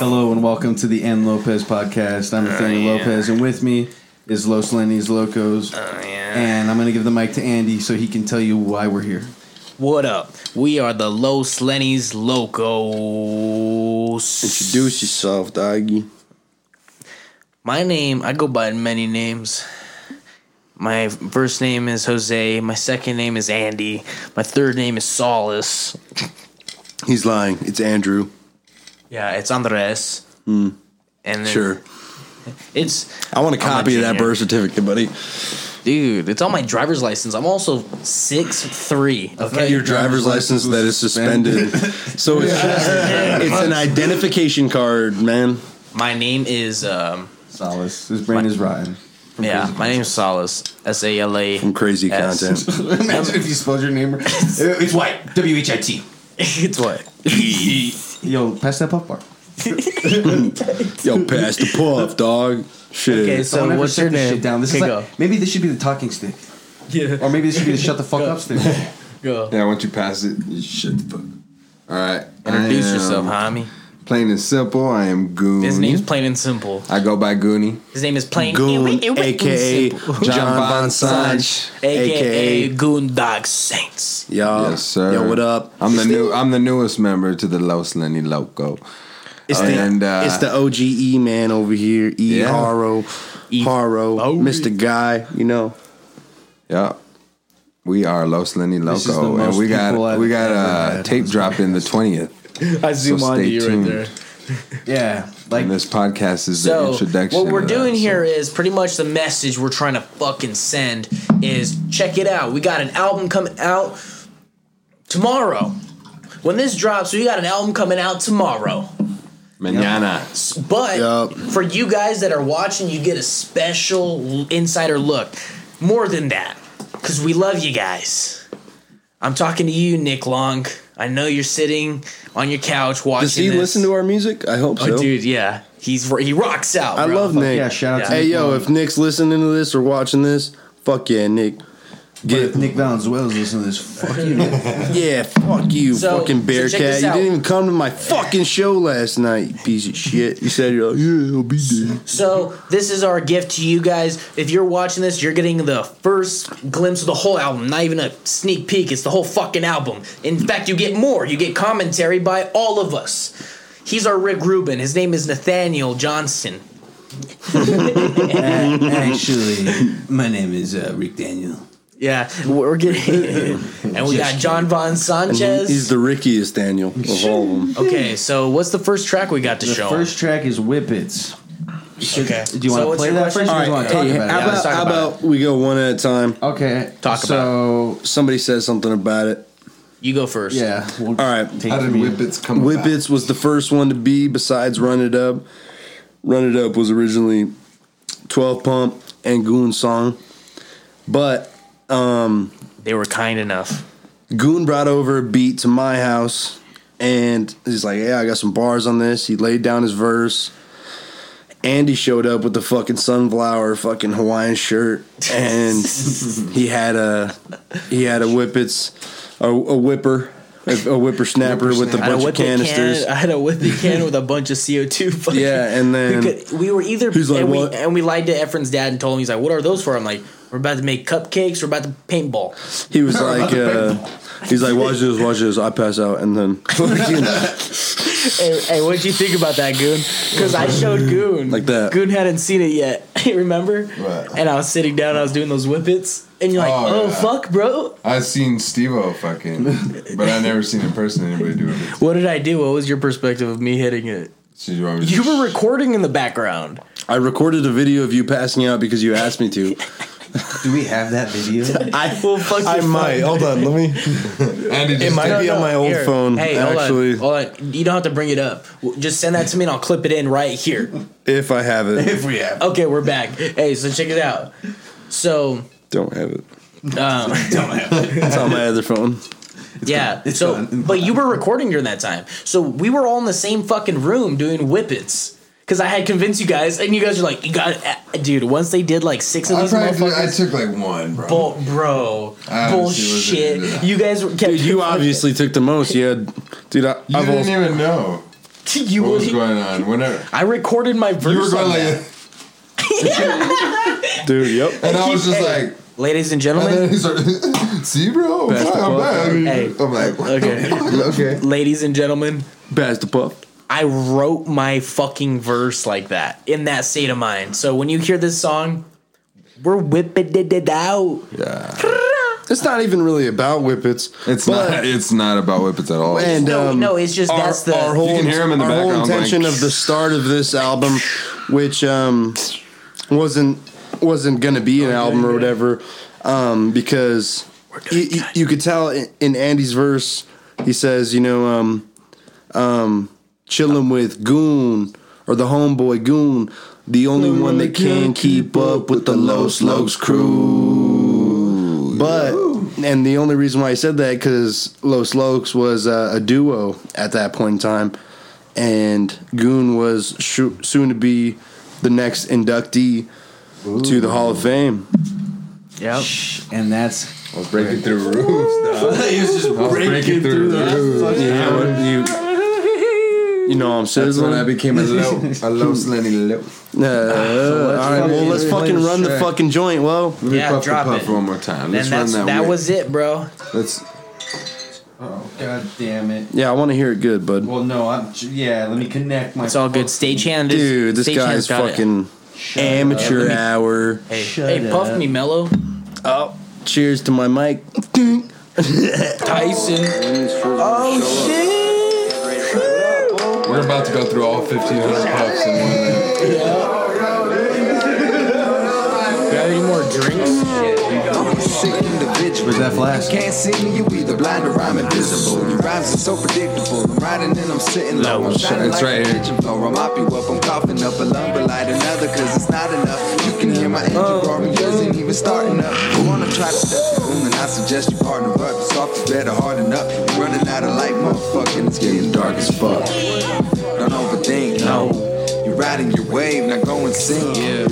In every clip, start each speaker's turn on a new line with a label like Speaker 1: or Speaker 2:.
Speaker 1: welcome to the N Lopez podcast. I'm Nathaniel
Speaker 2: yeah.
Speaker 1: Lopez, and with me is Los Lenny's Locos.
Speaker 2: yeah.
Speaker 1: and I'm going to give the mic to Andy so he can tell you why we're here.
Speaker 2: What up? We are the Los Lenny's Locos.
Speaker 3: Introduce yourself, doggy.
Speaker 2: My name, I go by many names. My first name is Jose. My second name is Andy. My third name is Solace.
Speaker 3: He's lying. It's Andrew.
Speaker 2: Yeah, it's Andres. And then
Speaker 3: Sure.
Speaker 2: it's
Speaker 3: I want a
Speaker 2: I'm a
Speaker 3: copy of that
Speaker 2: junior.
Speaker 3: birth certificate, buddy.
Speaker 2: dude. It's on my driver's license. I'm also six three. Okay,
Speaker 3: Your driver's license that is suspended. so it's just it's an identification card, man.
Speaker 2: my name is um,
Speaker 1: Solace. His brain is rotten. From
Speaker 2: yeah.
Speaker 1: prison.
Speaker 2: My name is Solace. S A L A.
Speaker 3: From crazy
Speaker 2: S.
Speaker 3: content.
Speaker 1: Imagine if you spelled your name. right. Uh, It's white. W H I T.
Speaker 2: it's what?
Speaker 1: Yo, pass that puff bar.
Speaker 3: Yo, pass the puff, dog. Shit.
Speaker 2: Okay,
Speaker 1: Don't
Speaker 2: so
Speaker 1: ever
Speaker 2: what's
Speaker 1: shut
Speaker 2: your
Speaker 1: this
Speaker 2: name?
Speaker 1: Shit down. This
Speaker 2: okay,
Speaker 1: is like, maybe this should be the talking stick,
Speaker 2: go.
Speaker 1: or maybe this should be the shut the fuck up stick.
Speaker 2: go.
Speaker 4: Yeah, once you pass it, you shut the fuck. up. All right.
Speaker 2: Introduce
Speaker 4: I am
Speaker 2: yourself, homie.
Speaker 4: Plain and simple, I am Goonie.
Speaker 2: His name's plain and simple.
Speaker 4: I go by Goonie.
Speaker 2: His name is plain
Speaker 3: Goon,
Speaker 2: and
Speaker 3: aka
Speaker 2: simple.
Speaker 3: John Von Sanch,
Speaker 2: aka
Speaker 3: aka
Speaker 2: Goondog Saints.
Speaker 3: Yo,
Speaker 4: Yes, sir.
Speaker 3: Yo, what up?
Speaker 4: I'm the new. I'm the newest member to the Los Lenny Loco.
Speaker 3: It's
Speaker 4: and,
Speaker 3: the
Speaker 4: uh,
Speaker 3: it's the OGE man over here. E
Speaker 4: Yeah.
Speaker 3: Haro, Haro,
Speaker 2: Oh,
Speaker 3: Mr. Guy. You know,
Speaker 4: Yeah. We are Los Lenny
Speaker 1: This is the
Speaker 4: Loco,
Speaker 1: most
Speaker 4: and we
Speaker 1: people
Speaker 4: got
Speaker 1: I've
Speaker 4: we got
Speaker 1: ever
Speaker 4: a
Speaker 1: had
Speaker 4: tape
Speaker 1: on this
Speaker 4: drop in the twentieth.
Speaker 2: I zoom
Speaker 4: So
Speaker 2: on to
Speaker 4: stay
Speaker 2: you
Speaker 4: tuned.
Speaker 2: right there.
Speaker 1: Yeah, like
Speaker 4: And this podcast is the
Speaker 2: So
Speaker 4: introduction.
Speaker 2: what we're
Speaker 4: of that,
Speaker 2: doing
Speaker 4: so-
Speaker 2: here is pretty much the message we're trying to fucking send is check it out. We got an album coming out tomorrow. When this drops, we got an album coming out tomorrow.
Speaker 4: Manana.
Speaker 2: But
Speaker 3: Yup.
Speaker 2: for you guys that are watching, you get a special insider look. More than that, because we love you guys. I'm talking to you, Nick Long. I know you're sitting on your couch watching.
Speaker 3: does he
Speaker 2: this.
Speaker 3: listen to our music? I hope
Speaker 2: Oh,
Speaker 3: so.
Speaker 2: dude, yeah, he's he rocks out.
Speaker 3: I
Speaker 2: bro.
Speaker 3: love Nick.
Speaker 1: yeah, shout out
Speaker 2: Yeah.
Speaker 1: to
Speaker 3: Hey
Speaker 1: Nick
Speaker 3: yo, if Nick's listening to this or watching this, fuck yeah, Nick.
Speaker 1: If
Speaker 3: Get
Speaker 1: Nick Valenzuela's listening to this, fuck you. Nick.
Speaker 3: yeah, fuck you,
Speaker 2: So- so
Speaker 3: fucking
Speaker 2: check
Speaker 3: bearcat.
Speaker 2: this
Speaker 3: you
Speaker 2: out.
Speaker 3: didn't even come to my fucking show last night, you piece of shit. You said you're like, yeah, I'll be there.
Speaker 2: So this is our gift to you guys. If you're watching this, you're getting the first glimpse of the whole album. Not even a sneak peek. It's the whole fucking album. In fact, you get more. You get commentary by all of us. He's our Rick Rubin. His name is Nathaniel Johnston.
Speaker 1: Actually, my name is uh, Rick Daniel.
Speaker 2: Yeah, we're getting, and we got John Von Sanchez.
Speaker 3: He's the rickiest Daniel of all of them.
Speaker 2: okay, so what's the first track we got to
Speaker 1: The
Speaker 2: show?
Speaker 1: first track is Whippets.
Speaker 2: okay,
Speaker 1: Do you want
Speaker 2: So
Speaker 1: to
Speaker 2: what's
Speaker 1: play
Speaker 2: your
Speaker 1: that
Speaker 2: question?
Speaker 1: first? Or do you want to talk
Speaker 3: Hey,
Speaker 1: about
Speaker 3: how
Speaker 1: it?
Speaker 2: Yeah, let's
Speaker 3: about,
Speaker 2: talk
Speaker 3: how
Speaker 2: about
Speaker 3: about we go one at a time?
Speaker 1: Okay.
Speaker 2: Talk
Speaker 1: so,
Speaker 3: Somebody says something about it.
Speaker 2: You go first.
Speaker 1: Yeah. We'll
Speaker 3: All right.
Speaker 1: Take
Speaker 4: How
Speaker 1: it
Speaker 4: did
Speaker 1: from you.
Speaker 4: Whippets come about?
Speaker 3: Whippets was the first one to be besides Run It Up. Run It Up was originally 12 Pump and Goon Song. But
Speaker 2: they were kind enough.
Speaker 3: Goon brought over a beat to my house and he's like, Yeah, I got some bars on this. He laid down his verse. Andy showed up with the fucking sunflower fucking Hawaiian shirt and he had a he had a whippets a, a whipper a, a whippersnapper with a
Speaker 2: I had
Speaker 3: bunch
Speaker 2: a
Speaker 3: of
Speaker 2: whipping
Speaker 3: canisters.
Speaker 2: can. I had a whipping can with a bunch of CO two.
Speaker 3: Yeah, and then
Speaker 2: we, could, we were either
Speaker 3: He's like,
Speaker 2: and,
Speaker 3: "What?"
Speaker 2: We, and we lied to Efren's dad and told him he's like, "What are those for?" I'm like, "We're about to make cupcakes. We're about to paintball."
Speaker 3: He was like, uh, he's like, watch this, watch this. I pass out, and then fucking-
Speaker 2: hey, hey, what'd you think about that, Goon? Because I showed Goon
Speaker 3: Like that.
Speaker 2: Goon hadn't seen it yet. Remember?
Speaker 4: Right.
Speaker 2: And I was sitting down. I was doing those whippets, and you're like,
Speaker 4: Oh,
Speaker 2: "Oh,
Speaker 4: yeah.
Speaker 2: fuck, bro!
Speaker 4: I've seen Steve-O fucking, but I've never seen in person anybody do it.
Speaker 2: What did I do? What was your perspective of me hitting it?"
Speaker 4: So you want me to-
Speaker 2: You were recording in the background.
Speaker 3: I recorded a video of you passing out because you asked me to.
Speaker 1: Do we have that video?
Speaker 3: I
Speaker 2: Well, fuck your phone.
Speaker 3: Hold on, let me.
Speaker 4: Andy just
Speaker 3: It might
Speaker 4: did-
Speaker 3: be on my old
Speaker 2: Here.
Speaker 3: phone.
Speaker 2: Hey, hold
Speaker 3: actually,
Speaker 2: on. Hold on. You don't have to bring it up. W- Just send that to me and I'll clip it in right here.
Speaker 3: if I have it,
Speaker 1: if we have.
Speaker 2: Okay, we're back. Hey, so check it out. So,
Speaker 3: don't have it.
Speaker 2: um,
Speaker 3: It's on my other phone.
Speaker 2: yeah.
Speaker 1: It's
Speaker 2: so,
Speaker 1: gone.
Speaker 2: but you were recording during that time. So we were all in the same fucking room doing whippets. Cause I had convinced you guys, and you guys were like, "You got, uh, dude." Once they did like six of
Speaker 4: I,
Speaker 2: these
Speaker 4: probably did, I
Speaker 2: motherfuckers,
Speaker 4: took like one, bro.
Speaker 2: bull, bro,
Speaker 4: I honestly wasn't into
Speaker 2: bullshit.
Speaker 4: that.
Speaker 2: You guys were kept
Speaker 3: Dude, you obviously took the most. You had, dude. I,
Speaker 4: you
Speaker 3: I've
Speaker 4: didn't
Speaker 3: also,
Speaker 4: even know.
Speaker 2: you
Speaker 4: What
Speaker 2: will.
Speaker 4: was going on? Whenever
Speaker 2: I recorded my
Speaker 4: you were
Speaker 2: verse.
Speaker 4: going
Speaker 2: on
Speaker 4: like,
Speaker 2: that.
Speaker 4: this,
Speaker 3: dude. Yep.
Speaker 4: and I was just
Speaker 2: Hey,
Speaker 4: like,
Speaker 2: ladies and
Speaker 4: and
Speaker 2: gentlemen,
Speaker 4: then he started, see, bro, I'm
Speaker 3: Best of
Speaker 4: back.
Speaker 3: all
Speaker 2: Hey.
Speaker 4: I'm like, what
Speaker 2: Okay.
Speaker 4: the fuck? okay.
Speaker 2: ladies and gentlemen,
Speaker 3: Pass the puff.
Speaker 2: I wrote my fucking verse like that in that state of mind. So when you hear this song, we're whipping it out.
Speaker 4: Yeah,
Speaker 3: It's not even really about whippets.
Speaker 4: it's
Speaker 3: But-
Speaker 4: not. It's not about whippets at all.
Speaker 3: And
Speaker 2: No,
Speaker 3: um,
Speaker 2: no, it's just
Speaker 3: our,
Speaker 2: that's the-
Speaker 3: our
Speaker 2: You
Speaker 3: whole,
Speaker 4: can hear 'em in the
Speaker 3: our whole
Speaker 4: background, like-
Speaker 3: intention of the start of this album, which um, wasn't wasn't gonna be an
Speaker 2: Oh,
Speaker 3: album or whatever, um, because you, you, you could tell in, in Andy's verse he says, you know, um, um, chilling with Goon or the homeboy Goon, the only one that can keep up with the Los Lokes crew. But and the only reason why I said that because Los Lokes was uh, a duo at that point in time, and Goon was shu soon to be the next inductee to the Hall of Fame.
Speaker 2: Yep.
Speaker 1: And that's
Speaker 4: I was breaking through roofs. dog.
Speaker 5: He was just
Speaker 4: I was
Speaker 5: breaking, through, the
Speaker 4: roofs.
Speaker 3: You know what you, you know what I'm
Speaker 4: That's when I
Speaker 3: sizzling.
Speaker 4: became a low, a low slenty low.
Speaker 3: Uh, all right, well let's fucking run the fucking joint. Well,
Speaker 4: Let me
Speaker 2: Yeah,
Speaker 4: puff the
Speaker 2: drop
Speaker 4: puff
Speaker 2: it.
Speaker 4: one more time.
Speaker 2: And
Speaker 4: Let's run
Speaker 2: that's
Speaker 4: that.
Speaker 2: that,
Speaker 4: whip.
Speaker 2: was it, bro.
Speaker 4: Let's.
Speaker 1: oh god damn it.
Speaker 3: yeah, I want to hear it good, bud.
Speaker 1: Well, no, I'm yeah. Let me connect my.
Speaker 2: It's all good. Stagehand. is-
Speaker 3: Dude, this
Speaker 2: stagehand's
Speaker 3: guy's
Speaker 2: got it.
Speaker 3: fucking
Speaker 1: Shut
Speaker 3: amateur hour.
Speaker 2: Hey,
Speaker 1: Shut
Speaker 2: hey puff
Speaker 1: up.
Speaker 2: me, mellow.
Speaker 3: Oh, cheers to my mic.
Speaker 2: Tyson.
Speaker 4: Oh,
Speaker 1: Oh,
Speaker 4: We're about to go through all 1,500 puffs in one night.
Speaker 2: Got any more drinks?
Speaker 6: I'm a sick individual.
Speaker 1: Where's that flask?
Speaker 6: Can't see me, you either blind or I'm invisible. Your rhymes are so predictable. I'm riding and I'm sitting low. I'm shining
Speaker 4: It's
Speaker 6: like
Speaker 4: right
Speaker 6: a
Speaker 4: here.
Speaker 6: pigeon flow. I'm up you up, I'm coughing up a lumber light another, cause it's not enough. You can hear my engine roaring, doesn't even starting up. You wanna try to step the room, and I suggest you partner up. The soft is better, harden up. You're running out of light, motherfucking. It's getting dark as fuck. Don't overthink, no. You're riding your wave, now go and sing. Yeah.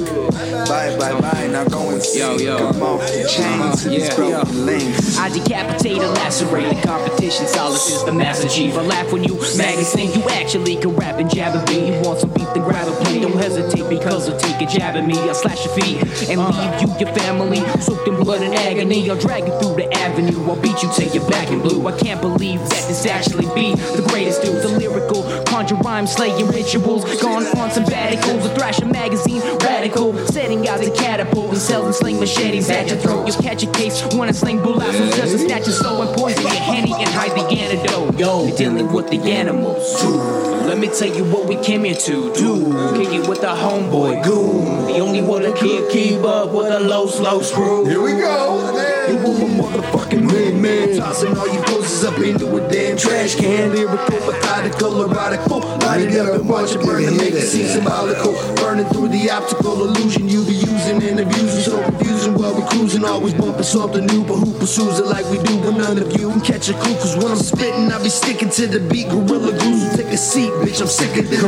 Speaker 6: Bye, bye, bye, now go and sing.
Speaker 7: Yo, yo.
Speaker 6: Come off
Speaker 4: Uh-huh.
Speaker 6: the chains,
Speaker 7: Yeah.
Speaker 6: yeah. broken links.
Speaker 7: I decapitate and lacerate the competition. Solace is the master chief. I laugh when you maggots think you actually can rap and jab at me. You want some beef, then grab a plate. Don't hesitate because I'll take a jab at me. I'll slash your feet and leave you, your family, soaked in blood and agony. I'll drag you through the avenue. I'll beat you till you're back in blue. I can't believe that this actually be the greatest dude. The lyrical conjure rhymes, slaying rituals. Gone on sabbaticals, a thrasher magazine, radical. Setting out the catapult and selling sling machetes at your throat. You'll catch a case when I sling bullets. So just a snatch is so important. Get handy and hide the antidote. Yo, You're dealing with the animals. Too. Let me tell you what we came here to do. Kick it with the homeboy goon. The only one that can keep up with a low, slow screw.
Speaker 6: Here we go. You were a motherfucking man, man. Tossing all you poses up into a damn trash can. Lyrical, methodical, erotic, full. Light it up and watch it burn and make it seem symbolical. Burning through the optical illusion you be using and abusing. So confusing while we're cruising. Always bumping something new, but who pursues it like we do when none of you can catch a clue? Cause when I'm spitting, I be sticking to the beat. Gorilla Goose, take a seat, bitch. I'm sick of this.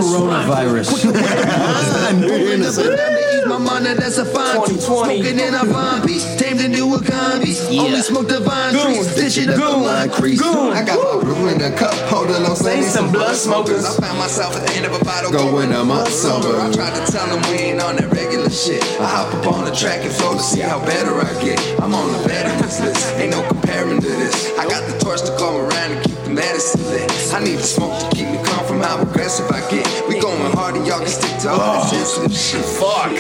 Speaker 1: Coronavirus.
Speaker 6: I'm moving up and down to ease my mind, and that's a fine tooth. Smoking in a vine piece, tamed into a combi. Only smoke divine trees, this shit up the line crease. I got my brew in a cup, holding on, saying some blood smokers. I found myself at the end of a bottle, going up month sober. I tried to tell them we ain't on that regular shit. I hop up on the track and flow to see how better I get. I'm on the veterans list, ain't no comparing to this. I got the torch to come around and keep the medicine lit. I need the smoke to keep me calm from how aggressive I get. We going hard and y'all can stick to all that sensitive shit. Fuck.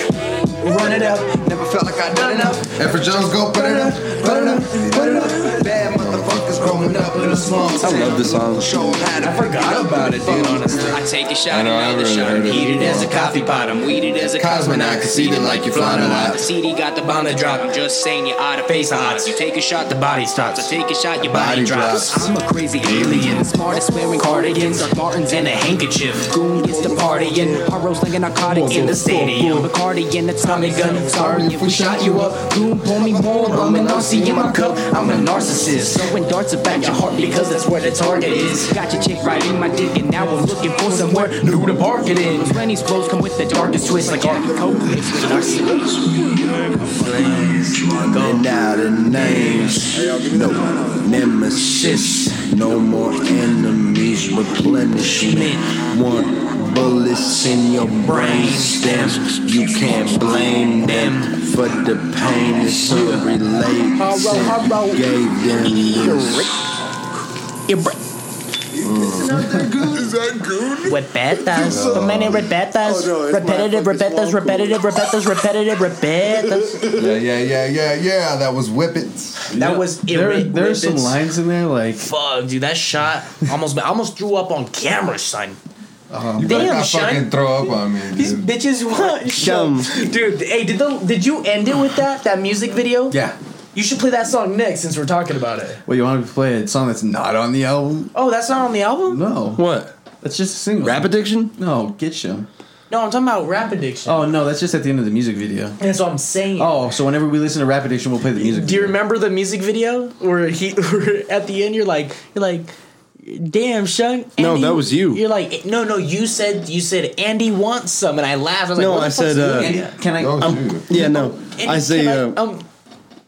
Speaker 6: Run it up. Never felt like I done enough.
Speaker 4: Effort Jones, go put
Speaker 6: Run it up, run it up, run it up. Bad motherfuckers growing up in the slums.
Speaker 3: I love this song.
Speaker 6: Show 'em how to I forgot about it, dude, honestly.
Speaker 7: I take a shot,
Speaker 4: I know, I've
Speaker 7: another
Speaker 4: already
Speaker 7: shot.
Speaker 4: heard it
Speaker 7: Heated as a
Speaker 4: before.
Speaker 7: coffee pot, I'm weeded as a
Speaker 4: Cosmonaut, conceited like you're flying a lot.
Speaker 7: The CD got the bomb to drop, I'm just saying you're out of face odds. You take a shot, the body stops. I take a shot, your body,
Speaker 4: Body
Speaker 7: drops.
Speaker 4: drops.
Speaker 7: I'm a crazy alien, smartest wearing cardigans, Doc Martens and a handkerchief. Goon gets the partying, Harrow's like a narcotic in the stadium. Bacardi and a Tommy gun, sorry if we shot you up. Goon, pour me more, rum and RC in my cup. I'm a narcissist, throwing darts about your heart because that's where the target is. Got your chick riding my dick and now I'm looking for somewhere new to park it in. Those Lenny's blows come with the darkest twist like Arctic Coke mixed with narcissism.
Speaker 3: And now the names. No nemesis. No more enemies.
Speaker 4: replenishes replenishment. One bullets in your brain stem. You can't blame them for the pain it's unrelated. Gave them this.
Speaker 8: Repetas, so many repetas, repetitive, repetas, repetitive, repetas, repetitive, repetas.
Speaker 6: Yeah, yeah, yeah, yeah, yeah. That was whippets.
Speaker 2: That was
Speaker 1: There,
Speaker 2: it.
Speaker 1: there's some lines in there like
Speaker 2: Fuck, dude, that shot almost I almost threw up on camera, son.
Speaker 6: Uh-huh. You better
Speaker 2: Damn,
Speaker 6: not
Speaker 2: Shine.
Speaker 6: fucking throw up on me,
Speaker 2: These
Speaker 6: dude.
Speaker 2: bitches want
Speaker 3: Shum.
Speaker 2: Dude, hey, did the did you end it with that that music video?
Speaker 1: yeah.
Speaker 2: You should play that song next since we're talking about it.
Speaker 1: Well, you want to play a song that's not on the album?
Speaker 2: Oh, that's not on the album?
Speaker 1: No,
Speaker 3: What?
Speaker 1: that's just a single.
Speaker 3: Rap addiction?
Speaker 1: No, get you.
Speaker 2: No, I'm talking about rap addiction.
Speaker 1: Oh no, that's just at the end of the music video.
Speaker 2: That's what I'm saying.
Speaker 1: Oh, so whenever we listen to Rap Addiction, we'll play the music.
Speaker 2: Do you
Speaker 1: video.
Speaker 2: remember the music video where he where at the end you're like you're like damn Shung
Speaker 3: No,
Speaker 2: Andy-
Speaker 3: that was you.
Speaker 2: You're like no no you said you said Andy wants some and I laughed. I was like,
Speaker 3: No,
Speaker 2: what the
Speaker 3: I
Speaker 2: fuck's
Speaker 3: said,
Speaker 2: he
Speaker 3: uh,
Speaker 2: looking at?
Speaker 1: Can- Can I?
Speaker 6: Oh,
Speaker 1: um,
Speaker 6: shoot.
Speaker 3: Yeah, no.
Speaker 2: Andy,
Speaker 3: I say,
Speaker 2: can I-
Speaker 3: uh,
Speaker 2: um,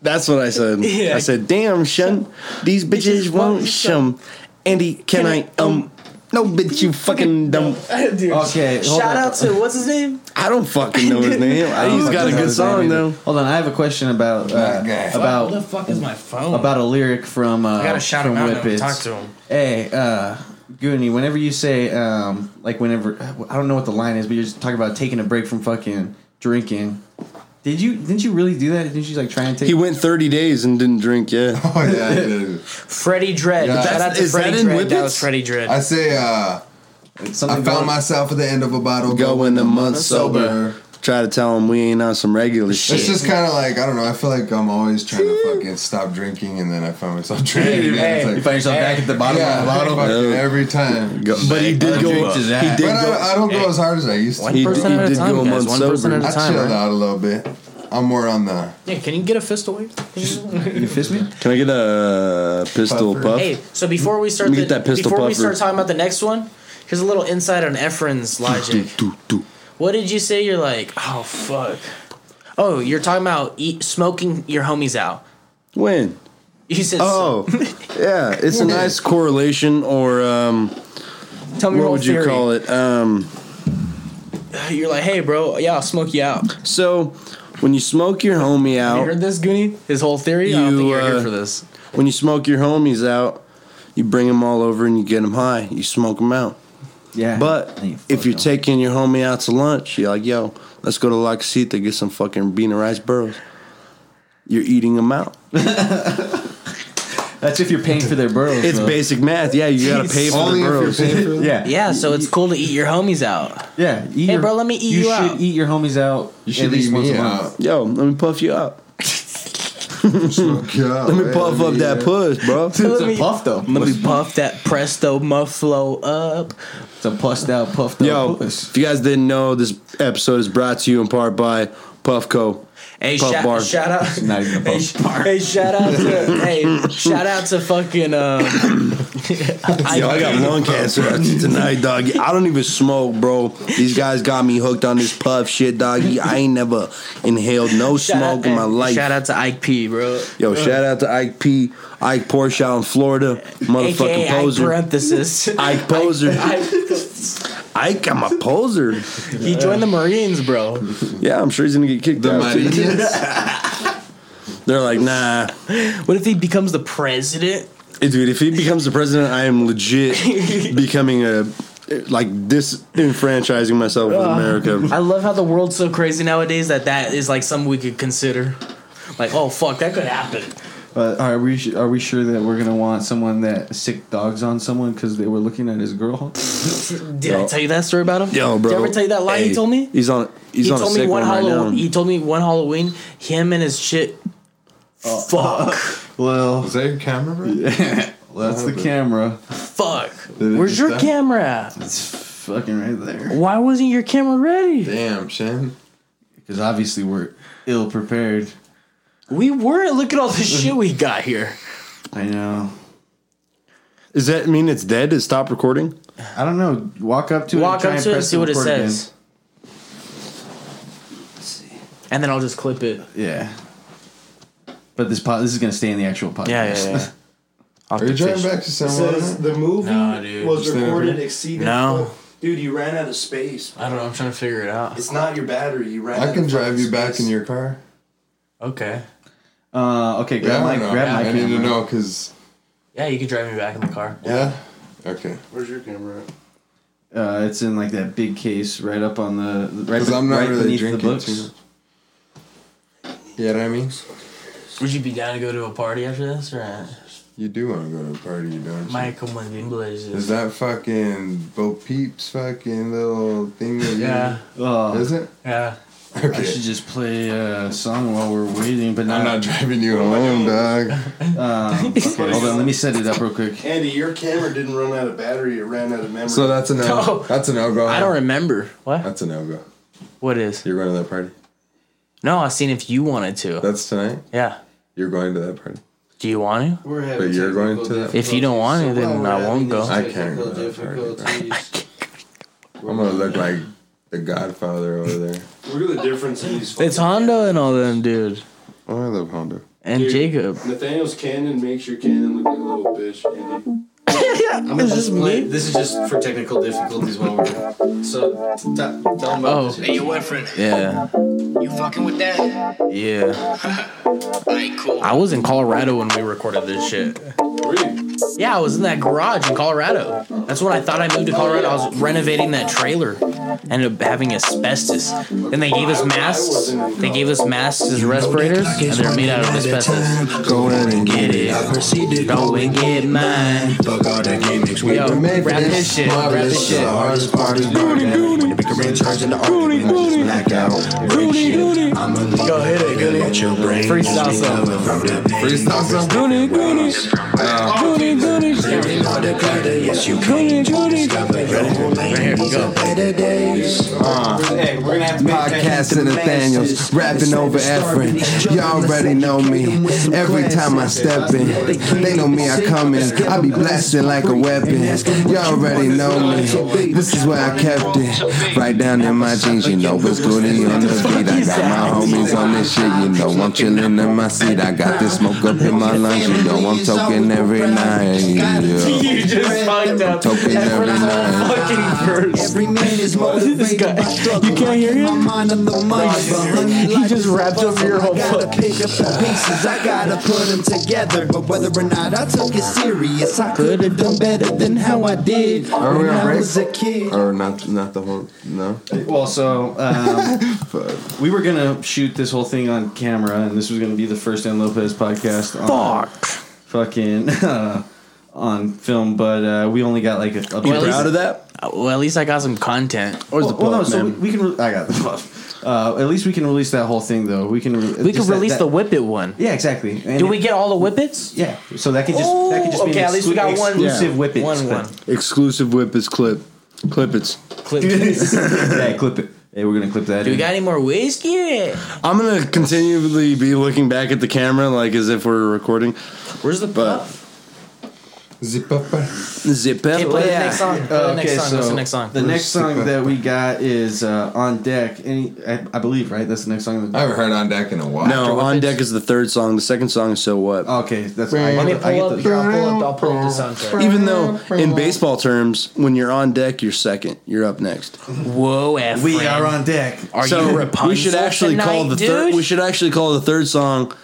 Speaker 3: that's what I said.
Speaker 2: Yeah.
Speaker 3: I said, damn, shun. These bitches won't shum. Andy, can I, um, no, bitch, you fucking dumb.
Speaker 2: um, dude,
Speaker 1: Okay, hold on.
Speaker 2: shout out to what's his name?
Speaker 3: I don't fucking know his name.
Speaker 6: Oh,
Speaker 3: He's got a good song, though.
Speaker 1: Hold on, I have a question about uh,
Speaker 6: That guy.
Speaker 2: what the
Speaker 1: about
Speaker 2: fuck is my phone?
Speaker 1: about a lyric from uh,
Speaker 2: I gotta shout
Speaker 1: from
Speaker 2: him out and
Speaker 1: Whippets.
Speaker 2: talk to him.
Speaker 1: Hey, uh, Goonie, whenever you say um, like whenever I don't know what the line is, but you're just talking about taking a break from fucking drinking. Did you didn't you really do that? Didn't you like try and take?
Speaker 3: He went 30 days and didn't drink, yeah.
Speaker 6: Oh yeah, I did.
Speaker 2: Freddie Dredd.
Speaker 6: Yeah.
Speaker 2: shout out to
Speaker 3: Is that
Speaker 2: Freddie
Speaker 3: in
Speaker 2: Dredd. That
Speaker 3: Whippets?
Speaker 2: was Freddie Dredd.
Speaker 6: I say, uh,
Speaker 1: something
Speaker 6: I
Speaker 1: going-
Speaker 6: found myself at the end of a bottle
Speaker 3: Going a month
Speaker 6: sober.
Speaker 3: sober. Try to tell him we ain't on some regular shit.
Speaker 6: It's just kind of like I don't know. I feel like I'm always trying to fucking stop drinking, and then I find myself drinking. again. It's
Speaker 1: You
Speaker 6: like-
Speaker 1: find yourself back at the bottom
Speaker 6: yeah,
Speaker 1: of the bottle.
Speaker 6: fucking every time.
Speaker 3: Go- but he did go.
Speaker 1: Drink
Speaker 3: He
Speaker 1: his
Speaker 3: did
Speaker 1: ass.
Speaker 6: But I, I
Speaker 3: go.
Speaker 6: don't go as hard as I used to.
Speaker 3: He, he
Speaker 2: Person at a
Speaker 3: did
Speaker 2: time,
Speaker 3: go a
Speaker 2: guys.
Speaker 3: month
Speaker 2: One person at
Speaker 3: sober.
Speaker 6: I
Speaker 2: a time,
Speaker 6: chilled
Speaker 2: right?
Speaker 6: out a little bit. I'm more on the.
Speaker 2: uh, yeah, can you get a fist away?
Speaker 1: You fist me?
Speaker 3: Can I get a uh, pistol puff?
Speaker 2: Hey, so before we start,
Speaker 3: Let me
Speaker 2: the,
Speaker 3: get that pistol
Speaker 2: before we
Speaker 3: puffer.
Speaker 2: start talking about the next one, here's a little insight on Efren's logic.
Speaker 3: Do, do.
Speaker 2: What did you say? You're like, oh fuck. Oh, you're talking about eat, smoking your homies out.
Speaker 3: When?
Speaker 2: You said,
Speaker 3: Oh, yeah. It's a nice correlation, or um,
Speaker 2: tell me your whole
Speaker 3: what would you
Speaker 2: theory.
Speaker 3: call it? Um,
Speaker 2: You're like, hey, bro, yeah, I'll smoke you out.
Speaker 3: so, when you smoke your homie
Speaker 2: You
Speaker 3: out,
Speaker 2: heard this, Goonie? His whole theory. I don't
Speaker 3: You,
Speaker 2: think you're here
Speaker 3: uh,
Speaker 2: for this.
Speaker 3: when you smoke your homies out, you bring them all over and you get them high. You smoke them out.
Speaker 1: Yeah.
Speaker 3: But
Speaker 1: And you
Speaker 3: if
Speaker 1: fuck
Speaker 3: you're
Speaker 1: him.
Speaker 3: taking your homie out to lunch, you're like, yo, let's go to La Casita get some fucking bean and rice burros. You're eating them out.
Speaker 1: that's if you're paying for their burrows.
Speaker 3: It's
Speaker 1: bro.
Speaker 3: basic math. Yeah, you gotta pay for the
Speaker 6: Only if you're
Speaker 3: burros.
Speaker 6: paying for it.
Speaker 1: Yeah.
Speaker 2: Yeah, so it's cool to eat your homies out.
Speaker 1: Yeah. Eat
Speaker 2: Hey, bro, let me eat you
Speaker 1: should
Speaker 2: out.
Speaker 1: eat your homies out
Speaker 6: You should
Speaker 1: at least
Speaker 6: eat
Speaker 1: once
Speaker 6: me
Speaker 1: a month.
Speaker 6: out.
Speaker 3: Yo, let me puff you up.
Speaker 6: Yeah,
Speaker 3: Let me puff up that puss, bro.
Speaker 1: It's
Speaker 2: Let me-
Speaker 1: a puff though.
Speaker 2: Let me puff that presto muffalo up.
Speaker 1: It's a puffed out, puffed out
Speaker 3: Yo,
Speaker 1: puss.
Speaker 3: if you guys didn't know, this episode is brought to you in part by Puffco.
Speaker 2: Hey,
Speaker 3: Puff
Speaker 2: shout,
Speaker 3: bar.
Speaker 2: shout out.
Speaker 1: Not even a
Speaker 2: Hey,
Speaker 1: puff.
Speaker 2: sh- hey, shout out to hey, shout out to fucking uh, I,
Speaker 3: Yo, I got lung cancer tonight, dog. I don't even smoke, bro. These guys got me hooked on this puff shit, doggy. I ain't never inhaled no
Speaker 2: shout out-
Speaker 3: smoke in my
Speaker 2: hey,
Speaker 3: life.
Speaker 2: Shout out to Ike P, bro.
Speaker 3: Yo, shout out to Ike P, Ike Porsche out in Florida,
Speaker 2: AKA
Speaker 3: motherfucking
Speaker 2: Ike
Speaker 3: poser.
Speaker 2: parenthesis.
Speaker 3: Ike poser.
Speaker 2: Ike-
Speaker 3: Ike, I'm a poser.
Speaker 2: he joined the Marines, bro.
Speaker 3: Yeah, I'm sure he's gonna get kicked
Speaker 6: The
Speaker 3: out. too.
Speaker 6: Marines.
Speaker 3: They're like, nah,
Speaker 2: What if he becomes the president?
Speaker 3: dude. If he becomes the president, I am legit becoming a like disenfranchising myself
Speaker 2: Uh.
Speaker 3: with America.
Speaker 2: I love how the world's so crazy nowadays that that is like something we could consider. Like, oh fuck, that could happen.
Speaker 1: But are we su- are we sure that we're gonna want someone that sick dogs on someone because they were looking at his girl?
Speaker 2: Did I tell you that story about him?
Speaker 3: Yo, bro.
Speaker 2: Did I ever tell you that lie
Speaker 3: Hey,
Speaker 2: he told me?
Speaker 3: He's on. He's
Speaker 2: he
Speaker 3: on a
Speaker 2: told
Speaker 3: sick
Speaker 2: me one
Speaker 3: one right
Speaker 2: Halloween.
Speaker 3: now.
Speaker 2: he told me one Halloween. Him and his shit. Fuck.
Speaker 1: Well,
Speaker 6: Is that your camera, bro? Yeah.
Speaker 1: that's the camera.
Speaker 2: Fuck.
Speaker 6: it
Speaker 2: Where's
Speaker 6: just
Speaker 2: your
Speaker 6: die?
Speaker 2: camera at?
Speaker 1: It's fucking right there.
Speaker 2: Why wasn't your camera ready?
Speaker 6: Damn, Shen.
Speaker 1: Because obviously we're ill prepared.
Speaker 2: We weren't. Look at all the shit we got here.
Speaker 1: I know.
Speaker 3: Does that mean it's dead? It stopped recording.
Speaker 1: I don't know. Walk up to
Speaker 2: Walk
Speaker 1: it.
Speaker 2: up
Speaker 1: and try
Speaker 2: to it and
Speaker 1: press
Speaker 2: see what it
Speaker 1: record again.
Speaker 2: says. And then I'll just clip it.
Speaker 1: Yeah. But this pod, this is gonna stay in the actual podcast.
Speaker 2: Yeah, yeah, yeah.
Speaker 9: Off
Speaker 4: Are you
Speaker 9: the
Speaker 4: driving
Speaker 9: fish.
Speaker 4: back to San
Speaker 10: says
Speaker 4: Juan?
Speaker 10: the movie
Speaker 9: Nah, dude.
Speaker 10: was
Speaker 4: Just there,
Speaker 10: recorded
Speaker 4: dude.
Speaker 10: exceeding.
Speaker 9: No.
Speaker 10: Dude, you ran out of space.
Speaker 9: I don't know. I'm trying to figure it out.
Speaker 10: It's not your battery. You ran.
Speaker 4: I
Speaker 10: out
Speaker 4: can
Speaker 10: of
Speaker 4: drive
Speaker 10: fucking
Speaker 4: you back
Speaker 10: space.
Speaker 4: in your car.
Speaker 9: Okay.
Speaker 1: Uh, okay, grab my
Speaker 4: I know.
Speaker 1: grab my
Speaker 4: I need to
Speaker 1: camera.
Speaker 4: know because
Speaker 9: Yeah, you can drive me back in the car.
Speaker 4: yeah. Okay.
Speaker 10: Where's your camera? At?
Speaker 1: Uh, it's in like that big case right up on the right,
Speaker 4: 'Cause I'm not
Speaker 1: right
Speaker 4: really
Speaker 1: beneath the
Speaker 4: drinking
Speaker 1: books.
Speaker 4: too much. You know what I mean?
Speaker 9: Would you be down to go to a party after this, or
Speaker 4: You do want to go to a party, don't you?
Speaker 9: Maya como en inglés?
Speaker 4: Is that fucking Bo Peep's fucking little thing that you
Speaker 9: Yeah.
Speaker 1: Oh,
Speaker 4: Is it?
Speaker 9: Yeah.
Speaker 1: I
Speaker 4: Okay.
Speaker 1: should just play a song while we're waiting, but
Speaker 4: I'm not driving you home, dog.
Speaker 1: Um, okay, hold on, let me set it up real quick.
Speaker 3: Andy, your camera didn't run out of battery; it ran out of memory.
Speaker 4: So that's an no.
Speaker 2: No.
Speaker 4: That's an no go.
Speaker 2: I don't remember.
Speaker 4: That's a no go.
Speaker 9: What is?
Speaker 4: You're going to that party.
Speaker 9: No, I seen if you wanted to.
Speaker 4: That's tonight.
Speaker 9: Yeah.
Speaker 4: You're going to that party.
Speaker 9: Do you want to?
Speaker 10: We're
Speaker 4: But
Speaker 10: having.
Speaker 4: you're going to that.
Speaker 9: If you don't want to, then I won't go.
Speaker 4: I can't go to that party. bro. I'm gonna look like the Godfather over there.
Speaker 10: Look at the difference in these.
Speaker 9: It's Hondo and all them, dude.
Speaker 4: Oh, I love Honda.
Speaker 9: And Jacob.
Speaker 10: Nathaniel's cannon makes your cannon look like a little bitch. Andy.
Speaker 9: This is me.
Speaker 6: This is just for technical difficulties while we're so t- t- tell them about
Speaker 9: Oh,
Speaker 6: this.
Speaker 11: Hey, your boyfriend,
Speaker 9: yeah.
Speaker 11: you fucking with that?
Speaker 9: Yeah.
Speaker 11: Alright, cool.
Speaker 2: I was in Colorado when we recorded this shit. Yeah, I was in that garage in Colorado. That's when I thought I moved to Colorado. I was renovating that trailer. Ended up having asbestos. Then they gave us masks. They gave us masks as respirators, and they're made out of asbestos.
Speaker 6: Go in and get it. I proceed to
Speaker 2: Go and get mine.
Speaker 6: Fuck all that game mix. We
Speaker 2: Yo,
Speaker 6: were made for
Speaker 2: rap this
Speaker 6: this.
Speaker 2: shit, rap this
Speaker 6: The
Speaker 2: shit.
Speaker 6: hardest part is burning. When the bickering turns into argument, I just black out. Break shit. I'm a leader.
Speaker 2: hit it,
Speaker 6: Good at your brain.
Speaker 2: Freestyle
Speaker 6: Just
Speaker 2: song.
Speaker 6: recover from the pain.
Speaker 4: Freestyle song.
Speaker 6: Goonie, Clearing all the clutter, yes you can. Discover your own lane. These are better days.
Speaker 10: Hey, we're gonna have to
Speaker 6: Podcast and Nathaniels, rapping over Efren. You already know me. Every time I step in, they know me, I come in. I be blasting like a weapon. You already know me. This is where I kept it. Right down in my jeans, you know it's goody on the beat. I got my homies on this shit, you know I'm chilling in my seat. I got this smoke up in my lungs, you know I'm talking every night. Yeah.
Speaker 2: You just fucked up.
Speaker 6: Talking every night.
Speaker 2: Fucking verse.
Speaker 6: Every man is motivated
Speaker 2: guy-
Speaker 6: by struggle.
Speaker 2: you can't hear
Speaker 6: I keep
Speaker 2: him?
Speaker 6: My mind on the money,
Speaker 2: He just wrapped over your whole
Speaker 6: I gotta
Speaker 2: fucking-
Speaker 6: pick up the pieces. I gotta put them together. But whether or not I took it serious, I could have done better than how I did
Speaker 4: Are we
Speaker 6: when
Speaker 4: on
Speaker 6: I
Speaker 4: break?
Speaker 6: was a kid.
Speaker 4: Or not? Not the whole. No.
Speaker 1: Well, so um, we were gonna shoot this whole thing on camera, and this was gonna be the first Dan Lopez podcast on fucking uh, on film, but uh, we only got like a, a
Speaker 9: Well, at least-
Speaker 3: Proud of that?
Speaker 2: Uh,
Speaker 9: Well, at least I got some content.
Speaker 3: Where's the
Speaker 1: Well, no,
Speaker 3: puff,
Speaker 1: so we,
Speaker 3: man?
Speaker 1: we can. Re- I got the puff. Uh, at least we can release that whole thing, though. We can. Re-
Speaker 9: We could
Speaker 1: just that-
Speaker 9: release
Speaker 1: that-
Speaker 9: the Whippet one.
Speaker 1: Yeah, exactly. And
Speaker 2: Do we get all the whippets?
Speaker 1: Yeah, so that could just that could just be
Speaker 2: Ooh, okay,
Speaker 1: an
Speaker 2: at least we
Speaker 1: exclu-
Speaker 2: got one-
Speaker 1: exclusive
Speaker 3: Yeah.
Speaker 1: whippets.
Speaker 2: One, one.
Speaker 3: Exclusive whip is clip. Clip it's.
Speaker 2: Clip.
Speaker 1: yeah, clip it. Hey, we're gonna clip that.
Speaker 2: Do we
Speaker 1: in.
Speaker 2: got any more whiskey?
Speaker 6: Oh,
Speaker 3: I'm gonna continually be looking back at the camera like as if we're recording.
Speaker 2: Where's the
Speaker 3: But-
Speaker 2: puff?
Speaker 4: Zip up.
Speaker 3: Zip it.
Speaker 2: Okay, play the next song. Play
Speaker 1: Uh,
Speaker 2: the next song. What's the next song?
Speaker 1: The next song that we got is uh, "On Deck." Any, I, I believe, right? That's the next song.
Speaker 4: I
Speaker 1: That,
Speaker 4: haven't heard on deck in a while.
Speaker 3: No, on deck is the third song. The second song is so what.
Speaker 1: okay, that's. I,
Speaker 2: Let me
Speaker 1: get the- I
Speaker 2: pull
Speaker 1: get
Speaker 2: up here.
Speaker 1: the,
Speaker 2: I'll pull up. I'll pull up the soundtrack.
Speaker 3: Even though in baseball terms, when you're on deck, you're second. You're up next.
Speaker 2: Whoa, Efren.
Speaker 1: we are on deck.
Speaker 2: Are
Speaker 3: so
Speaker 2: you Rapunzel
Speaker 3: we should actually
Speaker 2: tonight,
Speaker 3: call the
Speaker 2: dude?
Speaker 3: third. We should actually call the third song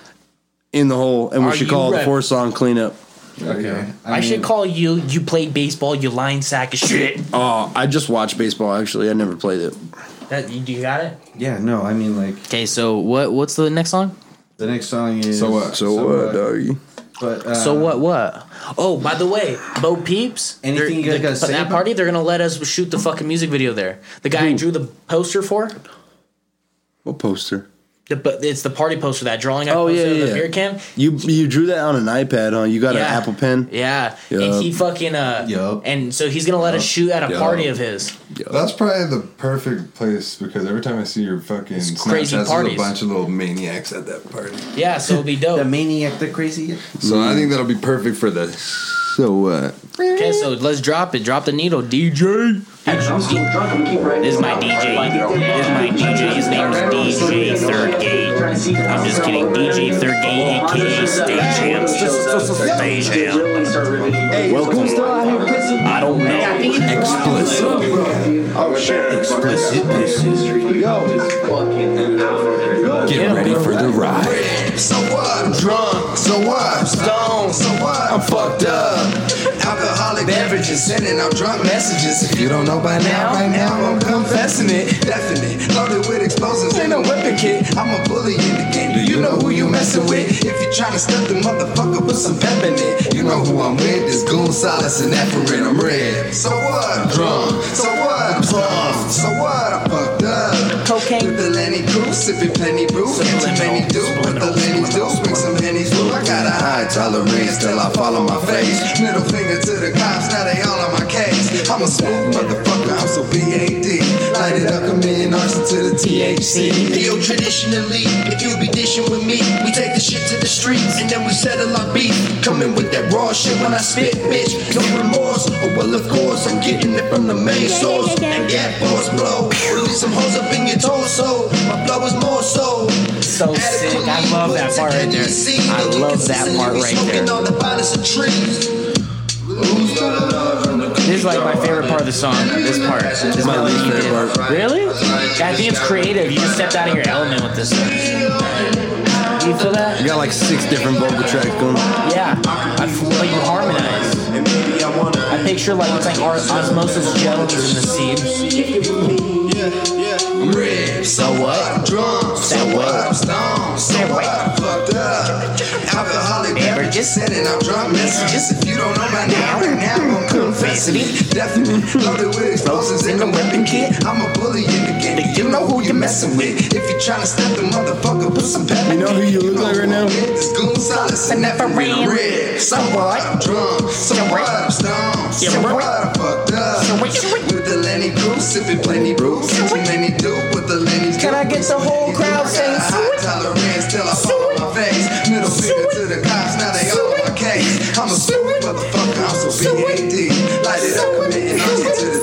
Speaker 3: in the hole, and we
Speaker 2: Are you
Speaker 3: should call the
Speaker 2: ready?
Speaker 3: fourth song cleanup.
Speaker 1: Okay,
Speaker 2: I, should
Speaker 1: mean,
Speaker 2: call you. You played baseball. You lying sack of shit.
Speaker 3: Oh, I just watched baseball. Actually, I never played it.
Speaker 2: That you, you got it.
Speaker 1: Yeah, no, I mean like
Speaker 2: Okay, so what? What's the next song?
Speaker 1: the next song is.
Speaker 4: So what?
Speaker 3: So, what, doggy?
Speaker 1: But uh,
Speaker 2: so what? What? Oh, by the way, Bo Peeps.
Speaker 1: Anything
Speaker 2: they're-
Speaker 1: you guys
Speaker 2: the-
Speaker 1: gotta
Speaker 2: but
Speaker 1: say
Speaker 2: that
Speaker 1: about-
Speaker 2: party? They're gonna let us shoot the fucking music video there. The guy I drew the poster for.
Speaker 3: What poster?
Speaker 2: The, but it's the party poster that drawing I
Speaker 3: Oh,
Speaker 2: posted of
Speaker 3: yeah,
Speaker 2: the
Speaker 3: yeah.
Speaker 2: beer can.
Speaker 3: You you drew that on an iPad, huh? You got
Speaker 2: Yeah.
Speaker 3: an Apple Pen.
Speaker 2: Yeah,
Speaker 3: Yup.
Speaker 2: and he fucking uh.
Speaker 1: Yup.
Speaker 2: And so he's gonna let us shoot at a
Speaker 3: Yup.
Speaker 2: party of his.
Speaker 4: That's probably the perfect place because every time I see your fucking
Speaker 2: crazy
Speaker 4: Snapchats, there's a
Speaker 2: parties.
Speaker 4: bunch of little maniacs at that party.
Speaker 2: Yeah, so it'll be
Speaker 1: The
Speaker 2: dope.
Speaker 1: maniac, the crazy.
Speaker 4: So
Speaker 3: Mm.
Speaker 4: I think that'll be perfect for the. So what?
Speaker 2: okay, so let's drop it. Drop the needle, DJ.
Speaker 7: I'm still drunk, I'm keep writing.
Speaker 12: This is my DJ. This is my DJ. His name is DJ Third Gate. I'm just kidding. DJ Third Gate, aka Stage Jam. Stage Jam.
Speaker 6: Welcome.
Speaker 12: I don't know.
Speaker 6: Explicit. Oh shit. Explicit pisses. Yo.
Speaker 13: Get ready for the ride.
Speaker 6: So what? I'm drunk. So what? I'm stoned. So what? I'm fucked up. Alcoholic beverages sending out drunk messages. If you don't know by now, right now I'm confessing it. Definite. Loaded with explosives. Ain't no weapon kit. I'm a bully in the game. Do you know who you messing with? If you trying to stuff the motherfucker, put some pep in it. You know who I'm with. This goon, solace, and effort. I'm red. So what? I'm drunk. So what? I'm stoned. So what? I'm fucked up. Cocaine. With the Lenny Crew, sipping plenty brew. Catching many dudes. With the ladies do bring some pennies. Ooh, I got a high tolerance till I fall on my face. Middle finger to the cops, now they all on my case. I'm a smooth motherfucker, I'm so BAD. Light it up, committing arson to the THC.
Speaker 14: Yo, traditionally, if you be dishing with me, we take the shit to the streets and then we settle our beef. Coming with that raw shit when I spit, bitch. No remorse. Oh, well, of course, I'm getting it from the main source. And get boss blow. Release some hoes up in your torso. My blow is more so.
Speaker 12: So sick. I love that part right there. I love that part right there.
Speaker 14: On the finest of trees.
Speaker 12: This is like my favorite part of the song. This part. This is my least favorite part. Really? I think it's creative. You just stepped out of your element with this. One. Do you feel that?
Speaker 2: I got like six different vocal tracks going.
Speaker 12: Yeah. I feel like you harmonize. I picture like it's like Ar- Osmosis Jones in the scene.
Speaker 6: I'm red. So what? I'm drunk. So what? I'm stoned. So what? I'm fucked up. Alcoholic beverages sending out drunk messages. If you don't know by now, right now I'm confessing it. Definitely loaded with explosives in the weapon kit. I'm a bully in the game. You know who you're messing with. If you're trying to step the motherfucker, put some pep
Speaker 2: You
Speaker 6: in
Speaker 2: know who you look like right now?
Speaker 6: This goon solace and never
Speaker 12: ran.
Speaker 6: red. So what? I'm drunk. So what? I'm stoned. So
Speaker 12: Yeah,
Speaker 6: what? I'm fucked up.
Speaker 12: So what? So what?
Speaker 6: With the Lenny Bruce, sipping plenty brew. Sipping Lenny do with the Lenny
Speaker 12: Can I get the whole crowd saying, "Sweet"?
Speaker 6: Tolerance till I fall on my face. Middle finger to the cops, now they all on my case. I'm a stupid motherfucker, I'm so BAD. Light it up, committing arson to the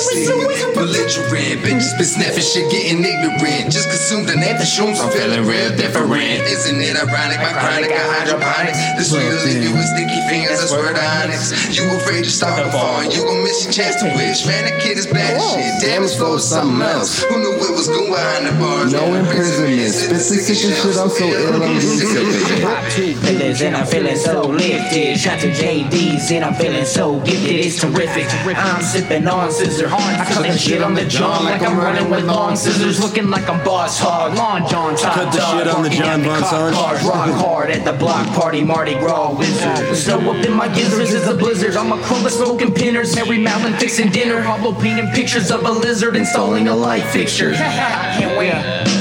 Speaker 6: THC. Belligerent, bitches been snapping shit, getting ignorant. Just consumed an anthem shrooms, I'm feeling real different. Isn't it ironic? My chronic, I hydroponics. This way to leave you with sticky fingers, I swear to onyx. You afraid to start a fall, you gon' miss your chance to wish. Man, the kid is bad as shit. Damn, it's full of something else. Who knew it was going behind the bars?
Speaker 4: No imprisonment. Spit sick as shit, I'm so ill, I'm sick of it.
Speaker 7: Pop two pillars and I'm feeling so lifted. Shot to JD's and I'm feeling so gifted. It's terrific. I'm sipping on scissor horn. I cut that shit on the John like I'm running with long scissors. Looking like I'm boss hog. Long John top
Speaker 2: Cut the
Speaker 7: dog.
Speaker 2: shit on the
Speaker 7: Working
Speaker 2: John
Speaker 7: at
Speaker 2: Von
Speaker 7: cop
Speaker 2: Sarge.
Speaker 7: cars. Rock hard at the block party. Mardi Gras wizard. Snow up in my gizzards is a blizzard. I'm a cruller smoking pinners. Mary Mallon fixing dinner. Pablo painting pictures of a lizard installing a light fixture. I can't wait.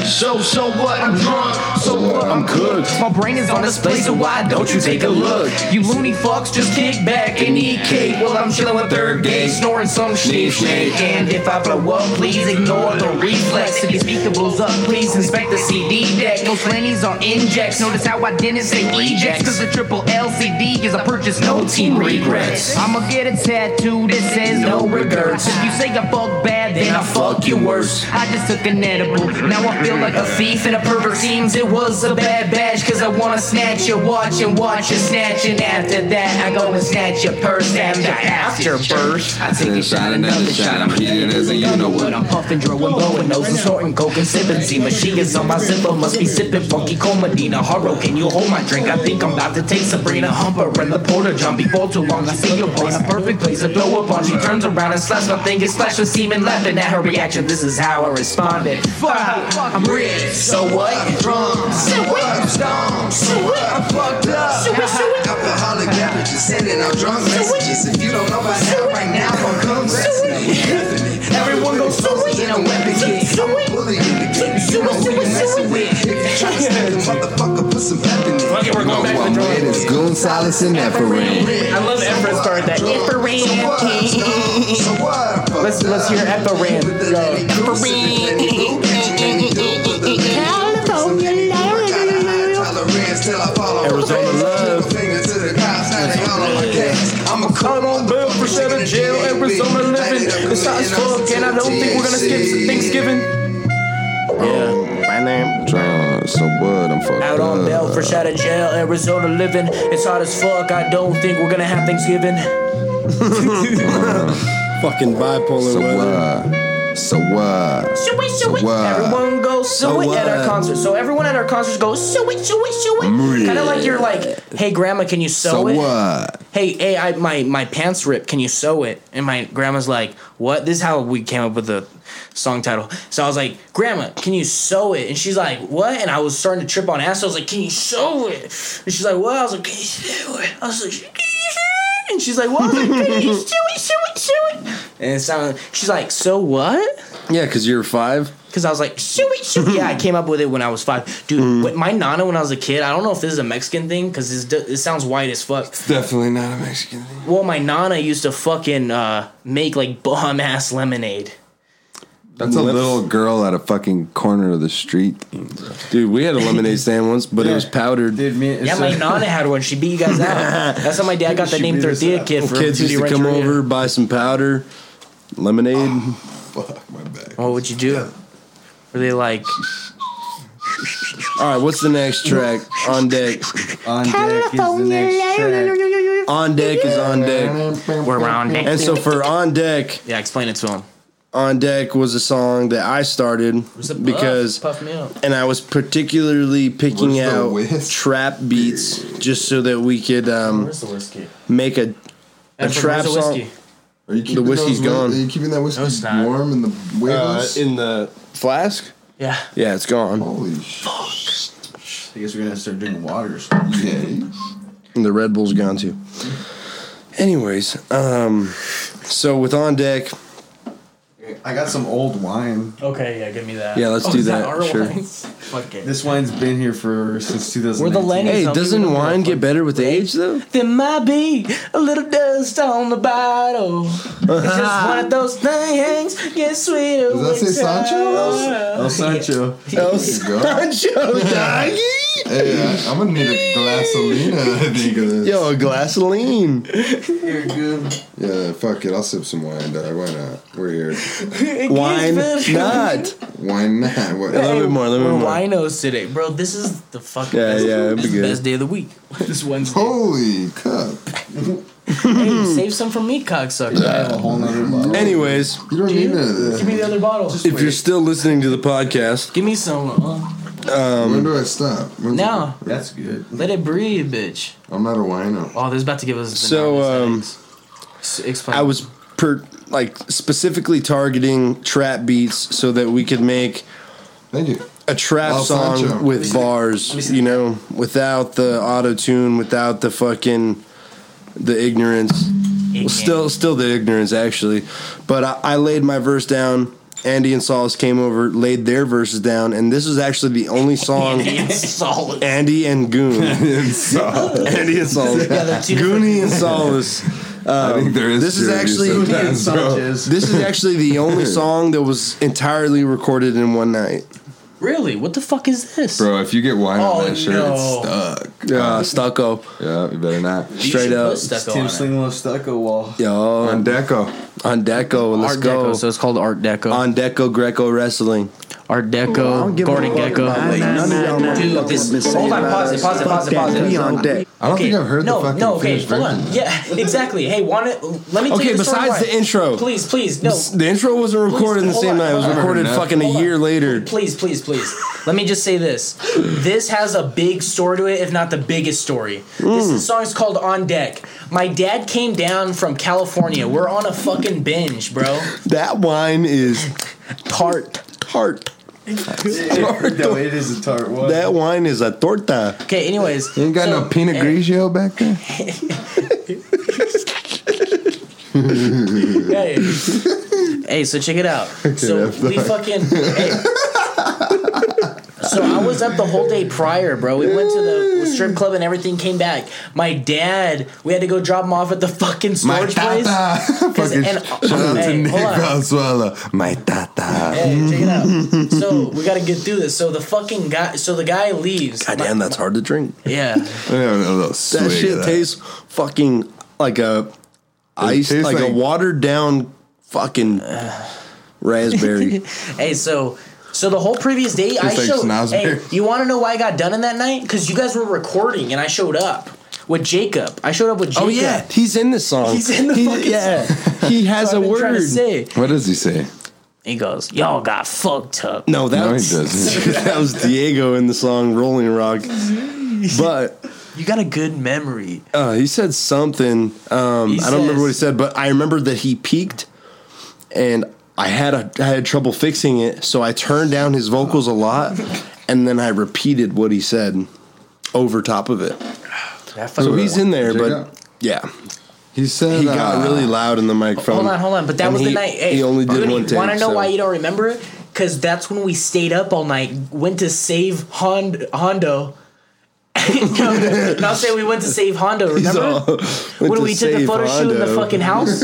Speaker 14: So, so what? I'm drunk. So what? I'm cooked.
Speaker 7: My brain is on display, so why don't you take a look? You loony fucks just kick back and eat cake while I'm chilling with third gate, snoring some shit. And if I blow up, please ignore the reflex. If your speaker blows up, please inspect the CD deck. No slanties on injects. Notice how I didn't say ejects, cause the triple LCD is I purchased no team regrets. I'ma get a tattoo that says no regrets. If you say I fuck bad, then I fuck you worse. I just took an edible. Now I feel like a thief and a pervert. Seems it was a bad batch, cause I wanna snatch your watch and watch you snatch. And after that, I go and snatch your purse after afterbirth. I take a shot, another shot. I'm heated as a you know what. I'm puffing, drawing, blowing, nose and snorting, coke and sipping. See, my she is on my zipper, must be sipping funky comedina. Horror, can you hold my drink? I think I'm about to take Sabrina Humper and the porter john before too long. I see your brain, a perfect place to blow up on. She turns around and slaps my fingers, slash with semen, laughing at her reaction. This is how I responded. Fuck, I'm rich. So what?
Speaker 6: I'm drunk. So what? I'm stoned. So what? I'm fucked up. So what? So what? Alcoholic beverages sending out drunk messages. If you don't know by now, right now, I'm confessing. Everyone goes so in a weapon kit. I'm a bully in the game. You know who you messing with. If you try to steal the motherfucker, put some pep in it.
Speaker 12: Okay, we're going back to the drawing
Speaker 4: It is goon, solace, and efferent.
Speaker 12: I love Efren started that.
Speaker 6: Efferent.
Speaker 12: Let's- let's hear Efferent, yo.
Speaker 6: California love.
Speaker 2: Arizona love.
Speaker 6: I'm a
Speaker 2: I'm on bail for shut of jail, Arizona living. It's not as fun I don't think we're gonna skip Thanksgiving.
Speaker 3: My name Drown, so what? I'm fucked
Speaker 2: Out on bail, fresh out of jail, Arizona living. It's hot as fuck. I don't think we're gonna have Thanksgiving.
Speaker 4: Fucking bipolar
Speaker 3: So
Speaker 4: weather.
Speaker 3: what? So what?
Speaker 2: Shoo it,
Speaker 3: So
Speaker 2: shoo it.
Speaker 3: what?
Speaker 2: Everyone goes shoo
Speaker 4: So
Speaker 2: it at our
Speaker 4: what?
Speaker 2: concert. So everyone at our concerts goes shoo it, shoo it, shoo it.
Speaker 3: Yeah.
Speaker 2: Kind of like you're like, hey grandma, can you sew
Speaker 3: So
Speaker 2: it?
Speaker 3: what?
Speaker 2: Hey, hey, I, my my pants ripped. Can you sew it? And my grandma's like, what? This is how we came up with the song title. So I was like, grandma, can you sew it? And she's like, what? And I was starting to trip on ass. So I was like, can you sew it? And she's like, what? I was like, can you sew it? I was like. "Can you sew it?" And she's like, "What? Can you sew it, sew it, sew it?" And it sounded. She's like, "So what?"
Speaker 4: Yeah, because you're five.
Speaker 2: Because I was like, shoo it, shoo it." Yeah, I came up with it when I was five. Dude, but my nana when I was a kid, I don't know if this is a Mexican thing because it sounds white as fuck.
Speaker 3: Definitely not a Mexican thing.
Speaker 2: Well, my nana used to fucking uh, make like bum ass lemonade.
Speaker 3: That's a little girl at a fucking corner of the street.
Speaker 4: Dude, we had a lemonade stand once, but it was powdered.
Speaker 1: Dude, me,
Speaker 2: Yeah,
Speaker 1: so-
Speaker 2: my nana had one. She beat you guys out. That's how my dad got the
Speaker 1: She
Speaker 2: name
Speaker 1: beat us
Speaker 2: Tortilla
Speaker 1: out.
Speaker 2: Kid for
Speaker 4: Kids used to come over, buy some powder, lemonade.
Speaker 3: Fuck my back.
Speaker 2: What would Oh, you do? Were they like,
Speaker 4: All right, what's the next track? On deck.
Speaker 1: on deck is the next track.
Speaker 4: On deck is on deck.
Speaker 2: we're around?
Speaker 4: And so for on deck,
Speaker 2: Yeah, explain it to him.
Speaker 4: on deck was a song that I started because
Speaker 2: puff me up.
Speaker 4: and I was particularly picking
Speaker 3: Where's the
Speaker 4: out
Speaker 3: whisk?
Speaker 4: trap beats just so that we could um,
Speaker 15: Where's the whiskey?
Speaker 4: make a a
Speaker 2: That's
Speaker 4: trap song
Speaker 3: Are you keeping
Speaker 4: whiskey's
Speaker 3: those,
Speaker 4: gone.
Speaker 3: Are you keeping that whiskey
Speaker 15: it's not.
Speaker 3: warm in the
Speaker 4: uh,
Speaker 3: waves?
Speaker 4: in the flask.
Speaker 15: Yeah.
Speaker 4: Yeah, it's gone.
Speaker 3: Holy shit!
Speaker 1: I guess we're gonna start doing waters.
Speaker 3: Yeah.
Speaker 4: And the Red Bull's gone too. Anyways, um, so with on deck,
Speaker 1: I got some old wine.
Speaker 15: Okay, yeah, give me that.
Speaker 4: yeah, let's
Speaker 2: Oh,
Speaker 4: do
Speaker 2: is that
Speaker 4: that.
Speaker 2: our
Speaker 4: sure.
Speaker 2: wine? Fuck it.
Speaker 1: This wine's been here for since 2000.
Speaker 2: We're the Lenny.
Speaker 4: Hey,
Speaker 2: Some
Speaker 4: doesn't
Speaker 2: people don't
Speaker 4: wine
Speaker 2: fuck
Speaker 4: get better with age though?
Speaker 2: There might be a little dust on the bottle. It's
Speaker 4: Uh-huh.
Speaker 2: just one of those things gets sweeter.
Speaker 3: Does that
Speaker 2: with
Speaker 3: say Sancho?
Speaker 1: El Sancho.
Speaker 4: El
Speaker 3: go.
Speaker 4: Sancho doggy.
Speaker 3: Hey, I, I'm gonna need a glasolina. I think of this.
Speaker 4: Yo, a glass of lean.
Speaker 3: Yeah, fuck it. I'll sip some wine, dog. Why not? We're here.
Speaker 2: It gets
Speaker 4: Wine
Speaker 2: better.
Speaker 4: not.
Speaker 3: Why not? What,
Speaker 4: A little bit more, a little
Speaker 2: We're
Speaker 4: bit more.
Speaker 2: winos today, bro. This is the fucking
Speaker 4: Yeah,
Speaker 2: best,
Speaker 4: yeah,
Speaker 2: this
Speaker 4: it'd be
Speaker 2: is the
Speaker 4: good.
Speaker 2: best day of the week. this Wednesday.
Speaker 3: Holy cup!
Speaker 2: Hey, save some for me, cocksucker.
Speaker 4: Anyways,
Speaker 3: You don't need none of
Speaker 2: Give me
Speaker 3: this.
Speaker 2: the other bottle.
Speaker 4: if you're still listening to the podcast,
Speaker 2: Give me some. Uh,
Speaker 3: when do I stop? When's
Speaker 2: now,
Speaker 1: That's good.
Speaker 2: let it breathe, bitch.
Speaker 3: it- I'm not a wino.
Speaker 2: Oh, this is about to give us. The
Speaker 4: So,
Speaker 2: nervous
Speaker 4: um,
Speaker 2: headaches. S- explain.
Speaker 4: I was per like specifically targeting trap beats so that we could make
Speaker 3: Thank you.
Speaker 4: a trap
Speaker 3: El
Speaker 4: song
Speaker 3: Sancho.
Speaker 4: with bars, you know, without the auto tune, without the fucking the ignorance. Well, still, still the ignorance actually. But I, I laid my verse down. Andy and Solace came over, laid their verses down, and this was actually the only song
Speaker 2: solid.
Speaker 4: Andy and Goon. Andy and Solace. Goonie and Solace. Um,
Speaker 3: I think there is.
Speaker 4: this is
Speaker 3: serious
Speaker 4: actually-
Speaker 3: sometimes, bro.
Speaker 4: This is actually the only song that was entirely recorded in one night.
Speaker 2: Really? What the fuck is this?
Speaker 3: Bro, if you get wine
Speaker 2: Oh,
Speaker 3: on that shirt,
Speaker 2: no.
Speaker 3: it's stuck.
Speaker 4: Uh, stucco,
Speaker 3: Yeah, you better not.
Speaker 2: You
Speaker 4: straight
Speaker 2: should put
Speaker 4: up.
Speaker 2: stucco on
Speaker 1: Tim
Speaker 2: it.
Speaker 1: Slinglow stucco wall.
Speaker 4: yo,
Speaker 3: On deco.
Speaker 4: on deco. Let's
Speaker 2: Art
Speaker 4: go.
Speaker 2: Deco, so it's called Art Deco.
Speaker 4: on deco Greco wrestling.
Speaker 2: Art Deco, Gordon Gecko. Dude, this. Hold on, pause it, pause it, pause it, pause it.
Speaker 4: on deck.
Speaker 3: I don't think I've heard
Speaker 2: no,
Speaker 3: the fucking
Speaker 2: no, okay,
Speaker 3: finished
Speaker 2: hold on.
Speaker 3: version.
Speaker 2: Yeah, exactly. Hey, want it? Let me. Tell
Speaker 4: Okay,
Speaker 2: you the story
Speaker 4: besides
Speaker 2: why.
Speaker 4: the intro.
Speaker 2: Please, please, no.
Speaker 4: The intro wasn't recorded in the
Speaker 2: hold
Speaker 4: same
Speaker 2: on,
Speaker 4: night. It was
Speaker 2: hold on.
Speaker 4: recorded
Speaker 3: Enough.
Speaker 4: fucking
Speaker 2: Hold
Speaker 4: a
Speaker 2: on.
Speaker 4: year later.
Speaker 2: Please, please, please. Let me just say this. This has a big story to it, if not the biggest story. This song is called On Deck. My dad came down from California. We're on a fucking binge, bro.
Speaker 4: That wine is tart, tart.
Speaker 1: no, it is a tart one.
Speaker 4: That wine is a torta.
Speaker 2: Okay, anyways.
Speaker 3: You ain't got
Speaker 2: so-
Speaker 3: no Pinot
Speaker 2: eh,
Speaker 3: Grigio back there?
Speaker 2: Hey. hey, so check it out. So
Speaker 3: that's
Speaker 2: we fucking. hey. So I was up the whole day prior, bro. We went to the strip club and everything. Came back. My dad, we had to go drop him off at the fucking
Speaker 3: My
Speaker 2: storage place.
Speaker 3: tata. Fucking
Speaker 2: and-
Speaker 3: shout out
Speaker 2: Hey,
Speaker 3: to Nick
Speaker 2: hold on.
Speaker 3: Valenzuela. My tata.
Speaker 2: Hey, check it out. So we gotta get through this. So the fucking guy. So the guy leaves.
Speaker 4: God damn, that's hard to drink.
Speaker 2: Yeah.
Speaker 3: I have a little swig
Speaker 4: That
Speaker 3: of
Speaker 4: shit tastes fucking like a ice,
Speaker 3: tastes
Speaker 4: like, a
Speaker 3: like-
Speaker 4: watered down fucking raspberry.
Speaker 2: hey, so so the whole previous day I
Speaker 4: Tastes
Speaker 2: showed.
Speaker 4: like
Speaker 2: Hey,
Speaker 4: snozberry.
Speaker 2: you want to know why I got done in that night? Because you guys were recording and I showed up with Jacob. I showed up with Jacob.
Speaker 4: Oh yeah, he's in the song.
Speaker 2: He's in the fucking
Speaker 4: yeah.
Speaker 2: song.
Speaker 4: he has
Speaker 2: So
Speaker 4: a
Speaker 2: I've been trying to
Speaker 4: word.
Speaker 2: say.
Speaker 16: What does he say?
Speaker 2: He goes, "Y'all got fucked up."
Speaker 4: No, that
Speaker 16: No, he
Speaker 4: was,
Speaker 16: doesn't.
Speaker 4: that was Diego in the song Rolling Rock. But
Speaker 2: You got a good memory.
Speaker 4: uh, he said something. Um,
Speaker 2: He
Speaker 4: I don't remember what he
Speaker 2: says-
Speaker 4: said, but I remember that he peaked, and I had a, I had trouble fixing it, so I turned down his vocals a lot, and then I repeated what he said over top of it.
Speaker 2: That fucking-
Speaker 4: So he's in there,
Speaker 16: Check it
Speaker 4: but
Speaker 16: out.
Speaker 4: yeah,
Speaker 16: He said
Speaker 4: he got
Speaker 16: uh,
Speaker 4: really loud in the microphone.
Speaker 2: Hold on, hold on. But that
Speaker 4: and
Speaker 2: was the
Speaker 4: he-
Speaker 2: night. Hey,
Speaker 4: he only did one take.
Speaker 2: Want to know
Speaker 4: so-
Speaker 2: why you don't remember it? Because that's when we stayed up all night, went to save Hon- Hondo. no, not say we went to save Hondo. Remember?
Speaker 4: Went
Speaker 2: when
Speaker 4: to
Speaker 2: we took the
Speaker 4: save
Speaker 2: photo shoot in the
Speaker 4: Hondo.
Speaker 2: fucking house.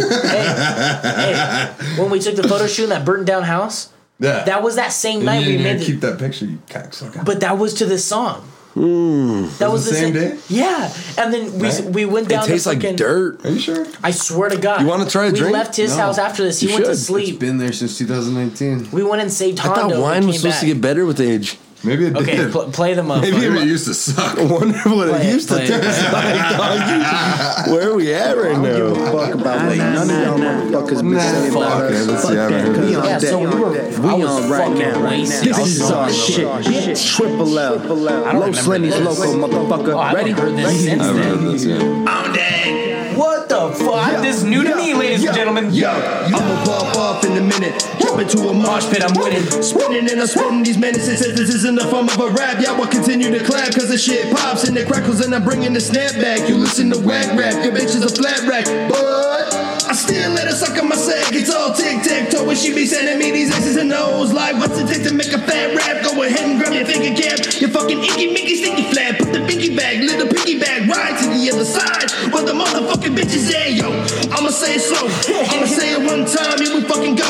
Speaker 2: hey, hey, when we took the photo shoot in that burnt down house,
Speaker 16: Yeah.
Speaker 2: that was that same
Speaker 16: And
Speaker 2: night
Speaker 16: you
Speaker 2: we
Speaker 16: didn't
Speaker 2: made.
Speaker 16: even
Speaker 2: The,
Speaker 16: keep that picture, you cocksucker.
Speaker 2: but that was to this song.
Speaker 4: Hmm.
Speaker 2: that was,
Speaker 16: the same
Speaker 2: sa-
Speaker 16: day?
Speaker 2: Yeah, and then we
Speaker 16: Right?
Speaker 2: we went down.
Speaker 4: It tastes
Speaker 2: the fucking,
Speaker 4: like dirt.
Speaker 16: Are you sure?
Speaker 2: I swear to God.
Speaker 4: You wanna try a
Speaker 2: we
Speaker 4: drink?
Speaker 2: We left his
Speaker 1: No.
Speaker 2: house after this. He
Speaker 4: You
Speaker 2: went to
Speaker 4: should.
Speaker 1: It's
Speaker 2: sleep.
Speaker 1: been there since 2019.
Speaker 2: We went and saved
Speaker 4: I
Speaker 2: Hondo.
Speaker 4: thought
Speaker 2: and
Speaker 4: wine
Speaker 2: came
Speaker 4: was supposed
Speaker 2: back.
Speaker 4: to get better with age.
Speaker 16: Maybe it
Speaker 2: Okay,
Speaker 16: did.
Speaker 2: pl- play them up.
Speaker 16: Maybe it used to suck.
Speaker 4: I wonder what
Speaker 2: Play it,
Speaker 4: it used
Speaker 2: play
Speaker 4: to
Speaker 2: it.
Speaker 4: taste like, doggy. Where are we at right now?
Speaker 3: Fuck about like none of y'all motherfuckers bitches about
Speaker 16: Okay,
Speaker 3: us.
Speaker 16: let's see. I haven't heard
Speaker 3: We
Speaker 16: this.
Speaker 3: on
Speaker 2: Yeah,
Speaker 3: deck.
Speaker 2: so we were-
Speaker 3: We
Speaker 2: I was
Speaker 3: on right
Speaker 2: fucking
Speaker 3: now.
Speaker 2: wasted.
Speaker 3: This
Speaker 2: I was
Speaker 3: is our
Speaker 2: drunk.
Speaker 3: shit. Triple L. Low Slenny's local
Speaker 2: Oh, I
Speaker 3: motherfucker.
Speaker 2: haven't
Speaker 3: Ready?
Speaker 2: heard this since
Speaker 16: I haven't heard
Speaker 2: then.
Speaker 16: this yet.
Speaker 2: What the fuck? this is new to me, ladies and gentlemen.
Speaker 3: Yo, I'ma pop off in a minute. Jump into a marsh pit, I'm winning. Spinning and I'm spinning these menaces. Since this is in the form of a rap, y'all will continue to clap. Cause the shit pops and the crackles and I'm bringing the snap back. You listen to whack rap, your bitch is a flat rack. But I still let her suck on my sack. It's all tic tac toe when she be sending me these X's and O's. Like, what's it take to make a fat rap? Go ahead and grab your finger cap. Your fucking icky micky stinky flat. Put the pinky back, little piggy back, ride to the other side. Where the motherfucking bitch is at, yo. I'ma say it slow. I'ma say it one time, here we fucking go.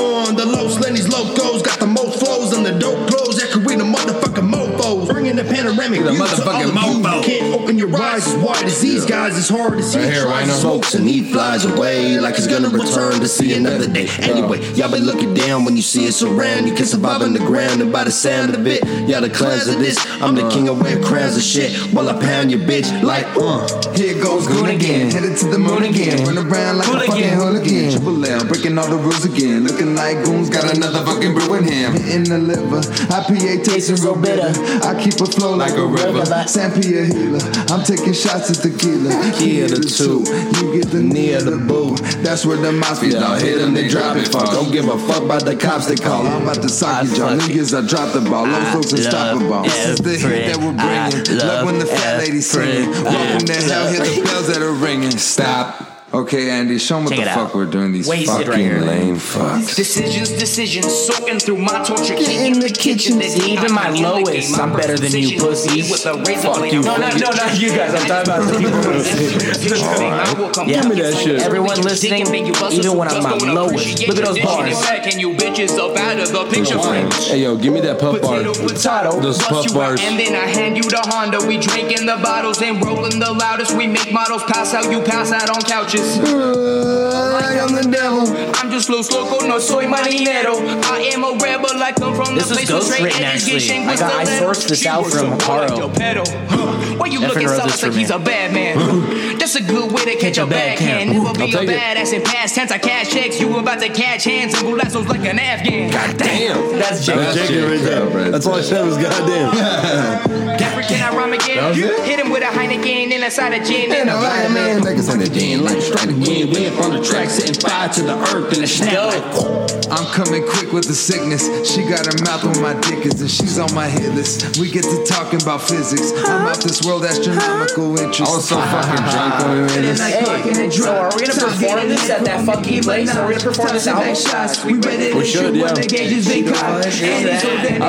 Speaker 3: On the low, Lenny's locos. Got the most flows on the dope clothes. That could read the motherfucking mofos. Bringing the panoramic.
Speaker 16: The
Speaker 3: view to
Speaker 16: motherfucking
Speaker 3: all of you.
Speaker 16: mofo.
Speaker 3: Can't open your eyes as wide as these guys. It's hard as he
Speaker 16: Right here, why
Speaker 3: tries.
Speaker 16: not?
Speaker 3: Smokes and he flies away like he's gonna return to see another day. Anyway, y'all be looking down when you see us around. You can survive on the ground and by the sound of it, y'all the clowns of this. I'm the king of wearing crowns and shit. While I pound your bitch like uh.
Speaker 6: Here goes goon again, headed to the moon again. Run around like a fucking hooligan. Triple L, breaking all the rules again. Looking like goons got another fucking brew in him. Hitting the liver, IPA tasting real bitter. I keep a flow like a river. San Pierre healer, I'm taking shots at tequila.
Speaker 4: Here the two.
Speaker 6: you get the knee of the boo. That's where the mafia dog hit 'em, they drop it. Fuck, don't give a fuck about the cops they call. I'm about to sock it, y'all niggas. I drop the ball, low folks unstoppable. This is the hit that we're bringing. Love when the fat lady singing. Welcome to hell, hit the bells that are ringing. Stop.
Speaker 16: Okay, Andy, show 'em what the
Speaker 2: Check it
Speaker 16: fuck
Speaker 2: out.
Speaker 16: we're doing. These
Speaker 2: Wasted
Speaker 16: fucking
Speaker 2: right here.
Speaker 16: lame fucks.
Speaker 7: Decisions, decisions, soaking through my torture.
Speaker 2: Get in the kitchen, even my lowest. I'm better than you pussies. Fuck you. No, no, no, not you guys. I'm talking about the people. Yeah.
Speaker 4: Give me that shit.
Speaker 2: Everyone listening, even when I'm my lowest. Look at those bars.
Speaker 7: Can you bitches up out of the picture frame?
Speaker 4: Hey yo, give me that puff bar.
Speaker 7: Potato, potato,
Speaker 4: Those
Speaker 7: bust
Speaker 4: puff
Speaker 7: you out,
Speaker 4: bars.
Speaker 7: and then I hand you the Honda. We drinking the bottles and rolling the loudest. We make models pass out, you pass out on couches.
Speaker 6: Like I'm the devil.
Speaker 7: I'm just Los Loco, no soy marinero. I am a rebel, I come from
Speaker 2: This
Speaker 7: the
Speaker 2: is
Speaker 7: place where straight
Speaker 2: ghostwritten,
Speaker 7: edges get
Speaker 2: actually.
Speaker 7: shanked
Speaker 2: I
Speaker 7: with
Speaker 2: got- I
Speaker 7: stiletto.
Speaker 2: sourced this
Speaker 7: She
Speaker 2: out
Speaker 7: was
Speaker 2: from
Speaker 7: so
Speaker 2: Haro.
Speaker 7: like your pedal. Huh. Why you
Speaker 2: Efren
Speaker 7: looking
Speaker 2: wrote this
Speaker 7: solid
Speaker 2: for
Speaker 7: like
Speaker 2: me.
Speaker 7: he's a bad man? That's a good way to catch a bad can. Never be a
Speaker 4: take it.
Speaker 7: badass in past tense. I cash checks, you about to catch hands and gulazos like an Afghan. God
Speaker 4: Damn.
Speaker 2: That's Jacob.
Speaker 4: That's Jacob right there.
Speaker 16: Right
Speaker 4: That's all I said was goddamn.
Speaker 7: African ironic again.
Speaker 16: was it?
Speaker 7: Hit him with a Heineken and a side of gin and a
Speaker 6: Like
Speaker 7: vitamin.
Speaker 6: man, niggas in the den. Like straight again, we
Speaker 3: From the track, setting fire to the earth and the snap.
Speaker 16: I'm coming quick with the sickness. She got her mouth on my dick is, and she's on my hit list. We get to talking about physics. I'm out this world astronomical interest. I was so fucking drunk when we made this.
Speaker 2: Hey, so are we gonna perform this at that fucking place? Are we gonna perform this album?
Speaker 4: We should, yeah.
Speaker 16: I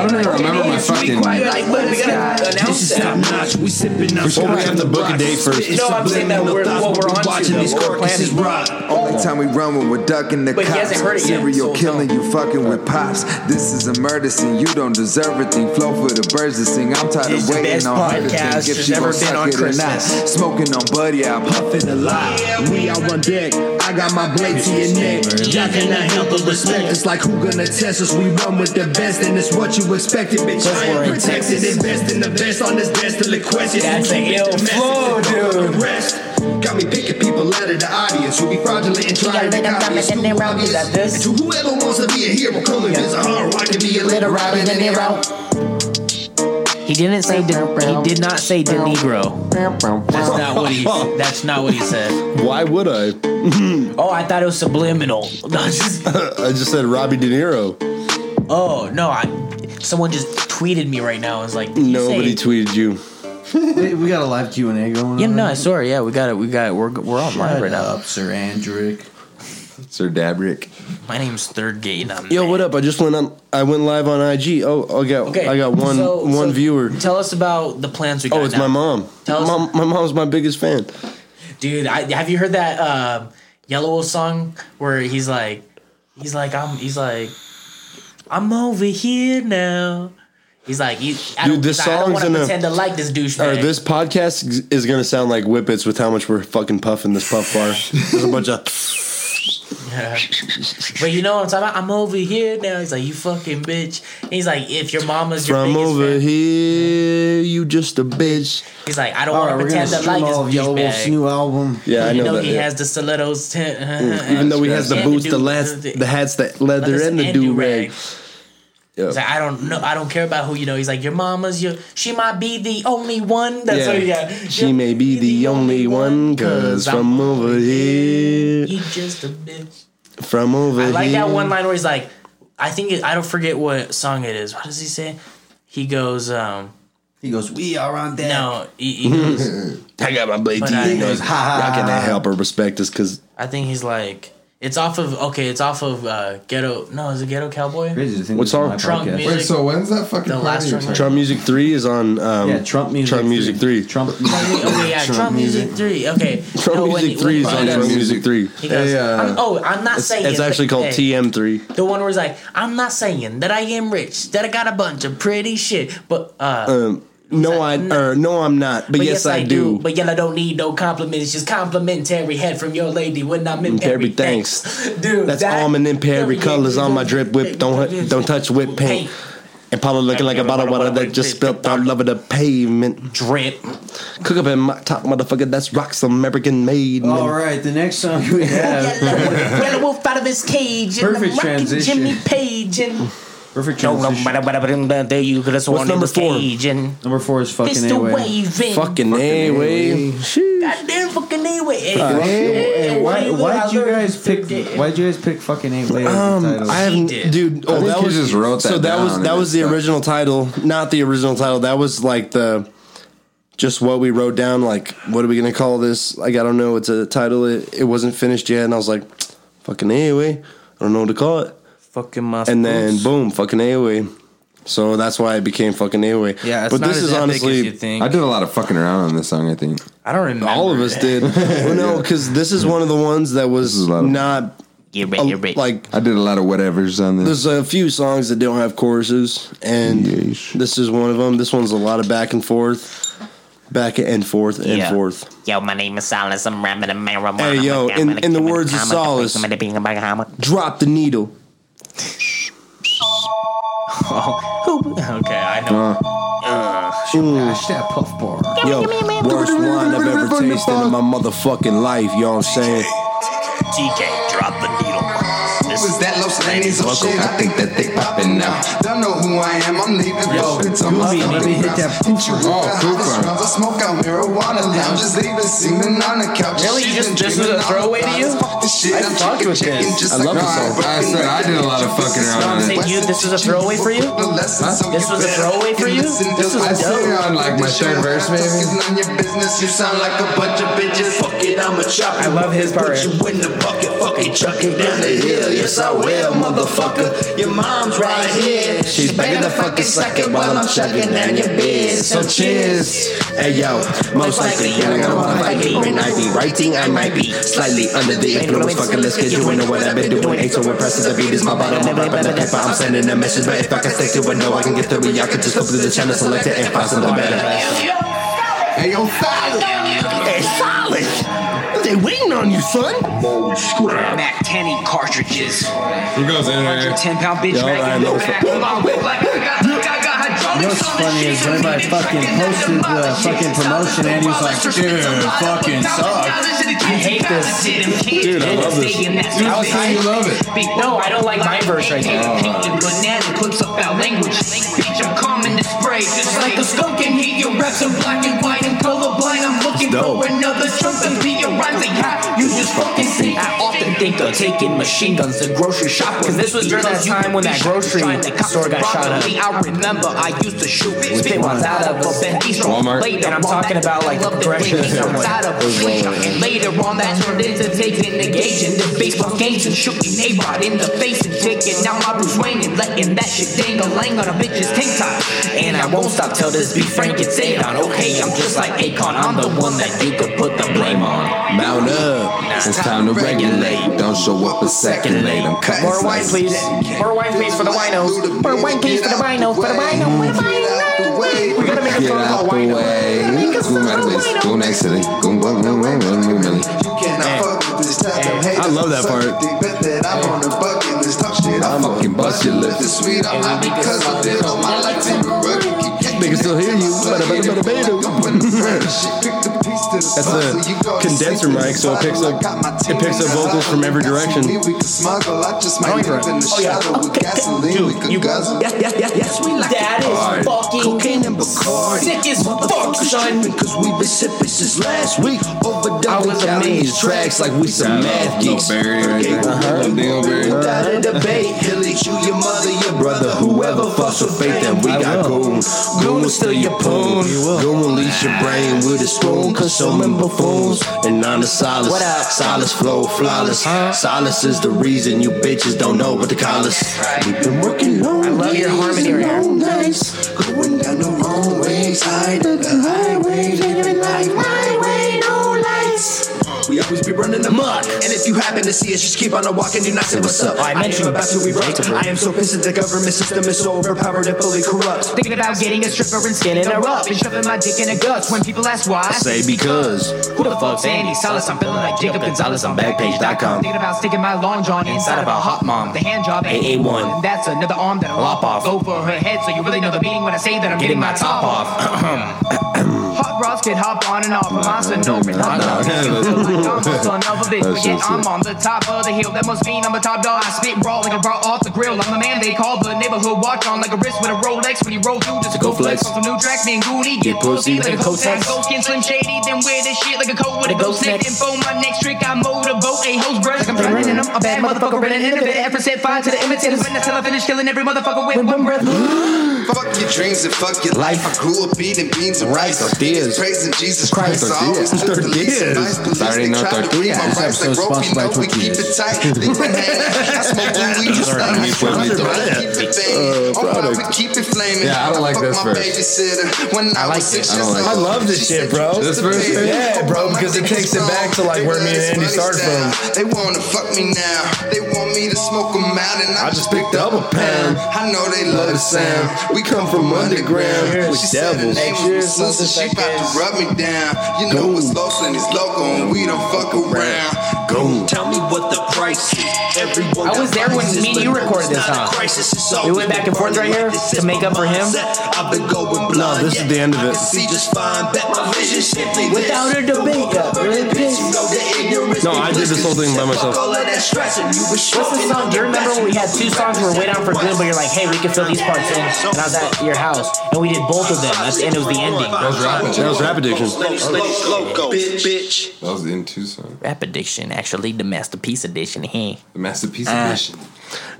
Speaker 16: don't even remember my fucking.
Speaker 2: Like, what, we gotta announce
Speaker 3: This is
Speaker 2: that.
Speaker 3: top notch. We sipping up.
Speaker 4: Well, we have to book a date first.
Speaker 2: No, I'm saying that we're- what we're onto,
Speaker 3: watching
Speaker 2: though,
Speaker 3: these
Speaker 2: what we're
Speaker 3: carcasses
Speaker 2: planning.
Speaker 3: rot.
Speaker 6: Only time we run when we're ducking the
Speaker 2: But he
Speaker 6: cops.
Speaker 2: hasn't heard it yet,
Speaker 6: Serial
Speaker 2: so
Speaker 6: killing, you fucking with pops. This
Speaker 3: This is a murder scene. You don't deserve a thing. Flow for the birds to sing. I'm tired
Speaker 2: It's
Speaker 3: of
Speaker 2: the
Speaker 3: waiting
Speaker 2: best
Speaker 3: on her to think
Speaker 2: podcast
Speaker 3: if
Speaker 2: that's
Speaker 3: she
Speaker 2: ever
Speaker 3: gon'
Speaker 2: been on
Speaker 3: suck it or not.
Speaker 2: Christmas.
Speaker 3: Smoking on Buddy, I'm puffing a lot.
Speaker 6: We are on deck. I got my blade to your neck. Y'all cannot help but respect. It's like who gonna test us? We run with the best, and it's what you expected, bitch. I
Speaker 2: we're in
Speaker 6: am protected,
Speaker 2: Texas.
Speaker 6: invest in the best on this desolate question.
Speaker 2: That's an ill flow, dude.
Speaker 6: Rest. Got me picking people out of the audience who be fraudulent and trying to copy us. Too obvious.
Speaker 2: that this?
Speaker 6: And to whoever wants to be a hero, come and visit hard rock and be a little Robin De Niro.
Speaker 12: He didn't say
Speaker 2: He did not say De Negro. That's not what he. That's not what he said.
Speaker 4: Why would I?
Speaker 2: Oh, I thought it was subliminal. No, just-
Speaker 4: I just said Robbie De Niro.
Speaker 2: oh no, I. Someone just tweeted me right now. I was like, did he
Speaker 4: Nobody
Speaker 2: say-
Speaker 4: tweeted you.
Speaker 1: Wait, we got a live Q and A going
Speaker 2: Yeah,
Speaker 1: on.
Speaker 2: no, I saw it. Yeah, we got it. We got it. We're we're on live right now.
Speaker 1: up, Sir Andrick.
Speaker 3: Sir Dabrick.
Speaker 2: My name's Third Gate. And I'm
Speaker 4: Yo, what up? I just went on. I went live on IG. Oh, I got. I got one
Speaker 2: so-
Speaker 4: one
Speaker 2: so
Speaker 4: viewer.
Speaker 2: Tell us about the plans we got.
Speaker 4: Oh, it's
Speaker 2: now.
Speaker 4: my mom.
Speaker 2: Tell us-
Speaker 4: mom my mom's my biggest fan.
Speaker 2: dude. I, have you heard that uh, Yellow Wolf song where he's like, he's like, I'm, he's like, I'm over here now. He's like, you, I
Speaker 4: Dude,
Speaker 2: don't,
Speaker 4: this
Speaker 2: he's like, I don't
Speaker 4: song's
Speaker 2: want to
Speaker 4: in a-
Speaker 2: pretend to like this
Speaker 4: Or
Speaker 2: douchebag.
Speaker 4: this podcast is gonna sound like whippets with how much we're fucking puffing this puff bar. There's a bunch of.
Speaker 2: Yeah. But you know what I'm talking about? I'm over here now. He's like, you fucking bitch. And he's like, if your mama's your
Speaker 4: From
Speaker 2: biggest
Speaker 4: over
Speaker 2: fan,
Speaker 4: here, you just a bitch.
Speaker 2: he's like, I don't
Speaker 1: All
Speaker 2: want
Speaker 1: right,
Speaker 2: to
Speaker 1: we're gonna
Speaker 2: pretend to
Speaker 1: stream
Speaker 2: like this
Speaker 1: all of Yellow Wolf's
Speaker 2: douchebag.
Speaker 1: new album.
Speaker 4: Yeah, I
Speaker 2: You
Speaker 4: know,
Speaker 2: know
Speaker 4: that.
Speaker 2: he has the stilettos. T-
Speaker 4: Even though he has the
Speaker 2: Yeah,
Speaker 4: boots,
Speaker 2: the
Speaker 4: the
Speaker 2: dude-
Speaker 4: last, the hats, the leather, and the do rag.
Speaker 2: He's like, I don't know. I don't care about who you know. He's like, your mama's your. She might be the only one. That's
Speaker 4: Yeah.
Speaker 2: what he got.
Speaker 4: She may be the only one, cause from over here,
Speaker 2: You just a bitch.
Speaker 4: from over
Speaker 2: I
Speaker 4: here.
Speaker 2: like that one line where he's like, I think it, I don't forget what song it is. What does he say? He goes, um,
Speaker 1: He goes, "We are on deck."
Speaker 2: no, e, he, he goes,
Speaker 4: I got my blade
Speaker 2: But
Speaker 4: teeth.
Speaker 2: I-
Speaker 4: Y'all
Speaker 1: goes, "Ha, ha,
Speaker 4: can help or respect us, cause
Speaker 2: I think he's like, it's off of okay, it's off of uh, ghetto. No, is it Ghetto Cowboy?
Speaker 1: Crazy to think
Speaker 4: What
Speaker 1: this is on
Speaker 4: song?
Speaker 1: my
Speaker 2: Trump
Speaker 1: podcast.
Speaker 2: music.
Speaker 3: Wait, so when's that fucking
Speaker 2: The last
Speaker 3: party? you're
Speaker 2: one.
Speaker 3: talking
Speaker 4: Trump Music Three is on. Um,
Speaker 1: Yeah, Trump music.
Speaker 4: Trump Music Three.
Speaker 1: Trump music.
Speaker 2: Oh yeah, Trump, music. three. Okay,
Speaker 4: Trump
Speaker 2: No, when-
Speaker 4: Music
Speaker 2: when-
Speaker 4: Three is
Speaker 2: when he
Speaker 4: on Trump
Speaker 2: goes-
Speaker 4: Music Three.
Speaker 2: He goes,
Speaker 3: Hey, uh,
Speaker 2: I'm, oh, I'm not saying
Speaker 4: It's actually called
Speaker 2: hey.
Speaker 4: TM Three.
Speaker 2: The one where he's like, I'm not saying that I am rich, that I got a bunch of pretty shit, but uh,
Speaker 4: Um, no, I or no, I'm not. But,
Speaker 2: but
Speaker 4: yes, I, do.
Speaker 2: But y'all I don't need no compliments, just complimentary head from your lady when I'm in Perry.
Speaker 4: Perry,
Speaker 2: Thanks,
Speaker 4: thanks.
Speaker 2: dude.
Speaker 4: That's
Speaker 2: that-
Speaker 4: almond and Perry colors on my drip whip. Don't hu- don't touch whip paint. And Paula looking like a bottle of water that just spilt all over the pavement.
Speaker 2: drip.
Speaker 4: Cook up in my top, motherfucker. That's rocks American made. man.
Speaker 1: All right, the next song we have.
Speaker 2: Yellow wolf out of his cage. and
Speaker 1: Perfect
Speaker 2: I'm rocking
Speaker 1: transition.
Speaker 2: Jimmy Page and
Speaker 1: Perfect
Speaker 2: no, no,
Speaker 1: transition.
Speaker 2: there you could have
Speaker 4: What's
Speaker 2: sworn it
Speaker 4: number
Speaker 2: was
Speaker 4: four?
Speaker 2: cage and
Speaker 1: Number four is fucking
Speaker 2: Mr.
Speaker 1: anyway.
Speaker 2: Waving.
Speaker 4: Fucking A way.
Speaker 2: goddamn fucking anyway.
Speaker 1: Hey, why why'd you guys pick? Why'd you guys pick fucking anyway? as the title?
Speaker 4: Um, I
Speaker 2: He
Speaker 4: haven't,
Speaker 2: did.
Speaker 4: dude. Oh,
Speaker 3: think
Speaker 4: that
Speaker 3: he
Speaker 4: was
Speaker 3: just wrote
Speaker 4: So
Speaker 3: that
Speaker 4: that
Speaker 3: down
Speaker 4: was
Speaker 3: and
Speaker 4: that
Speaker 3: it
Speaker 4: was the
Speaker 3: stuck.
Speaker 4: original title, not the original title. That was like the just what we wrote down. Like, what are we gonna call this? Like, I don't know. It's a title. It, it wasn't finished yet, and I was like, fucking anyway. I don't know what to call it.
Speaker 2: fucking my
Speaker 4: And then boom, fucking anyway. So that's why it became fucking anyway.
Speaker 2: Yeah, it's
Speaker 4: but
Speaker 2: not
Speaker 4: this
Speaker 2: as
Speaker 4: is
Speaker 2: epic as you
Speaker 4: honestly
Speaker 2: think.
Speaker 3: I did a lot of fucking around on this song. I think.
Speaker 2: I don't remember.
Speaker 4: all of us did. well, no, because this is one of the ones that was
Speaker 3: is a lot of-
Speaker 4: not
Speaker 2: You're
Speaker 4: a-
Speaker 2: right. You're right.
Speaker 4: like
Speaker 3: I did a lot of whatevers on this.
Speaker 4: There's a few songs that don't have choruses, and
Speaker 3: Yeesh.
Speaker 4: this is one of them. This one's a lot of back and forth, back and forth and
Speaker 12: Yeah.
Speaker 4: forth.
Speaker 12: Yo, my name is Solace. I'm rapping a marijuana.
Speaker 4: Hey, yo, in- in the words of Solace. Drop the needle.
Speaker 2: okay, I know.
Speaker 1: Gosh, that puff bar.
Speaker 4: Yo, worst wine I've ever tasted in my motherfucking life. You know what I'm saying?
Speaker 12: TK, drop the needle. This
Speaker 6: Was that Los Ladies or shit? I think that they poppin' now. Don't know who I am, I'm leaving. Yo, it's on my
Speaker 1: Goofy, maybe hit that
Speaker 6: Hit you up, I smoke out marijuana now. Just leave it singing on the couch.
Speaker 2: Really? You
Speaker 6: She's
Speaker 2: just- this was
Speaker 6: been
Speaker 2: a
Speaker 6: dreaming all
Speaker 2: throwaway to
Speaker 6: about
Speaker 2: you?
Speaker 6: this. Fuck this shit,
Speaker 2: I
Speaker 6: I'm
Speaker 2: fucked
Speaker 6: chicken,
Speaker 2: with
Speaker 6: chicken,
Speaker 2: this.
Speaker 6: just
Speaker 4: I
Speaker 6: like
Speaker 4: love this
Speaker 6: Ryan
Speaker 4: song.
Speaker 6: Burton.
Speaker 3: I said I did a lot of fucking around on
Speaker 2: saying
Speaker 3: it.
Speaker 2: you- this was a throwaway for you? This was a throwaway for you? This was
Speaker 3: I say
Speaker 2: dope.
Speaker 3: on like my third verse maybe.
Speaker 6: None your business. You sound like a bunch of bitches. Fuck it, I'm a
Speaker 2: I
Speaker 6: chopper.
Speaker 2: love his part.
Speaker 6: Put you in the bucket, fucking chuck it down the hill. Yes, I will, motherfucker. Your mom's right here.
Speaker 4: She's begging the fucking suck it while I'm chugging down your beers. So cheers. Hey yo, most likely you're gonna wanna fight me when I be writing. I might be slightly under the influence. Fucking let's get you into what I've been doing. Ain't so impressive. The beat is my bottom. I'm rapping the paper. I'm sending a message, but if I can stick to it, no, I can get through it. Y'all can just go through the channel, select it, and find something better. Hey yo, solid. Hey, solid. They waiting on you, son.
Speaker 7: Mac 10 cartridges.
Speaker 4: Here goes, anyway.
Speaker 7: 10 pound bitch
Speaker 4: Yo,
Speaker 7: back in the
Speaker 4: I know.
Speaker 7: back. Pull my whip like I got- I got- got
Speaker 1: You know
Speaker 7: hydraulics
Speaker 1: what's
Speaker 7: on
Speaker 1: funny
Speaker 7: the
Speaker 1: is
Speaker 7: sheets.
Speaker 1: when everybody fucking posted the fucking promotion, and he was like, dude, fucking sucks.
Speaker 7: I hate this. Dude,
Speaker 1: I love this.
Speaker 7: How
Speaker 1: How can you love it? Oh.
Speaker 7: No, I don't like my verse right now. Banana clips up our language. Bitch, I'm calming the spray. Just like a skunk in heat, your reps are black and white and colorblind. I'm looking
Speaker 4: dope.
Speaker 7: for another chunk of beat. Your rhymes ain't hot. You just fucking see.
Speaker 17: I often think of taking machine guns to grocery shop.
Speaker 2: Because this was during that time when that grocery store got shot up.
Speaker 7: I remember I used to shoot
Speaker 2: Spit ones out of us.
Speaker 7: Walmart.
Speaker 2: And I'm talking about like the progression somewhere.
Speaker 7: Outside of play. And later on, that turned into taking negation. The baseball games and shooting a rod in the face and taking out my Bruce Wayne and letting that shit dangle lang on a bitch's tank top.
Speaker 17: And I won't stop till this be frank and say on. Okay, I'm just like Akon, I'm the one that you could put the blame on.
Speaker 4: Mount up. It's time to regulate. Don't show up a second late. I'm cutting
Speaker 2: More wine,
Speaker 4: slices.
Speaker 2: please. More wine, please, for the winos. More wine, please, for the winos. For the winos. For the
Speaker 4: Get out
Speaker 2: winos.
Speaker 4: the way.
Speaker 2: We gotta make a
Speaker 4: Get
Speaker 2: song
Speaker 4: out
Speaker 2: called
Speaker 4: the
Speaker 2: Wino.
Speaker 4: way. Go right away. Go next to the- go- go- go- go- go- go- go- go.
Speaker 6: You cannot fuck with this type of hate.
Speaker 3: Eh. I love that part. Eh.
Speaker 6: They bet that I'm on the bucket list. Talk shit,
Speaker 4: I
Speaker 6: I'm on
Speaker 4: fucking bust your
Speaker 6: the
Speaker 4: lips.
Speaker 6: sweet. I'm not because of it. All my life, I'm a rookie.
Speaker 3: They can still hear you. Bada, bada, bada, bada.
Speaker 6: That's
Speaker 3: That's a condenser mic, so it picks up- it picks up vocals from every direction.
Speaker 6: We could smuggle. I just might live in the
Speaker 2: Oh, yeah.
Speaker 6: shadow with
Speaker 2: Okay.
Speaker 6: gasoline. We could guzzle.
Speaker 17: Yes, yes, yes, yes, we like
Speaker 2: That is fucking
Speaker 4: Cocaine and Bacardi.
Speaker 2: sick as fuck, son.
Speaker 4: Cause we been sipping since last week.
Speaker 2: I was
Speaker 4: Overdone down these
Speaker 2: amazed.
Speaker 4: tracks like we some math geeks. Without a debate, he'll eat you, your mother, your brother, whoever fucks with faith, then we got goon. Goon will steal your poon. Goon will eat your brain with a spoon, consuming buffoons. And on the solace,
Speaker 2: What up?
Speaker 4: solace flow flawless. Solace is the reason you bitches don't know what the collars. We've been working long I
Speaker 2: love your harmony right here.
Speaker 4: nights, going down the wrong ways, side of the highway, living life my way, no lights. We always be running amok, and if you happen to see us, just keep on a walk and do not say what's up. I mentioned about to erupt. I am so pissed that the government system is so overpowered and fully corrupt.
Speaker 7: Thinking about getting a stripper and skinning her up and shoving my dick in her guts. When people ask why, I
Speaker 4: Say because.
Speaker 7: Who the fuck's Andy Salas? I'm feeling like Jacob Gonzalez on Backpage.com. Thinking about sticking my long john inside of a hot mom. The hand job
Speaker 17: AA1.
Speaker 7: And That's another arm that I lop off. Go for her head, so you really know the meaning when I say that I'm getting, my top off. Hot rods can hop on and off. I'm on no
Speaker 4: That's
Speaker 7: Yet
Speaker 4: just
Speaker 7: I'm
Speaker 4: it.
Speaker 7: on the top of the hill. That must mean I'm a top dog. I spit raw like I brought off the grill. I'm the man they call the neighborhood watch on like a wrist with a Rolex. When you roll through, just a
Speaker 4: Go
Speaker 7: go flex.
Speaker 4: flex.
Speaker 7: on some new tracks. Me and Goody get pussy like a coat sack. Go skin slim shady, then wear this shit like a coat with a ghost neck. Info my next trick, I motivate a host brush. Like I'm running and I'm a bad motherfucker running into the effort set fire to the imitators. When I tell I finish killing every motherfucker with one breath.
Speaker 6: Fuck your dreams and fuck your life. I grew up eating beans and rice.
Speaker 4: Tortillas.
Speaker 6: Praising Jesus Christ. I
Speaker 4: Tortillas.
Speaker 6: always took the least
Speaker 4: Tortillas.
Speaker 6: advice. Police,
Speaker 4: Sorry,
Speaker 6: they
Speaker 4: no
Speaker 6: tried to read my
Speaker 4: tortillas.
Speaker 6: rights like
Speaker 1: Episode
Speaker 6: rope. You
Speaker 1: sponsored by
Speaker 6: know we keep it
Speaker 1: tortillas.
Speaker 6: tight. Leave my hand. I smoke weed. You
Speaker 4: Sorry,
Speaker 6: stop.
Speaker 4: I'm used to it.
Speaker 6: I
Speaker 4: Sorry,
Speaker 6: keep it Oh, banging.
Speaker 4: Uh,
Speaker 6: On fire, we
Speaker 4: product.
Speaker 6: keep it flaming.
Speaker 4: Yeah, I don't like
Speaker 6: Fuck
Speaker 4: this
Speaker 6: my
Speaker 4: verse.
Speaker 6: babysitter When I was six
Speaker 4: I
Speaker 6: years
Speaker 4: don't
Speaker 6: old.
Speaker 4: like this. I
Speaker 3: love this
Speaker 6: She
Speaker 3: shit,
Speaker 6: said,
Speaker 3: bro.
Speaker 6: "Just
Speaker 4: This
Speaker 6: a
Speaker 4: verse?
Speaker 6: baby."
Speaker 3: Yeah, bro,
Speaker 6: My
Speaker 3: because it
Speaker 6: dick is
Speaker 3: takes it back to, like,
Speaker 6: long.
Speaker 3: where
Speaker 6: They
Speaker 3: me and
Speaker 6: got this
Speaker 3: Andy
Speaker 6: money
Speaker 3: started
Speaker 6: style.
Speaker 3: from.
Speaker 6: They wanna fuck me now. They want me to smoke 'em out, and
Speaker 3: I just picked up a pound.
Speaker 6: I know they love the sound. We come from underground.
Speaker 3: We
Speaker 6: She said her
Speaker 3: devils.
Speaker 6: name was
Speaker 2: Cheers,
Speaker 6: Susan. She about to rub me down. You know what's local and it's local, and we don't fuck around.
Speaker 4: Goon.
Speaker 17: Tell me what the price is. Everyone
Speaker 2: I
Speaker 17: got
Speaker 2: was there when
Speaker 17: prices,
Speaker 2: me and
Speaker 17: but
Speaker 2: you recorded
Speaker 17: it's
Speaker 2: this
Speaker 17: not a
Speaker 2: song.
Speaker 17: crisis, it's all
Speaker 2: We went back and forth right here
Speaker 17: This
Speaker 2: to
Speaker 17: is
Speaker 2: make up
Speaker 17: my
Speaker 2: for him.
Speaker 17: mindset. I've been going blind.
Speaker 3: this is
Speaker 17: yet
Speaker 3: the end of
Speaker 17: I
Speaker 3: it.
Speaker 17: can See just fine. Bet my vision simply this.
Speaker 2: Without a debate, got really pissed.
Speaker 3: No, I did this whole thing by myself.
Speaker 2: What's the song? Do you remember when we had two songs we were way down for good, but you're like, hey, we can fill these parts in. And I was at your house, and we did both of them. That's and it was the ending.
Speaker 3: That was Rap Addiction.
Speaker 4: That was in Tucson.
Speaker 17: Rap Addiction, actually, the masterpiece edition. Hey,
Speaker 4: The masterpiece edition.
Speaker 3: The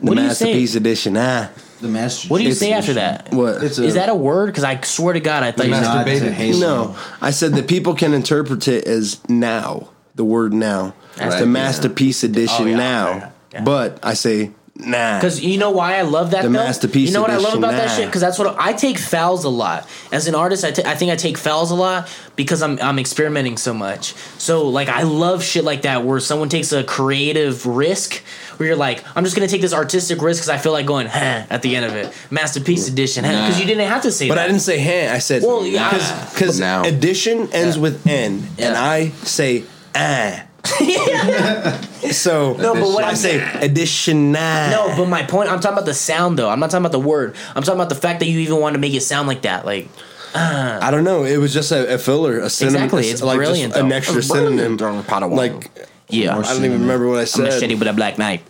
Speaker 17: What do you say?
Speaker 3: masterpiece edition. Ah,
Speaker 1: The master.
Speaker 17: what do you say after that?
Speaker 3: what?
Speaker 1: It's
Speaker 17: Is that a word? Because I swear to God, I thought you said
Speaker 1: Nah, it's a hazel.
Speaker 3: No, I said that people can interpret it as now, the word now,
Speaker 17: Right,
Speaker 3: the
Speaker 17: yeah.
Speaker 3: masterpiece edition
Speaker 17: Oh, yeah,
Speaker 3: now.
Speaker 17: yeah, yeah.
Speaker 3: But I say
Speaker 4: Nah.
Speaker 2: Because you know why I love that.
Speaker 4: The
Speaker 2: though?
Speaker 4: masterpiece
Speaker 2: You know what I love
Speaker 4: edition,
Speaker 2: about that
Speaker 4: nah.
Speaker 2: shit? Because that's what I take fouls a lot as an artist. I ta- I think I take fouls a lot because I'm I'm experimenting so much. So like I love shit like that where someone takes a creative risk where you're like I'm just gonna take this artistic risk because I feel like going huh, at the end of it. Masterpiece edition because you didn't have to say
Speaker 4: But
Speaker 2: that.
Speaker 4: I didn't say hand. I said
Speaker 2: Well, yeah.
Speaker 4: because
Speaker 6: Now.
Speaker 4: addition ends with n, and
Speaker 2: Yeah.
Speaker 4: I say ah. so
Speaker 2: No, but what
Speaker 4: I
Speaker 2: I'm-
Speaker 4: say addition nah.
Speaker 2: No, but my point, I'm talking about the sound though. I'm not talking about the word. I'm talking about the fact that you even want to make it sound like that. Like,
Speaker 4: I don't know. It was just a, a filler, a synonym,
Speaker 2: Exactly, it's
Speaker 4: like just
Speaker 2: brilliant,
Speaker 4: an
Speaker 2: though.
Speaker 4: extra synonym. Like
Speaker 2: yeah,
Speaker 4: I don't even remember what I
Speaker 2: I'm a
Speaker 4: said.
Speaker 2: machete with a black knife,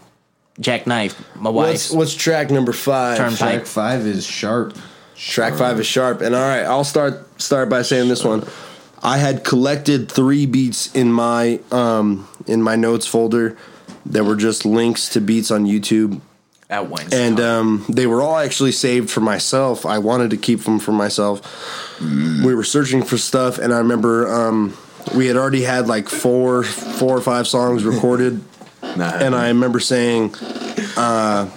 Speaker 2: jack knife, my
Speaker 4: What's
Speaker 2: wife.
Speaker 4: what's track number five?
Speaker 1: Track
Speaker 2: Turnpike.
Speaker 1: five is sharp.
Speaker 4: Track five is sharp. And all right, I'll start start by saying this one. I had collected three beats in my um in my notes folder that were just links to beats on YouTube.
Speaker 2: At once.
Speaker 4: And um, they were all actually saved for myself. I wanted to keep them for myself.
Speaker 6: Mm.
Speaker 4: We were searching for stuff, and I remember um, we had already had like four, four or five songs recorded. And I remember saying, uh, I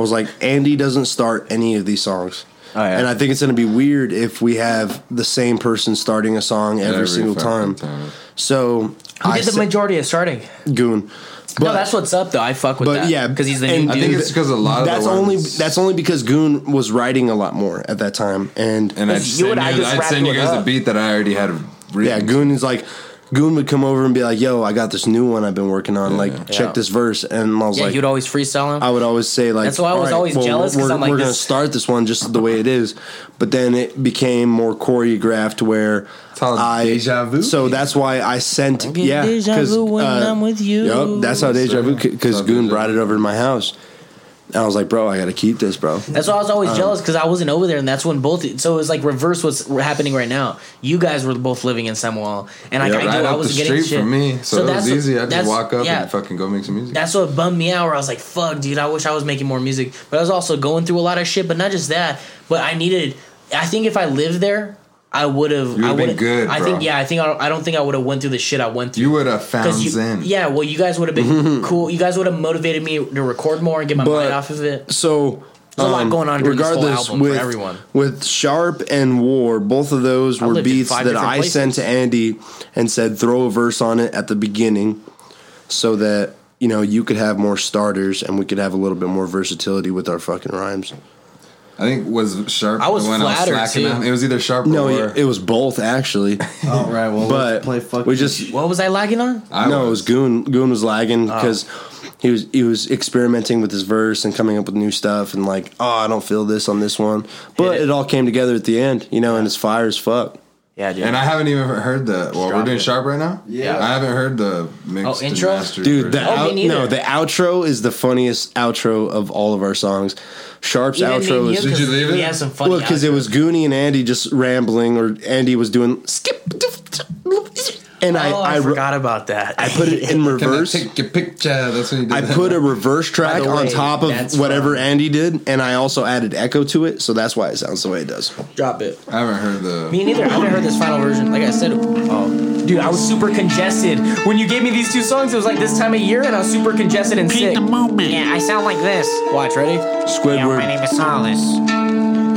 Speaker 4: was like, Andy doesn't start any of these songs.
Speaker 6: Oh, yeah.
Speaker 4: And I think it's going to be weird if we have the same person starting a song every, single time.
Speaker 6: fucking
Speaker 4: So
Speaker 2: Who
Speaker 4: I
Speaker 2: did the
Speaker 4: said-
Speaker 2: majority of starting?
Speaker 4: goon.
Speaker 2: no, that's what's up though. I fuck with
Speaker 4: But
Speaker 2: that.
Speaker 4: yeah,
Speaker 2: because he's the
Speaker 4: and
Speaker 2: new
Speaker 6: I
Speaker 2: dude.
Speaker 6: think it's because a lot of
Speaker 4: that's
Speaker 6: the
Speaker 4: only
Speaker 6: ones-
Speaker 4: that's only because Goon was writing a lot more at that time, and,
Speaker 6: and I
Speaker 2: If
Speaker 6: just
Speaker 2: you
Speaker 6: send
Speaker 2: and I
Speaker 6: you,
Speaker 2: just
Speaker 6: I'd
Speaker 2: wrapped
Speaker 6: send you
Speaker 2: it
Speaker 6: guys a
Speaker 2: up.
Speaker 6: beat that I already had
Speaker 4: yeah,
Speaker 6: written.
Speaker 4: Goon is like Goon would come over and be like, "Yo, I got this new one I've been working on. Like, check
Speaker 2: Yeah.
Speaker 4: this verse." And I was
Speaker 2: yeah,
Speaker 4: like,
Speaker 2: you'd always freestyle him.
Speaker 4: I would always say like,
Speaker 2: That's why I was
Speaker 4: "Alright,
Speaker 2: always jealous, 'cause
Speaker 4: We're,
Speaker 2: I'm like,
Speaker 4: we're gonna
Speaker 2: this-
Speaker 4: start this one just the way it is," but then it became more choreographed where.
Speaker 6: all
Speaker 4: I
Speaker 6: deja vu.
Speaker 4: so that's why I sent
Speaker 2: get
Speaker 4: yeah
Speaker 2: deja
Speaker 4: 'cause, uh,
Speaker 2: vu when I'm with you.
Speaker 4: Yup, that's how deja vu because
Speaker 6: How
Speaker 4: Goon
Speaker 6: deja
Speaker 4: brought it over to my house, and I was like, bro, I got to keep this, bro.
Speaker 2: that's why I was always
Speaker 6: Um,
Speaker 2: jealous because I wasn't over there, and that's when both. So it was like reverse what's happening right now. You guys were both living in Samoa, and like, I
Speaker 6: Yeah, right
Speaker 2: knew I
Speaker 6: up the
Speaker 2: was getting
Speaker 6: street
Speaker 2: shit.
Speaker 6: from me, so, it was
Speaker 2: that's-
Speaker 6: easy. I just
Speaker 2: that's-
Speaker 6: walk up
Speaker 2: yeah.
Speaker 6: and fucking go make some music.
Speaker 2: That's what bummed me out. Where I was like, "Fuck, dude, I wish I was making more music." But I was also going through a lot of shit. But not just that. But I needed. I think if I lived there, I would have.
Speaker 6: You
Speaker 2: I
Speaker 6: would've been
Speaker 2: would've-
Speaker 6: good,
Speaker 2: I
Speaker 6: bro.
Speaker 2: think. Yeah, I think. I, I don't think I would have went through the shit I went through.
Speaker 6: you would have found
Speaker 2: you,
Speaker 6: Zen.
Speaker 2: yeah, well, you guys would have been cool. You guys would have motivated me to record more and get my
Speaker 4: But-
Speaker 2: mind off of it.
Speaker 4: So um,
Speaker 2: There's a lot going on during this whole album for
Speaker 4: with
Speaker 2: everyone.
Speaker 4: with Sharp and War, both of those were
Speaker 2: lived in
Speaker 4: beats
Speaker 2: five
Speaker 4: that
Speaker 2: different
Speaker 4: I sent to Andy and said throw a verse on it at the beginning, so that you know you could have more starters and we could have a little bit more versatility with our fucking rhymes.
Speaker 6: I think was sharp.
Speaker 2: I was
Speaker 6: when
Speaker 2: flattered,
Speaker 6: I was slacking
Speaker 2: too.
Speaker 6: on- It was either sharp
Speaker 4: No,
Speaker 6: or
Speaker 4: it, it was both actually,
Speaker 1: All right, well,
Speaker 4: but
Speaker 1: let's play fucking.
Speaker 4: we just
Speaker 2: What was Oh. I lagging on?
Speaker 6: I
Speaker 4: no,
Speaker 6: was.
Speaker 4: it was Goon. Goon was lagging because he was he was experimenting with his verse and coming up with new stuff and like, oh, I don't feel this on this one, but
Speaker 2: Hit
Speaker 4: it.
Speaker 2: it.
Speaker 4: all came together at the end, you know, and it's fire as fuck.
Speaker 2: Yeah, dude.
Speaker 6: And I haven't even heard the. Well, we're
Speaker 2: Drop
Speaker 6: doing
Speaker 2: it.
Speaker 6: sharp right now.
Speaker 1: Yeah.
Speaker 6: I haven't heard the mixed
Speaker 2: Oh,
Speaker 6: and
Speaker 2: intro?
Speaker 6: mastered
Speaker 4: Dude, the
Speaker 6: version.
Speaker 2: Oh, me
Speaker 4: out, no,
Speaker 2: neither.
Speaker 4: the outro is the funniest outro of all of our songs. Sharp's outro is
Speaker 6: Did you leave
Speaker 2: We
Speaker 6: it?
Speaker 2: had some funny.
Speaker 4: well because it was Goonie and Andy just rambling, or Andy was doing skip, and
Speaker 2: Oh, I,
Speaker 4: I I,
Speaker 2: forgot about that.
Speaker 4: I put it in
Speaker 6: Can I
Speaker 4: reverse.
Speaker 6: take your picture? That's when you did
Speaker 4: I
Speaker 6: that.
Speaker 4: put a reverse track
Speaker 2: the
Speaker 4: on
Speaker 2: way,
Speaker 4: top of
Speaker 2: that's
Speaker 4: whatever
Speaker 2: from-
Speaker 4: Andy did, and I also added echo to it, so that's why it sounds the way it does.
Speaker 2: Drop it.
Speaker 6: I haven't heard the.
Speaker 2: Me neither. I haven't heard this final version. Like I said, oh, dude, I was super congested when you gave me these two songs. It was like this time of year, and I was super congested and sick.
Speaker 12: moment. Yeah, I sound like this.
Speaker 2: Watch, ready?
Speaker 4: Squidward.
Speaker 12: is Solace.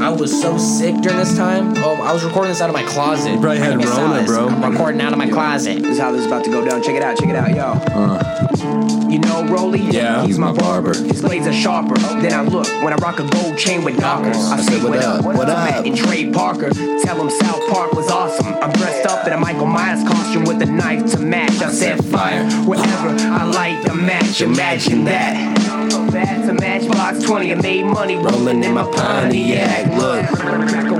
Speaker 2: I was so sick during this time. Oh, I was recording this out of my closet. You
Speaker 4: probably had Rona, bro.
Speaker 12: I'm recording out of my closet.
Speaker 7: This is how this is about to go down. Check it out, check it out, yo. You know, Roly,
Speaker 4: Yeah.
Speaker 7: he's my barber.
Speaker 6: barber.
Speaker 7: His blades are sharper than I look when I rock a gold chain with knockers. I say,
Speaker 4: Oh. what up, what
Speaker 7: I
Speaker 4: up?"
Speaker 7: met in Trey Parker. Tell him South Park was awesome. I'm dressed up in a Michael Myers costume with a knife to match. I set fire wherever I light a match. Imagine that. That's a matchbox 20. I made money rolling in my Pontiac. Look,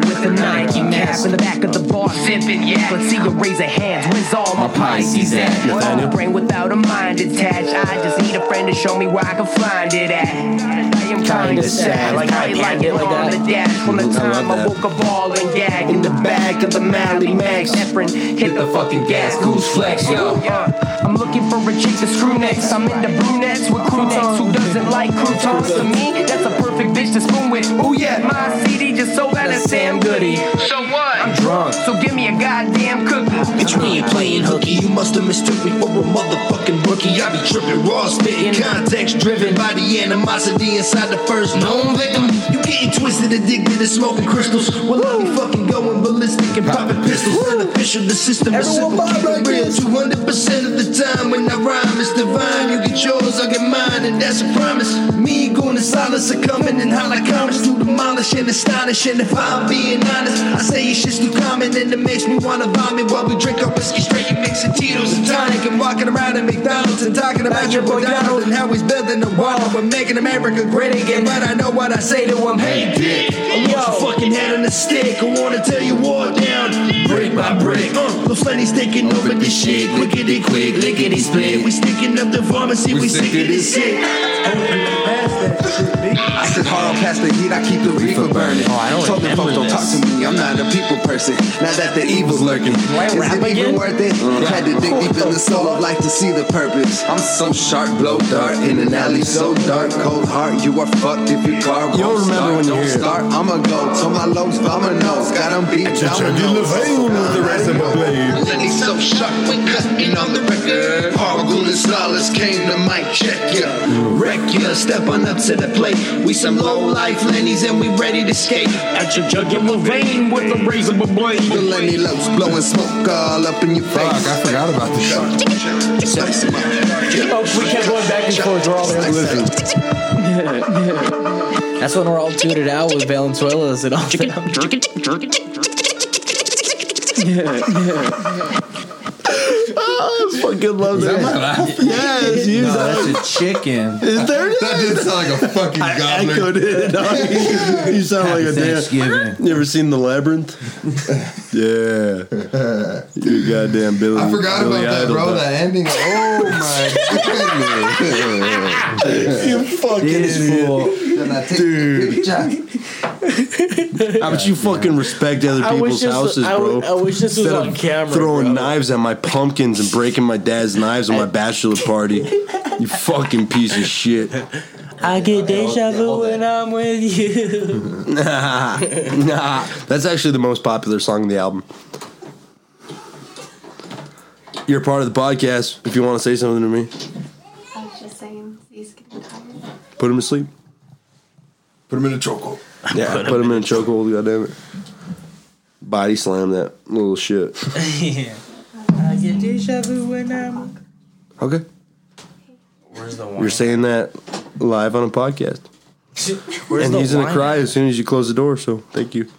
Speaker 7: with a Nike mask in the back of the bar, sipping yak. Let's see you raise your hands. Where's all my Pisces at? Well, brain without a mind attached. I just need a friend to show me where I can find it at. I am kinda sad, like I like it like on the dash from the time I woke up all and gag in the back of the Mally Max. Efren hit the fucking gas, goose flex, yo. I'm looking for a chick to screw next. I'm into brunettes with croutons. Who doesn't like croutons? To me, that's a perfect bitch to spoon with. Ooh yeah, my CD just sold out at Sam Goody. So what? I'm drunk.
Speaker 2: song.
Speaker 7: So give me a goddamn cookie.
Speaker 6: Bitch, we ain't playing hooky. You must have mistook me for a motherfucking rookie. I be tripping, raw spitting, context driven by the animosity inside the first known victim. You getting twisted, addicted to smoking crystals. Well, I be fucking going ballistic and popping pistols. Unofficial, the system is simple. Keep it real 200% of the time when I rhyme, it's divine. You get yours, I get mine, and that's a promise. Me going to silence, succumbing and holler comments to demolish and astonish. And if I'm being honest, I say it's shit's too common, and it makes me wanna vomit while we drink our whiskey straight and mixing Tito's and tonic and walking around at McDonald's and talking about your boy Donald and how he's building the wall. We're making America great again, but I know what I say to him. Hey, dick, I want your fucking head on a stick. I wanna tear you all down, brick by brick. Uh, the flanny's taking over this shit. Lickety quick, lickety split. We sticking up the pharmacy, we sick of this shit.
Speaker 3: I sit hard on past the heat, I keep the reefer burning. Oh, I don't Told them folks don't talk to me, I'm not a people person. Now that the evil's lurking, is
Speaker 7: rap
Speaker 3: it
Speaker 7: again?
Speaker 3: even worth it? Had to dig deep in the soul of life to see the purpose. I'm so sharp, blow dart in an alley, so dark, cold heart. You are fucked if your car won't
Speaker 4: You'll remember
Speaker 3: start.
Speaker 4: when you
Speaker 3: don't
Speaker 4: hear it.
Speaker 3: start, I'ma go to my lows, dominoes, got 'em beat.
Speaker 6: Then he's so shocked when cutting on the record. Hargul and Solace came to mic check ya. Wreck ya, step on up to the plate. We some low life lennies and we ready to skate. At your jugular vein with a razor blade.
Speaker 3: The Lenny Lopes blowing smoke all up in your face. Fuck, I forgot about this
Speaker 2: Oh, we kept going back and forth. We're all there. That's when we're all tuned out with Valenzuela. Is it all?
Speaker 4: I fucking love that. Yes, you.
Speaker 1: No, that's a chicken.
Speaker 4: Is there it
Speaker 3: That
Speaker 4: is.
Speaker 3: didn't sound like a fucking
Speaker 4: I
Speaker 3: goblin.
Speaker 4: echoed it. dog. you sound like a damn.
Speaker 1: Thanksgiving.
Speaker 4: You ever seen The Labyrinth? yeah. You goddamn Billy.
Speaker 3: I forgot
Speaker 4: Billy
Speaker 3: about that,
Speaker 4: Idol,
Speaker 3: bro.
Speaker 4: dog.
Speaker 3: That ending. Oh my goodness.
Speaker 4: You fucking
Speaker 1: This
Speaker 4: idiot.
Speaker 1: fool.
Speaker 3: Then I take
Speaker 4: Dude.
Speaker 3: the picture.
Speaker 4: How about you fucking respect other
Speaker 2: I wish
Speaker 4: people's
Speaker 2: this-
Speaker 4: houses,
Speaker 2: I
Speaker 4: bro?
Speaker 2: would- I wish this was
Speaker 4: Instead
Speaker 2: on
Speaker 4: of
Speaker 2: camera,
Speaker 4: Throwing
Speaker 2: bro.
Speaker 4: knives at my pumpkins and breaking my dad's knives at my bachelor party. You fucking piece of shit.
Speaker 2: I get deja vu when I'm with you.
Speaker 4: Nah, nah. That's actually the most popular song in the album. You're part of the podcast. If you want to say something to me,
Speaker 18: I was just saying, he's getting tired.
Speaker 4: put him to sleep.
Speaker 3: Put him in a choco.
Speaker 4: Yeah, put, him in a chokehold. Goddamn it. Body slam that little shit.
Speaker 2: I get deja vu when I'm.
Speaker 4: Okay,
Speaker 19: Where's the
Speaker 4: you're
Speaker 19: wine?
Speaker 4: saying that live on a podcast.
Speaker 2: Where's
Speaker 4: and
Speaker 2: the
Speaker 4: he's gonna
Speaker 2: wine
Speaker 4: cry as soon as you close the door. So thank you.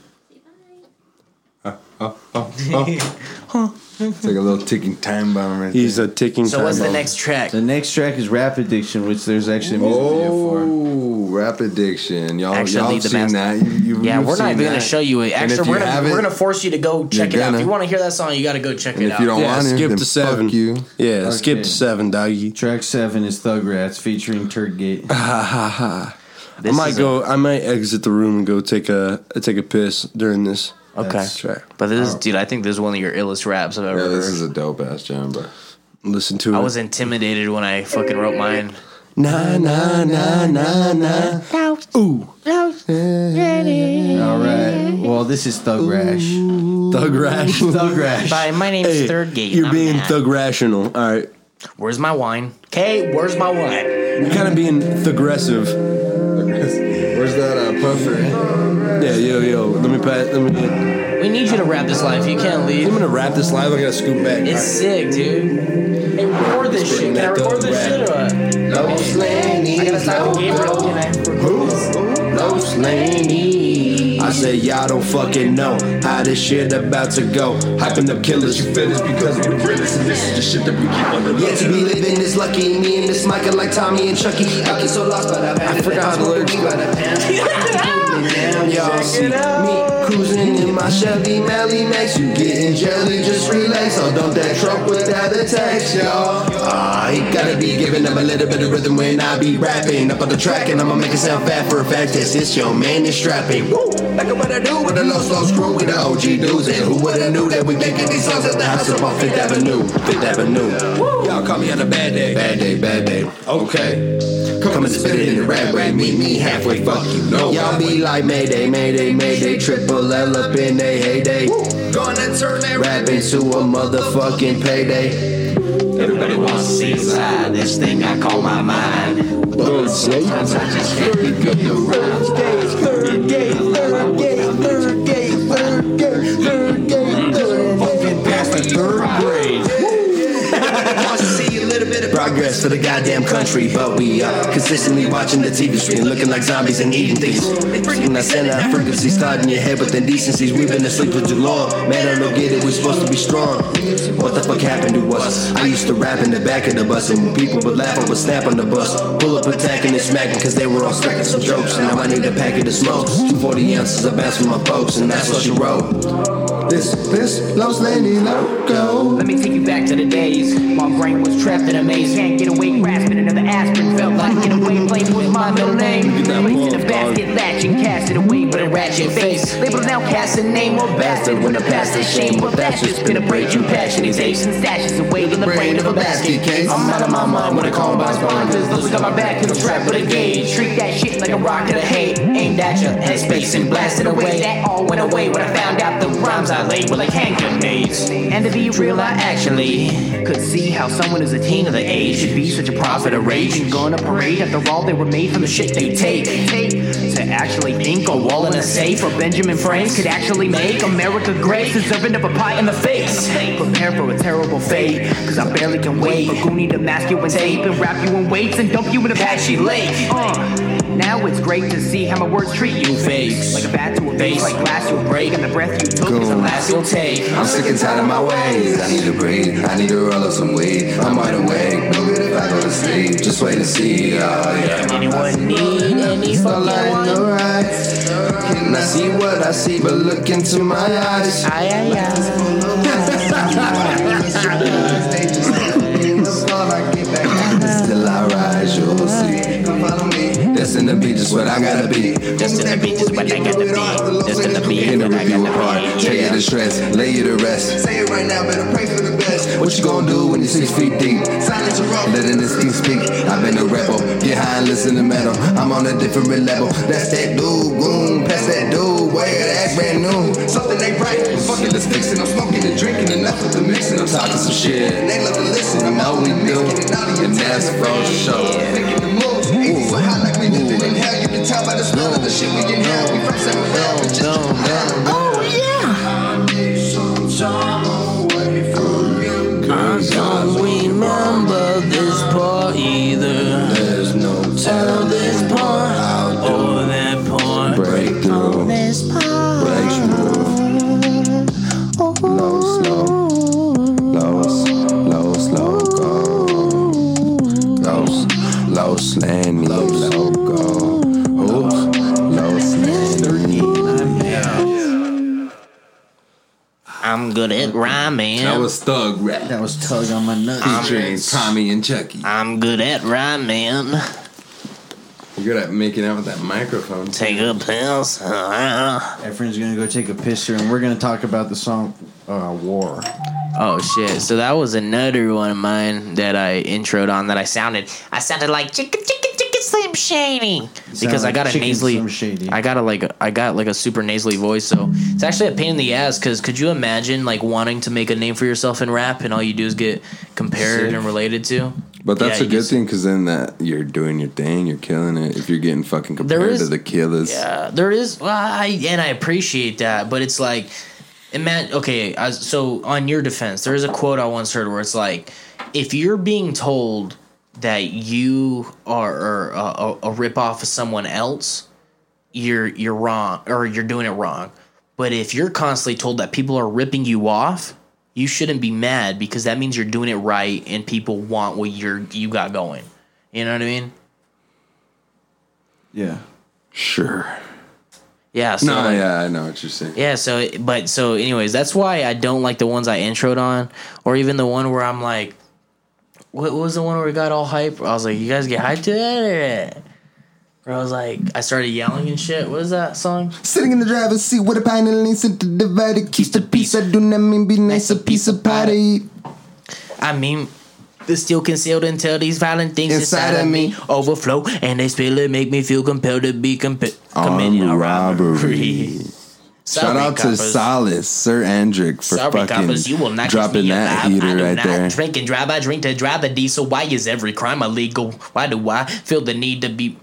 Speaker 3: It's like a little ticking time bomb right
Speaker 4: He's a ticking.
Speaker 2: So what's
Speaker 4: time
Speaker 2: the
Speaker 4: bomb.
Speaker 2: next track?
Speaker 1: The next track is Rap Addiction, which there's actually a music video for.
Speaker 3: Oh, rap addiction, y'all!
Speaker 2: Actually,
Speaker 3: y'all
Speaker 2: leave
Speaker 3: have
Speaker 2: the
Speaker 3: seen
Speaker 2: mask.
Speaker 3: that? You, you,
Speaker 2: Yeah,
Speaker 3: you've
Speaker 2: we're not
Speaker 3: seen
Speaker 2: even gonna
Speaker 3: that.
Speaker 2: show you it.
Speaker 3: And if
Speaker 2: Actually, we're
Speaker 3: you
Speaker 2: gonna
Speaker 3: haven't-
Speaker 2: we're gonna force you to go check it
Speaker 3: You're
Speaker 2: out. If
Speaker 3: gonna.
Speaker 2: you want to hear that song, you got to go check
Speaker 3: And
Speaker 2: it
Speaker 3: if
Speaker 2: out.
Speaker 3: you don't
Speaker 4: Yeah,
Speaker 3: want it,
Speaker 4: skip
Speaker 3: then
Speaker 4: to seven.
Speaker 3: Fuck you.
Speaker 4: Yeah, skip
Speaker 1: Okay.
Speaker 4: to seven, doggy.
Speaker 1: Track seven is Thug Rats featuring Turkgate.
Speaker 4: I might go. I might exit the room and go take a take a piss during this.
Speaker 2: okay,
Speaker 4: track.
Speaker 2: but this is, dude, I think this is one of your illest raps I've ever
Speaker 3: Oh. Yeah,
Speaker 2: heard.
Speaker 3: this is a dope ass jam, bro.
Speaker 4: Listen to it.
Speaker 2: I was intimidated when I fucking wrote mine.
Speaker 4: na na na na na.
Speaker 1: All right. Well, this is Thug Rash.
Speaker 4: Thug rash.
Speaker 1: Thug Rash.
Speaker 2: Bye. My name's
Speaker 4: Hey,
Speaker 2: Third Gate.
Speaker 4: You're
Speaker 2: I'm
Speaker 4: being
Speaker 2: Matt.
Speaker 4: thug rational. All right.
Speaker 2: Where's my wine? Okay, where's my wine?
Speaker 4: You're kind of being thuggressive.
Speaker 3: Where's that uh, puffer?
Speaker 4: Yeah, yo, yo. Let me pat. Let me.
Speaker 2: We need you to wrap this life. You can't
Speaker 4: I'm
Speaker 2: leave.
Speaker 4: gonna wrap this live. I gotta scoop back.
Speaker 2: It's sick, dude. Hey, record this shit. Can I record this shit or what? I gotta talk to Gabriel. Can I record this?
Speaker 4: Los Laney. I said, y'all don't fucking know how this shit about to go. Hyping up killers, you feel this because we the realest, and this is the shit that we keep on the low.
Speaker 6: Yet to be living is lucky. Me and this Micah like Tommy and Chucky. I get so lost, but I found it.
Speaker 4: forgot the lyrics.
Speaker 6: We got a down, y'all see me cruising in my Chevy Mally Max. You getting jelly? Just relax. I'll dump that truck without a tax, y'all. I gotta be giving them a little bit of rhythm when I be rapping up on the track, and I'ma make it sound fat for a fact. This is your man is strapping. Woo! Look at what I do with the lost lost crew, with the OG dudes, and who would've knew that we making these songs at the house up on Fifth Avenue, Fifth Avenue.
Speaker 4: Y'all call me on a bad day.
Speaker 6: Bad day, bad day.
Speaker 4: Okay.
Speaker 6: Coming to spit it in the rap way, meet me halfway, fuck you, no. Y'all be like Mayday, Mayday, Mayday, triple L up in in a heyday.
Speaker 3: Gonna turn that
Speaker 6: Rap into a motherfucking payday.
Speaker 3: Everybody wants to see inside this thing I call my mind. But sometimes I just can't be good to rhymes. Third day, third day, third day, third day, third day, third day. Fucking past the third grade. Wants to see a little bit of
Speaker 6: Progress for the goddamn country, but we are consistently watching the TV screen, looking like zombies and eating things. When I send out frequency, starting your head with indecencies, we've been asleep for too long. Man, I don't get it, we're supposed to be strong. What the fuck happened to us? I used to rap in the back of the bus, and when people would laugh, I would snap on the bus. Pull up, attacking and smacking, cause they were all stacking some jokes. And now I need a packet of smokes. 240 ounces of bass for my folks, and that's what she wrote.
Speaker 3: This, this, Los Lady Loco.
Speaker 7: Let me take you back to the days. My brain was trapped in a maze. Can't get away, grasping another aspirin. Felt like get away, blame was my middle name. Placed in a basket, latching, cast it away, but a ratchet face. Labeled now, cast a name or bastard. When the past is shame, but that's just been a braid. You passion these apes and stashes away in the brain of a basket case. I'm out of my mind when a combine's blind. Cause those got my back in the trap with a gauge. Treat that shit like a rocket of hate. Aimed at you, and space and blasted away. That all went away when I found out the rhymes I laid were like hand grenades. And to be real, I actually could see how someone who's a teen of the age should be such a prophet of rage and going to parade. After all, they were made from the shit they take. Take to actually think a wall in a safe or Benjamin Franks could actually make America great. Deserving of a pie in the face. Prepare for a terrible fate, cause I barely can wait. For Goonie to mask you in tape and wrap you in weights and dump you in Apache Lake. Uh, now it's great to see how my words treat you fakes. Like a bat to a face, like glass you'll break, and the breath you took is the last you'll take.
Speaker 6: I'm sick and tired of my ways. I need to breathe. I need to roll up some weed. I'm wide awake. No good if I go to sleep. Just wait and see. Oh, yeah.
Speaker 7: Anyone need any
Speaker 6: Starlight, alright. Can I see what I see? But look into my eyes.
Speaker 7: Aye, aye,
Speaker 6: Till I rise, you'll see. Follow me. Destined to be just what I gotta be. Destined to be just what I gotta be. Destined to be in the review apart. Take you to stress, lay you to rest. Say it right now, better pray for the best. What you gonna do when you're six feet deep? Silence your rope. Letting this thing speak. I've been a rebel. Get high and listen to metal. I'm on a different level. That's that dude, goon. Pass that dude. Way that act brand new. Something ain't right. Fuck it, let's fix it. I'm smoking and drinking enough of the mixing. I'm talking some shit. And they love to listen. I know we do. And that's for sure.
Speaker 3: Making the moves, ain't so hot like we living in hell. You can tell by the smell of the shit we inhale. We from San Fran, we just Oh yeah. I need some time away from you.
Speaker 2: I don't remember this part either. There's no tell this part or that part. Breakthrough. On this part.
Speaker 6: Low, slow. Low, low, slow, go. Low, low, slam, low, slow, go. Ooh, low, slam.
Speaker 2: I'm good at rhyming.
Speaker 6: That was thug rap. That was tug on my nuts.
Speaker 4: Ah.
Speaker 6: Featuring Tommy and Chucky.
Speaker 2: I'm good at rhyming.
Speaker 6: You're good at making out with that microphone.
Speaker 2: Take a piss. Uh,
Speaker 1: Efren's gonna go take a piss here, and we're gonna talk about the song uh, "War."
Speaker 2: Oh shit! So that was another one of mine that I introed on that I sounded. I sounded like chicken, chicken, chicken, slim shady because I
Speaker 1: like
Speaker 2: got a
Speaker 1: Chicken
Speaker 2: nasally.
Speaker 1: Slim Shady.
Speaker 2: I got a like. I got like a super nasally voice, so it's actually a pain in the ass. Because could you imagine like wanting to make a name for yourself in rap, and all you do is get compared
Speaker 6: Sick.
Speaker 2: and related to?
Speaker 6: But that's
Speaker 2: Yeah,
Speaker 6: a
Speaker 2: you
Speaker 6: good
Speaker 2: just-
Speaker 6: thing because then that you're doing your thing, you're killing it. If you're getting fucking
Speaker 2: There
Speaker 6: compared to
Speaker 2: is-
Speaker 6: the killers,
Speaker 2: Yeah, Uh, there is. Well, I, and I appreciate that, but it's like, imagine. Okay, I, so on your defense, there is a quote I once heard where it's like, if you're being told that you are, are a, a, a ripoff of someone else, you're you're wrong or you're doing it wrong. But if you're constantly told that people are ripping you off, you shouldn't be mad because that means you're doing it right and people want what you're you got going. You know what I mean?
Speaker 1: Yeah.
Speaker 6: sure.
Speaker 2: Yeah. So
Speaker 6: no,
Speaker 2: like-
Speaker 6: yeah, I know what you're saying.
Speaker 2: Yeah, so it- but so anyways, that's why I don't like the ones I introed on, or even the one where I'm like, what, what was the one where we got all hype? I was like, you guys get hyped to that? Where I was like, I started yelling and shit. What is that song?
Speaker 6: Sitting in the driver's seat with a pine and lean to divide it keeps the peace. I do not mean be nice, a piece of pie to eat.
Speaker 2: I mean, the still concealed until these violent things inside, of me, overflow and they spill it, make me feel compelled to be comp- committing a robbery.
Speaker 3: Shout
Speaker 2: Salve,
Speaker 3: out to
Speaker 2: coppers.
Speaker 3: Solace, Sir Andrick, for
Speaker 2: Sorry,
Speaker 3: fucking
Speaker 2: coppers, you will not catch
Speaker 3: dropping
Speaker 2: me alive.
Speaker 3: that
Speaker 2: I
Speaker 3: heater
Speaker 2: do
Speaker 3: right
Speaker 2: not
Speaker 3: there.
Speaker 2: Drink and drive, I drink to drive a D. So why is every crime illegal? Why do I feel the need to be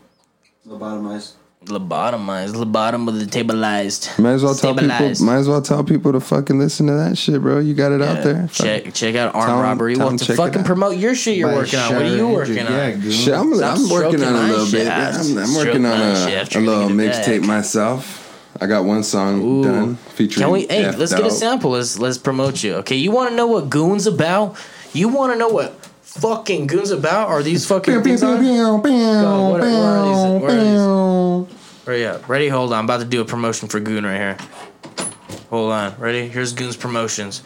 Speaker 20: Lobotomized.
Speaker 2: lobotomized, the bottom of the tableized?
Speaker 3: Might as well tell people.
Speaker 2: Stabilized.
Speaker 3: Might as well tell people to fucking listen to that shit, bro. You got it out
Speaker 2: Yeah.
Speaker 3: there. Fuck.
Speaker 2: Check check out armed
Speaker 3: Tell 'em-
Speaker 2: robbery.
Speaker 3: tell 'em
Speaker 2: Want to
Speaker 3: check it
Speaker 2: fucking
Speaker 3: out.
Speaker 2: promote your shit you're
Speaker 3: By
Speaker 2: working on? What are you
Speaker 3: Sharon
Speaker 2: working
Speaker 3: Andrew.
Speaker 2: on?
Speaker 3: Yeah, goon. Shit, I'm-
Speaker 2: Stop
Speaker 3: I'm working
Speaker 2: stroking
Speaker 3: on a
Speaker 2: my
Speaker 3: little
Speaker 2: shit.
Speaker 3: bit. I'm, I'm
Speaker 2: Stroke
Speaker 3: working on
Speaker 2: my shit
Speaker 3: a,
Speaker 2: after
Speaker 3: a
Speaker 2: you
Speaker 3: little
Speaker 2: get it back.
Speaker 3: mixtape myself. I got one song done featuring.
Speaker 2: Can we? Hey,
Speaker 3: F
Speaker 2: let's get a
Speaker 3: Dawg.
Speaker 2: sample. Let's let's promote you. Okay, you want to know what goons about? You want to know what fucking goons about? Are these fucking things on? Go, what- where are these- where are these? Ready up. Ready? Hold on. I'm about to do a promotion for Goon right here. Hold on. Ready? Here's Goon's promotions.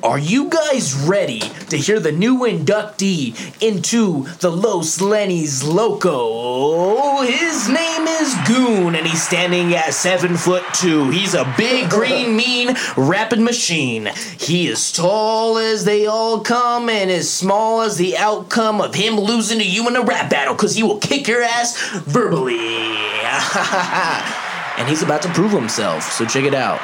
Speaker 2: Are you guys ready to hear the new inductee into the Los Lenny's Loco? His name is Goon, and he's standing at seven foot two. He's a big, green, mean, rapid machine. He is tall as they all come, and as small as the outcome of him losing to you in a rap battle, because he will kick your ass verbally. and he's about to prove himself, so check it out.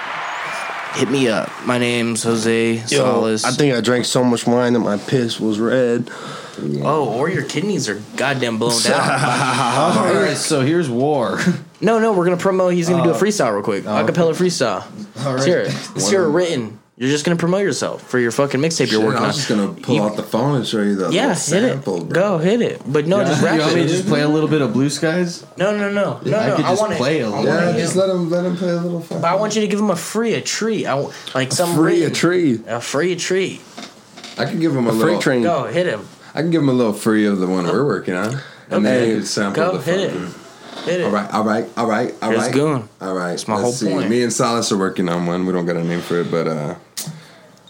Speaker 2: Hit me up. My name's Jose
Speaker 4: Yo,
Speaker 2: Solis.
Speaker 4: I think I drank so much wine that my piss was red.
Speaker 2: Oh, or your kidneys are goddamn blown down.
Speaker 1: All right, so here's war.
Speaker 2: no, no, we're gonna promote. He's gonna do a
Speaker 1: Oh.
Speaker 2: freestyle real quick,
Speaker 1: Oh,
Speaker 2: acapella freestyle.
Speaker 1: All
Speaker 2: Let's hear
Speaker 1: right.
Speaker 2: it. Let's hear it written. You're just gonna promote yourself for your fucking mixtape you're
Speaker 6: Shit,
Speaker 2: working
Speaker 6: I
Speaker 2: on.
Speaker 6: was just gonna pull
Speaker 2: You-
Speaker 6: out the phone and show you the
Speaker 2: yeah,
Speaker 6: little
Speaker 2: hit
Speaker 6: sample,
Speaker 2: it. Go hit it. But no,
Speaker 1: Yeah,
Speaker 2: just
Speaker 1: you
Speaker 2: rap
Speaker 1: want me
Speaker 2: it.
Speaker 1: to just play a little bit of Blue Skies?
Speaker 2: No, no, no,
Speaker 1: Yeah,
Speaker 2: no,
Speaker 1: I
Speaker 2: no.
Speaker 1: could
Speaker 2: I,
Speaker 1: just
Speaker 2: want
Speaker 1: play a
Speaker 2: I
Speaker 1: little.
Speaker 2: wanna
Speaker 1: Yeah,
Speaker 2: hear
Speaker 1: just
Speaker 2: it.
Speaker 6: Let him let him play a little. Fuck.
Speaker 2: But I want you to give him a free a treat. I want like some
Speaker 3: free a
Speaker 2: written-
Speaker 3: treat.
Speaker 2: A free treat.
Speaker 3: I can give him a,
Speaker 6: A freight
Speaker 3: little.
Speaker 6: train.
Speaker 2: Go hit him.
Speaker 3: I can give him a little free of the one we're working on, and then you can sample
Speaker 2: Go
Speaker 3: the
Speaker 2: hit it.
Speaker 3: fucking-
Speaker 2: Hit it.
Speaker 3: All right, all right, all right, all
Speaker 2: Here's
Speaker 3: right.
Speaker 2: Goon.
Speaker 3: All right, that's
Speaker 2: my whole point.
Speaker 3: Me and Solace are working on one. We don't got a name for it, but uh,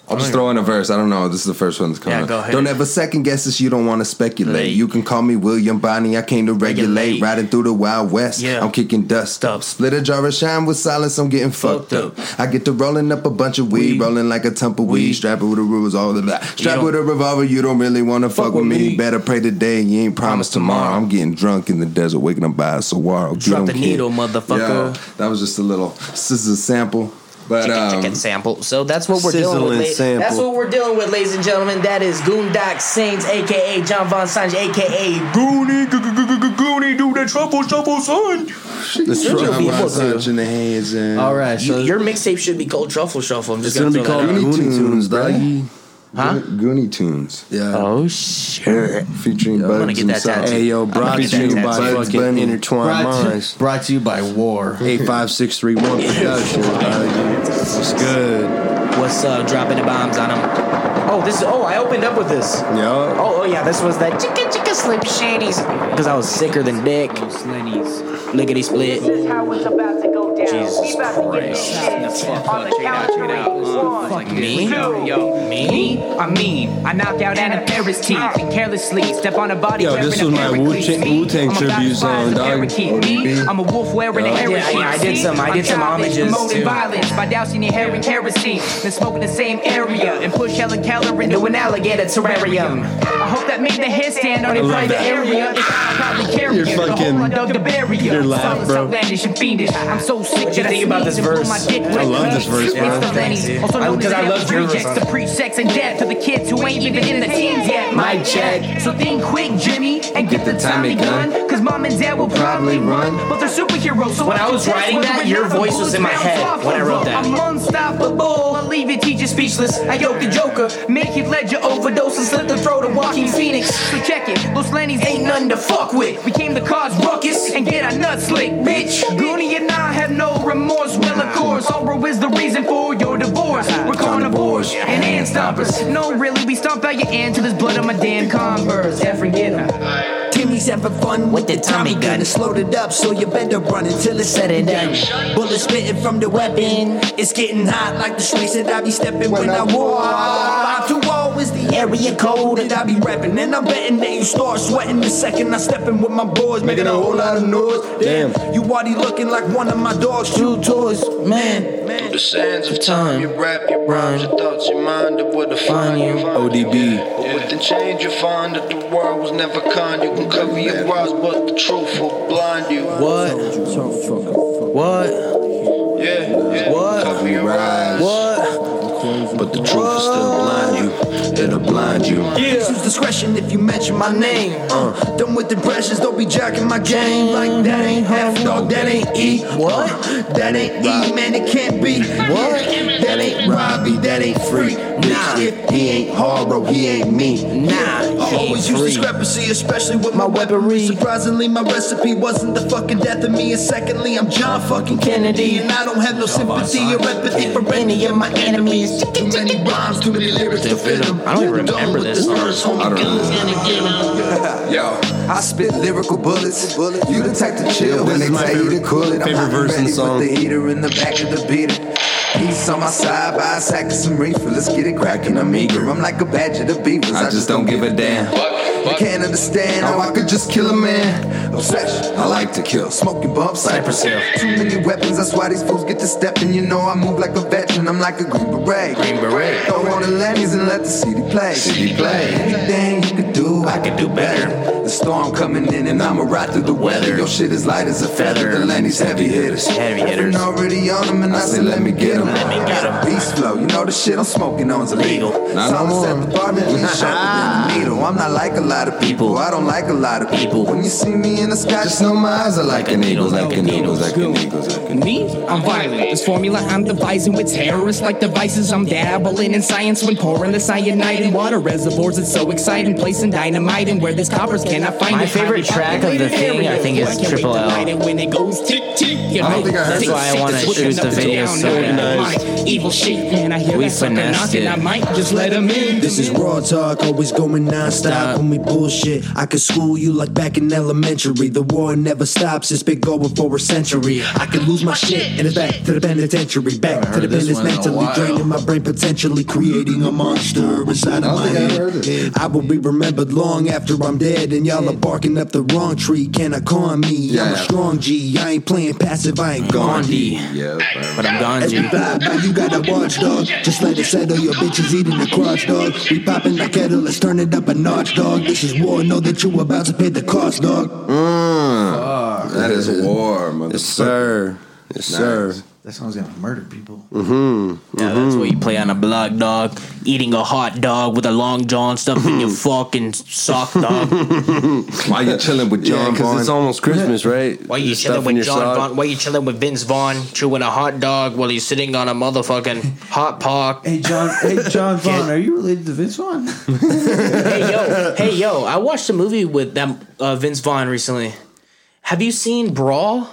Speaker 3: I'll just
Speaker 2: Okay.
Speaker 3: throw in a verse. I don't know. This is the first one that's coming.
Speaker 2: Yeah,
Speaker 3: up.
Speaker 2: go ahead.
Speaker 3: Don't ever second guess us. You don't want to speculate.
Speaker 2: Late.
Speaker 3: You can call me William Bonnie. I came to regulate.
Speaker 2: Regulate.
Speaker 3: Riding through the Wild West.
Speaker 2: Yeah.
Speaker 3: I'm kicking dust up. Split a jar of shine with Solace. I'm getting fucked, up. I get to rolling up a bunch of weed, rolling like a tump of weed. Strapped with the rules, all of that. Strapped
Speaker 6: don't-
Speaker 3: with a revolver. You don't really want to fuck, with me. Better pray today. You ain't promised tomorrow. I'm getting drunk in the desert, waking up by a saguaro. Get
Speaker 2: Drop
Speaker 3: 'em,
Speaker 2: the
Speaker 3: kid.
Speaker 2: needle, motherfucker.
Speaker 3: Yeah, that was just a little scissor sample. But
Speaker 2: Chicken,
Speaker 3: um,
Speaker 2: chicken sample. So that's what we're dealing
Speaker 3: Sizzling
Speaker 2: with. la-
Speaker 3: sample.
Speaker 2: That's what we're dealing with, ladies and gentlemen. That is Goondock Saints, aka John Von Sanj, aka Goonie, Goo- Goo- Goo- Goo- Goo- Goonie, do the trouble shuffle, son.
Speaker 3: Let's
Speaker 2: You'll
Speaker 3: try
Speaker 2: be
Speaker 3: my
Speaker 2: able to.
Speaker 3: punch in the hands and
Speaker 1: All right,
Speaker 2: You-
Speaker 1: so
Speaker 2: your mixtape should be called Truffle Shuffle. I'm just
Speaker 3: It's gonna be
Speaker 2: throw that
Speaker 3: called
Speaker 2: out.
Speaker 3: Goonie Tunes, doggy.
Speaker 2: Huh?
Speaker 3: Goonie Tunes. Yeah.
Speaker 2: Oh shit.
Speaker 3: Featuring
Speaker 2: I'm
Speaker 3: Bugs
Speaker 2: gonna get that
Speaker 3: himself.
Speaker 2: tattoo.
Speaker 4: Hey yo,
Speaker 2: I'm gonna
Speaker 4: brought
Speaker 2: get
Speaker 4: to
Speaker 2: that
Speaker 4: you
Speaker 2: tattoo.
Speaker 4: by
Speaker 3: Bugs
Speaker 4: fucking
Speaker 3: Bunny.
Speaker 4: intertwined
Speaker 1: brought
Speaker 4: minds.
Speaker 1: to, brought to you by war.
Speaker 4: Eight five six three one production. dog. What's good?
Speaker 2: What's up? Dropping the bombs on him. Oh, this is. Oh, I opened up with this.
Speaker 4: Yo,
Speaker 2: Oh, oh yeah, this was that chicka chicka slip shadies. Because I was sicker than dick. Lickety split. Jesus Christ. Me?
Speaker 7: Yo, me? I mean, I knock out Anna Ferris teeth and carelessly step on a body.
Speaker 4: Yo, this was
Speaker 7: wearing a
Speaker 4: my
Speaker 7: Pericles
Speaker 4: Wu-Tang-
Speaker 7: beat.
Speaker 4: Wu-Tang
Speaker 7: I'm a
Speaker 4: tribute
Speaker 7: bad
Speaker 4: song,
Speaker 7: fly,
Speaker 4: dog.
Speaker 7: a parakeet. Me? I'm a wolf wearing a
Speaker 2: Yeah,
Speaker 7: hairy sheep.
Speaker 2: yeah, I did some- I did some
Speaker 7: I'm childish,
Speaker 2: homages,
Speaker 7: promoting
Speaker 2: too.
Speaker 7: violence by dousing your hair in kerosene. Then smoking the same area and push Helen Keller into an alligator terrarium. I hope that made the headstand on
Speaker 4: I
Speaker 7: a
Speaker 4: love
Speaker 7: private
Speaker 4: that.
Speaker 7: area. If I probably carry
Speaker 4: You're
Speaker 7: it, the
Speaker 4: fucking-
Speaker 7: hole I dug to bury it.
Speaker 4: your laugh,
Speaker 7: Sounds
Speaker 4: bro.
Speaker 7: outlandish and fiendish. I'm so sick
Speaker 2: What'd you
Speaker 7: that I
Speaker 2: think about
Speaker 7: sneeze
Speaker 2: this
Speaker 7: and pull
Speaker 2: verse?
Speaker 7: my dick
Speaker 4: I love this verse,
Speaker 7: it's
Speaker 4: bro.
Speaker 7: the Lennies, also known
Speaker 2: Because
Speaker 7: as
Speaker 2: I
Speaker 7: the
Speaker 2: love your
Speaker 7: rejects,
Speaker 2: verse.
Speaker 7: the pre-sex and death to the kids who ain't even in the teens yet. My check. So think quick, Jimmy, and get the Tommy gun. Cause mom and dad will probably run, but they're superheroes. So
Speaker 2: When I was
Speaker 7: can test
Speaker 2: writing
Speaker 7: whether
Speaker 2: that,
Speaker 7: or
Speaker 2: your
Speaker 7: not the
Speaker 2: voice was in my
Speaker 7: bullets
Speaker 2: head
Speaker 7: bounce
Speaker 2: when I
Speaker 7: off
Speaker 2: wrote
Speaker 7: of
Speaker 2: that.
Speaker 7: them. I'm unstoppable. I leave your teacher speechless. I yoke the Joker, make his ledger overdose and slit the throat of Walking Phoenix. So check it, Los Lennies ain't nothing to fuck with. We came to cause ruckus and get our nuts slick, bitch. Goonie and I have no remorse. Well, of course, Oprah is the reason for your divorce. We're carnivores and hand stompers. No, really, we stomp out your end till there's blood on my damn Converse. Yeah, forget 'em.
Speaker 6: Timmy's having fun with the Tommy gun. It's loaded up, so you better run until it's said and done. Bullets spitting from the weapon. It's getting hot like the streets that I be stepping when, I walk. Five to all is the area code that I be rapping, and I'm betting that you start sweating the second I step in with my boys, making a whole lot of noise. Damn, you already looking like one of my dogs. Two toys, man. man. The sands of time, you rap your rhymes, your thoughts, your mind of where to find you.
Speaker 4: ODB.
Speaker 6: But with the change, you find that the world was never kind. You can cover your eyes, but the truth will blind you.
Speaker 2: What? What?
Speaker 6: What? What? But the truth will still blind you. It'll blind you.
Speaker 21: Use discretion if you mention my name. Uh, done with impressions, don't be jacking my game. Like that ain't half dog, that ain't E. What? That ain't E, man, it can't be. What? That ain't Robbie, that ain't free. Nah, if he ain't hard, bro, he ain't me. Nah, I always use discrepancy, especially with my weaponry. Surprisingly, my recipe wasn't the fucking death of me. And secondly, I'm John fucking Kennedy, and I don't have no sympathy or empathy for any of my enemies. Too many rhymes, too many lyrics to fit 'em.
Speaker 2: I don't even remember this song.
Speaker 6: I don't know. Yo, I spit lyrical bullets. You the type to chill when they tell you to cool it. I'm
Speaker 4: favorite
Speaker 6: hot
Speaker 4: verse in
Speaker 6: and
Speaker 4: the
Speaker 6: ready
Speaker 4: song.
Speaker 6: with the heater in the back of the beater. Peace on my side by a sack of some reefer. Let's get it cracking. I'm eager. I'm like a badge of the beavers. I, just don't give a damn. I can't understand how I could just kill a man. Obsession. I like to kill. Smoking bump, Cypress Hill. Too many weapons. That's why these fools get to stepping. You know I move like a veteran. I'm like a green beret. Green beret. Throw on the lemmies and let the city play. City play. Anything you could do, I could do better. The storm coming in and I'ma ride through the weather. Your shit is light as a feather. The Lenny's heavy hitters. Heavy hitters. already on 'em and I say, let me get 'em. Let me get him. Beast flow. You know the shit I'm smoking on's illegal.
Speaker 21: Not no
Speaker 6: Solid set
Speaker 21: more.
Speaker 6: the bar, man, we sharper than a needle. I'm not like a lot of people. I don't like a lot of people. When you see me in the sky, just know my eyes are like an eagle, like an eagle, like an eagle.
Speaker 12: Me? I'm violent. This formula I'm devising with terrorists like devices. I'm dabbling in science when pouring the cyanide in water reservoirs. It's so exciting. Placing dynamite and where there's coppers cannot find
Speaker 2: My
Speaker 12: it.
Speaker 2: favorite track of the thing, I think, is Triple
Speaker 12: Light
Speaker 2: L.
Speaker 12: it when it goes tick tick. You
Speaker 2: I don't
Speaker 12: know,
Speaker 2: think I heard that. That's
Speaker 12: tick,
Speaker 2: why I
Speaker 12: tick,
Speaker 2: wanna
Speaker 12: it's looking
Speaker 2: choose
Speaker 12: up
Speaker 2: the
Speaker 12: to
Speaker 2: video
Speaker 12: down,
Speaker 2: so
Speaker 12: knowing the
Speaker 2: bad.
Speaker 12: mind. Evil shit, man. I hear
Speaker 2: We
Speaker 12: that sucker
Speaker 2: finessed
Speaker 12: knocking.
Speaker 2: it.
Speaker 12: I might just let him in.
Speaker 22: This is raw talk, always going non-stop when we bullshit. I could school you like back in elementary. The war never stops, it's been going for a century. I could lose my shit and it's back to the penitentiary. Back to the
Speaker 21: heard this
Speaker 22: business
Speaker 21: one in a
Speaker 22: mentally,
Speaker 21: while.
Speaker 22: draining my brain potentially, creating a monster inside of my head. I will be remembered long after I'm dead, and y'all are barking up the wrong tree. Can I con me? I'm a
Speaker 21: Yeah.
Speaker 22: strong G. I ain't playing passive, I ain't Gandhi.
Speaker 21: Yeah,
Speaker 2: but I'm Gandhi.
Speaker 22: You got a watch, dog. Just let it settle. oh, Your bitch is eating the crotch, dog. We popping the kettle. Let's turn it up a notch, dog. This is war. Know that you about to pay the cost, dog.
Speaker 6: Mm.
Speaker 4: That is
Speaker 6: war, motherfucker.
Speaker 4: Yes, sir. Yes, sir.
Speaker 1: That song's gonna murder people.
Speaker 4: Mm-hmm.
Speaker 2: Yeah, that's what you play on a blog, dog. Eating a hot dog with a long john stuffed in your fucking sock, dog.
Speaker 4: Why you chilling with
Speaker 2: John
Speaker 4: Because it's
Speaker 2: Vaughn?
Speaker 4: almost Christmas, right?
Speaker 2: Why you
Speaker 4: You're
Speaker 2: chilling
Speaker 4: stuffing
Speaker 2: with
Speaker 4: your
Speaker 2: John
Speaker 4: sock.
Speaker 2: Vaughn? Why you chilling with Vince Vaughn chewing a hot dog while he's sitting on a motherfucking hot pot?
Speaker 1: Hey John, hey John Vaughn, are you related to Vince Vaughn?
Speaker 2: hey yo, hey yo! I watched a movie with them uh, Vince Vaughn recently. Have you seen Brawl?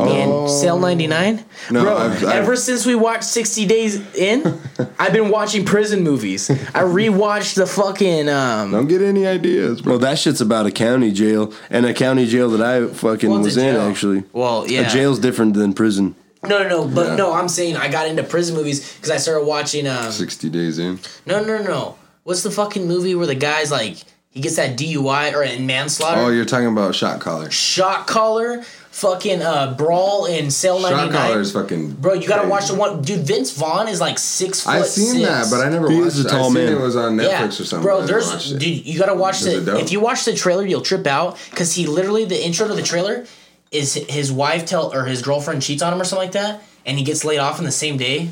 Speaker 4: Oh.
Speaker 2: And Sale 99?
Speaker 21: No,
Speaker 2: Bro,
Speaker 21: I've- I've-
Speaker 2: ever since we watched 60 Days In, I've been watching prison movies. I rewatched the fucking. um
Speaker 4: Don't get any ideas, bro. that shit's about a county jail and a county jail that I fucking
Speaker 2: Well, it's
Speaker 4: was
Speaker 2: a
Speaker 4: in
Speaker 2: jail.
Speaker 4: actually.
Speaker 2: Well, yeah.
Speaker 4: a jail's different than prison.
Speaker 2: No, no, no. But
Speaker 4: Yeah.
Speaker 2: no, I'm saying I got into prison movies because I started watching. um
Speaker 4: Sixty days in.
Speaker 2: No, no, no. What's the fucking movie where the guy's like he gets that DUI or in manslaughter?
Speaker 4: Oh,
Speaker 6: you're talking about shot collar.
Speaker 2: Shot collar, fucking uh, brawl in cell ninety
Speaker 6: Shot collar is
Speaker 2: nine.
Speaker 6: fucking.
Speaker 2: Bro, you gotta watch the one. Dude, Vince Vaughn is like six foot.
Speaker 6: I seen
Speaker 2: six.
Speaker 6: that, but I never He watched is a it. I tall seen man. it was on Netflix or something. I
Speaker 2: Bro,
Speaker 6: never
Speaker 2: there's
Speaker 6: watched it.
Speaker 2: dude. You gotta watch
Speaker 6: Is it
Speaker 2: the.
Speaker 6: dope?
Speaker 2: If you watch the trailer, you'll trip out because he literally the intro to the trailer is his wife tell or his girlfriend cheats on him or something like that, and he gets laid off on the same day.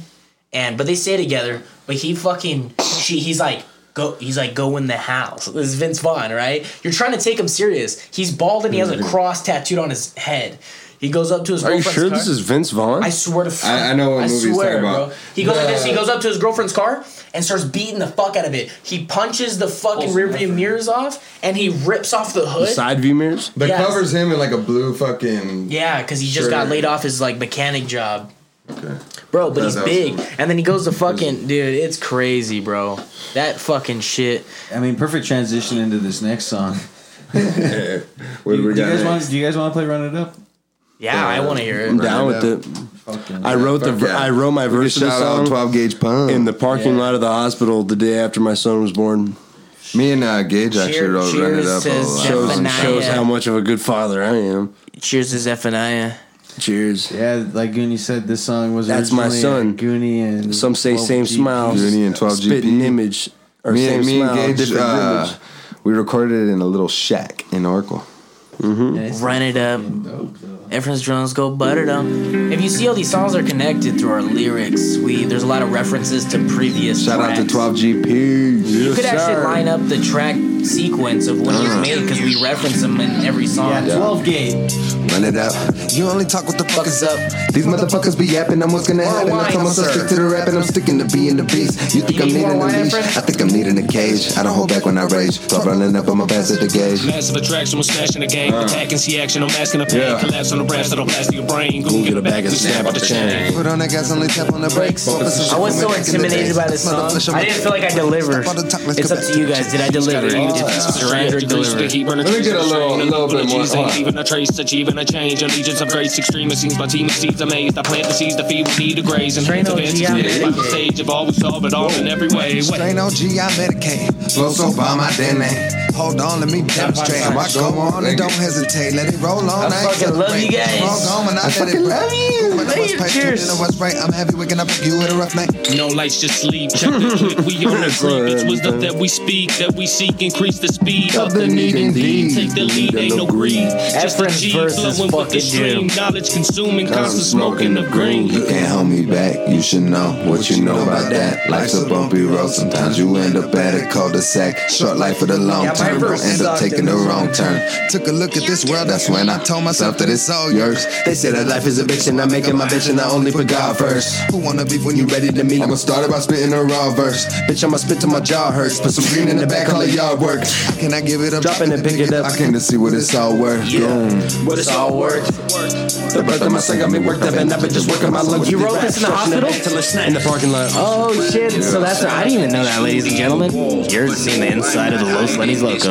Speaker 2: And but they stay together. But he fucking she. He's like go. He's like go in the house. This is Vince Vaughn, right? You're trying to take him serious. He's bald and he has a
Speaker 6: Mm-hmm.
Speaker 2: cross tattooed on his head. He goes up to his.
Speaker 4: Are you
Speaker 2: girlfriend's
Speaker 4: sure
Speaker 2: car.
Speaker 4: this is Vince Vaughn?
Speaker 2: I swear to fuck.
Speaker 4: I- I know what
Speaker 2: I
Speaker 4: movie he's
Speaker 2: swear,
Speaker 4: talking about.
Speaker 2: bro. He goes like this. He
Speaker 4: The-
Speaker 2: goes up to his girlfriend's car and starts beating the fuck out of it. He punches the fucking rearview mirrors off and he rips off the hood.
Speaker 4: side view mirrors.
Speaker 6: That
Speaker 2: Yes.
Speaker 6: covers him in like a blue fucking.
Speaker 2: Yeah, because he just
Speaker 6: Sure.
Speaker 2: got laid off his like mechanic job,
Speaker 6: Okay.
Speaker 2: bro. But
Speaker 6: That-
Speaker 2: he's
Speaker 6: that was
Speaker 2: big, and then he goes to fucking dude. It's crazy, bro. That fucking shit.
Speaker 1: I mean, perfect transition into this next song. do,
Speaker 4: do we
Speaker 1: you
Speaker 4: got
Speaker 1: guys
Speaker 4: next?
Speaker 1: want? Do you guys want to play Run It Up?
Speaker 2: Yeah, I want to hear it.
Speaker 4: I'm down with it. I wrote the ver- I wrote my verse of the
Speaker 6: shout out
Speaker 4: song
Speaker 6: 12 gauge pump
Speaker 4: in the parking lot of the hospital the day after my son was born.
Speaker 6: Me and uh, Gage actually
Speaker 2: Cheer- wrote Run It cheers Up a to lot.
Speaker 4: Shows,
Speaker 2: Zephaniah.
Speaker 4: shows how much of a good father I am.
Speaker 2: Cheers to Zephaniah.
Speaker 4: Cheers.
Speaker 1: Yeah, like Goonie said, this song was
Speaker 4: That's my
Speaker 1: originally
Speaker 4: son.
Speaker 1: Goonie and
Speaker 4: Some say
Speaker 1: 12
Speaker 4: same
Speaker 1: G-
Speaker 4: smile,
Speaker 6: Goonie and 12 GP.
Speaker 4: spitting image, or
Speaker 6: me,
Speaker 4: same
Speaker 6: and, me
Speaker 4: smile,
Speaker 6: and Gage,
Speaker 4: different
Speaker 6: uh,
Speaker 4: image.
Speaker 6: we recorded it in a little shack in Oracle. Mm-hmm.
Speaker 2: Run it up. Everyone's drones go butter them. If you see how these songs are connected through our lyrics, we there's a lot of references to previous.
Speaker 6: Shout out
Speaker 2: tracks.
Speaker 6: to 12GP.
Speaker 2: You could actually line up the track sequence of when
Speaker 6: Uh-huh.
Speaker 2: he's made because we reference them in every song.
Speaker 6: Yeah, 12
Speaker 2: gauge.
Speaker 6: Run it up. You only talk what the fuck is up. These motherfuckers be yapping. I'm what's gonna happen.
Speaker 3: wine,
Speaker 6: I told myself
Speaker 3: sir.
Speaker 6: stick to the rap and I'm sticking to being the beast. You think I'm needing a leash? I think I'm needing a cage. I don't hold back when I rage. Stop running up on my pants at the gauge.
Speaker 18: Massive attraction, we're smashing the gang. Attack and see action, I'm asking a pain.
Speaker 6: Yeah.
Speaker 18: Collapse on the brass, that'll blast your brain. Go get a bag and snap out the chain.
Speaker 6: Put on that gas, only tap on the brakes.
Speaker 2: I was so intimidated by this song. I didn't feel like I delivered. It's up to you guys. Did I deliver? Did Surrender delivered.
Speaker 18: Let me get a little, a little bit more. Even a trace, achieving a change. Allegiance of grace, extreme it seems. My team exceeds amazed. I plant the seeds, the feed, we need to graze. And hands of ancestors by the stage of all we solve it all in every way.
Speaker 6: Strain OG, I medicate. Flow so bomb, I detonate. Hold on, let me demonstrate. I go on and don't hesitate. Let it roll on.
Speaker 3: I
Speaker 6: ain't
Speaker 3: fucking love
Speaker 6: celebrate.
Speaker 3: you guys.
Speaker 6: Roll on when I,
Speaker 3: I
Speaker 6: let it
Speaker 3: fucking
Speaker 6: break.
Speaker 3: love you.
Speaker 6: When I was
Speaker 3: Later.
Speaker 6: patient
Speaker 3: Cheers.
Speaker 6: and I was right. I'm happy waking up with you at a rough night.
Speaker 18: No lights, just sleep. Check the tweet. We on the creep. It's wisdom that we speak, that we seek. Increase the speed of the need indeed. Take the lead, ain't no greed. Just a G flowing with the stream. Knowledge consuming, constant smoking of green.
Speaker 6: You can't hold me back. You should know what you know about that. Life's a bumpy road. Sometimes you end up at a cul-de-sac. Short life for the long
Speaker 3: Yeah, my
Speaker 6: term.
Speaker 3: verse
Speaker 6: End up
Speaker 3: sucked
Speaker 6: taking
Speaker 3: in
Speaker 6: the
Speaker 3: this
Speaker 6: wrong
Speaker 3: one.
Speaker 6: turn. Took a look at this world. That's when I told myself that it's all yours. They say that life is a bitch and I'm making my bitch and I only put God first. Who wanna beef when you ready to meet? I'ma start it by spitting a raw verse. Bitch, I'ma spit till my jaw hurts. Put some green in the back, call it yard work. Can I give it up? Dropping it, pick it up. I came to see what it's all worth. Yeah.
Speaker 3: What it's all worth.
Speaker 6: The breath of my son got me worked up and I've been just working my lungs.
Speaker 3: You wrote this in the hospital?
Speaker 6: Till it's not in the parking lot.
Speaker 2: Oh shit! So that's I didn't even know that, ladies and gentlemen. You're seeing the inside of the Los Lenny's Locos.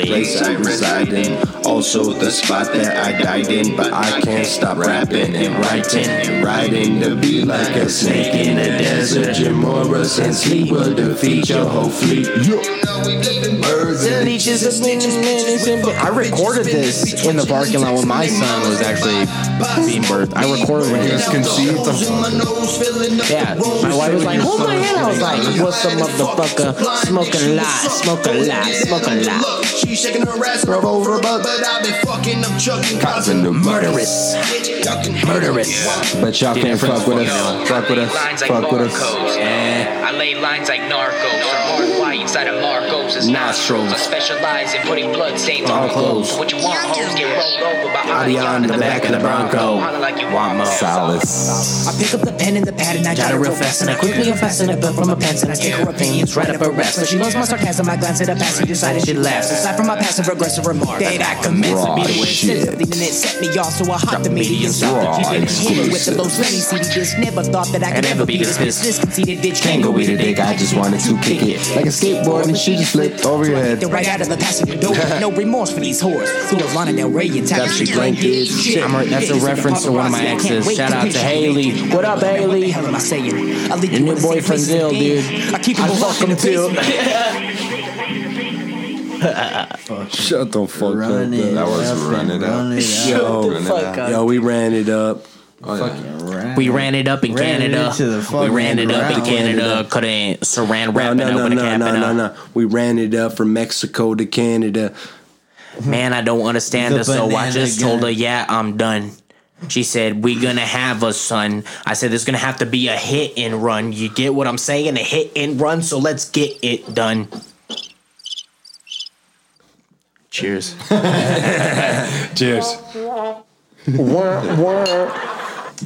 Speaker 3: Place I reside in, also the spot that I died in. But I can't stop rapping and writing and riding to be like a snake in a desert. Jamora and sleep will defeat your whole fleet. Birds and
Speaker 2: I recorded this in the parking lot when my son was actually being birthed. I recorded when he was conceived. Yeah, my wife was like, "Hold my hand." I was like, "What's the motherfucker? Smoke a lot, smoke a lot, smoke a lot."
Speaker 3: She shaking her ass rub over a butt, but I've been fucking up chucking
Speaker 6: Causing the murderous.
Speaker 3: Murderous.
Speaker 6: But y'all can't fuck with us. Fuck with
Speaker 12: Lines
Speaker 6: us.
Speaker 12: like
Speaker 6: Fuck with
Speaker 12: barcodes.
Speaker 6: us. Eh.
Speaker 12: I lay lines like narcos. Or hard Y inside of Marcos. It's
Speaker 6: Nostrils.
Speaker 12: nostrils. I specialize in putting blood stains on
Speaker 6: On clothes.
Speaker 12: clothes. What you want, hoes, get rolled over by
Speaker 6: Adion
Speaker 12: Adion
Speaker 6: in the back of the Bronco.
Speaker 12: Holla like you want more.
Speaker 6: Solace.
Speaker 7: I pick up the pen and the pad and I
Speaker 2: Jot
Speaker 7: jot
Speaker 2: it
Speaker 7: it
Speaker 2: real
Speaker 7: real
Speaker 2: fast
Speaker 7: fast and I quickly unfasten it but from a pencil and I stick her opinions right up her ass. But she loves my sarcasm, I glance at her past, she decided she laughs. Aside from my passive aggressive remark, that I commence to
Speaker 3: Raw
Speaker 7: be the
Speaker 3: shit.
Speaker 7: sensitive and it set me off, so I hopped immediately inside
Speaker 3: Raw
Speaker 7: the keep it hidden with the
Speaker 3: exclusive.
Speaker 7: most many CD disc. Never thought that I
Speaker 6: And
Speaker 7: could
Speaker 6: never
Speaker 7: ever
Speaker 6: be
Speaker 7: be this
Speaker 6: dismissed.
Speaker 7: bitch. This conceited bitch can't
Speaker 6: Tango
Speaker 7: go
Speaker 6: be the dick. I just wanted to kick it. Like a skateboard and she just flipped over your head.
Speaker 7: They're right out of the passenger door. No remorse for these whores. Full of Lana Del Rey and
Speaker 2: That's
Speaker 7: Tapestry
Speaker 2: your blanket. Shit, I'm a- that's a reference to one of my exes. Shout out to Haley. What up, Haley?
Speaker 7: Hell am I saying? I leave
Speaker 2: Your
Speaker 7: you
Speaker 2: new
Speaker 7: in the same
Speaker 2: boyfriend's
Speaker 7: place
Speaker 2: ill, dude.
Speaker 7: again. I keep it
Speaker 2: I fuck him too.
Speaker 4: Shut the fuck up.
Speaker 1: Run
Speaker 4: bro.
Speaker 1: it That was up run and it up. run it up.
Speaker 4: Yo,
Speaker 1: Shut the fuck up.
Speaker 4: Yo, we ran it up.
Speaker 6: Oh,
Speaker 2: We ran it up in
Speaker 4: Ran it
Speaker 2: Canada.
Speaker 4: into the
Speaker 2: We
Speaker 4: fucking
Speaker 2: ran it up in
Speaker 4: ground.
Speaker 2: Canada. Couldn't saran
Speaker 4: No,
Speaker 2: wrap it
Speaker 4: no,
Speaker 2: up
Speaker 4: no,
Speaker 2: with a
Speaker 4: no,
Speaker 2: cap
Speaker 4: no,
Speaker 2: and
Speaker 4: no,
Speaker 2: up.
Speaker 4: no. We ran it up from Mexico to Canada.
Speaker 2: Man, I don't understand
Speaker 4: The
Speaker 2: her, so I
Speaker 4: banana
Speaker 2: just
Speaker 4: gun.
Speaker 2: told her, yeah, I'm done. She said, we gonna have a son. I said, there's gonna have to be a hit and run. You get what I'm saying? A hit and run, so let's get it done. Cheers.
Speaker 4: Cheers.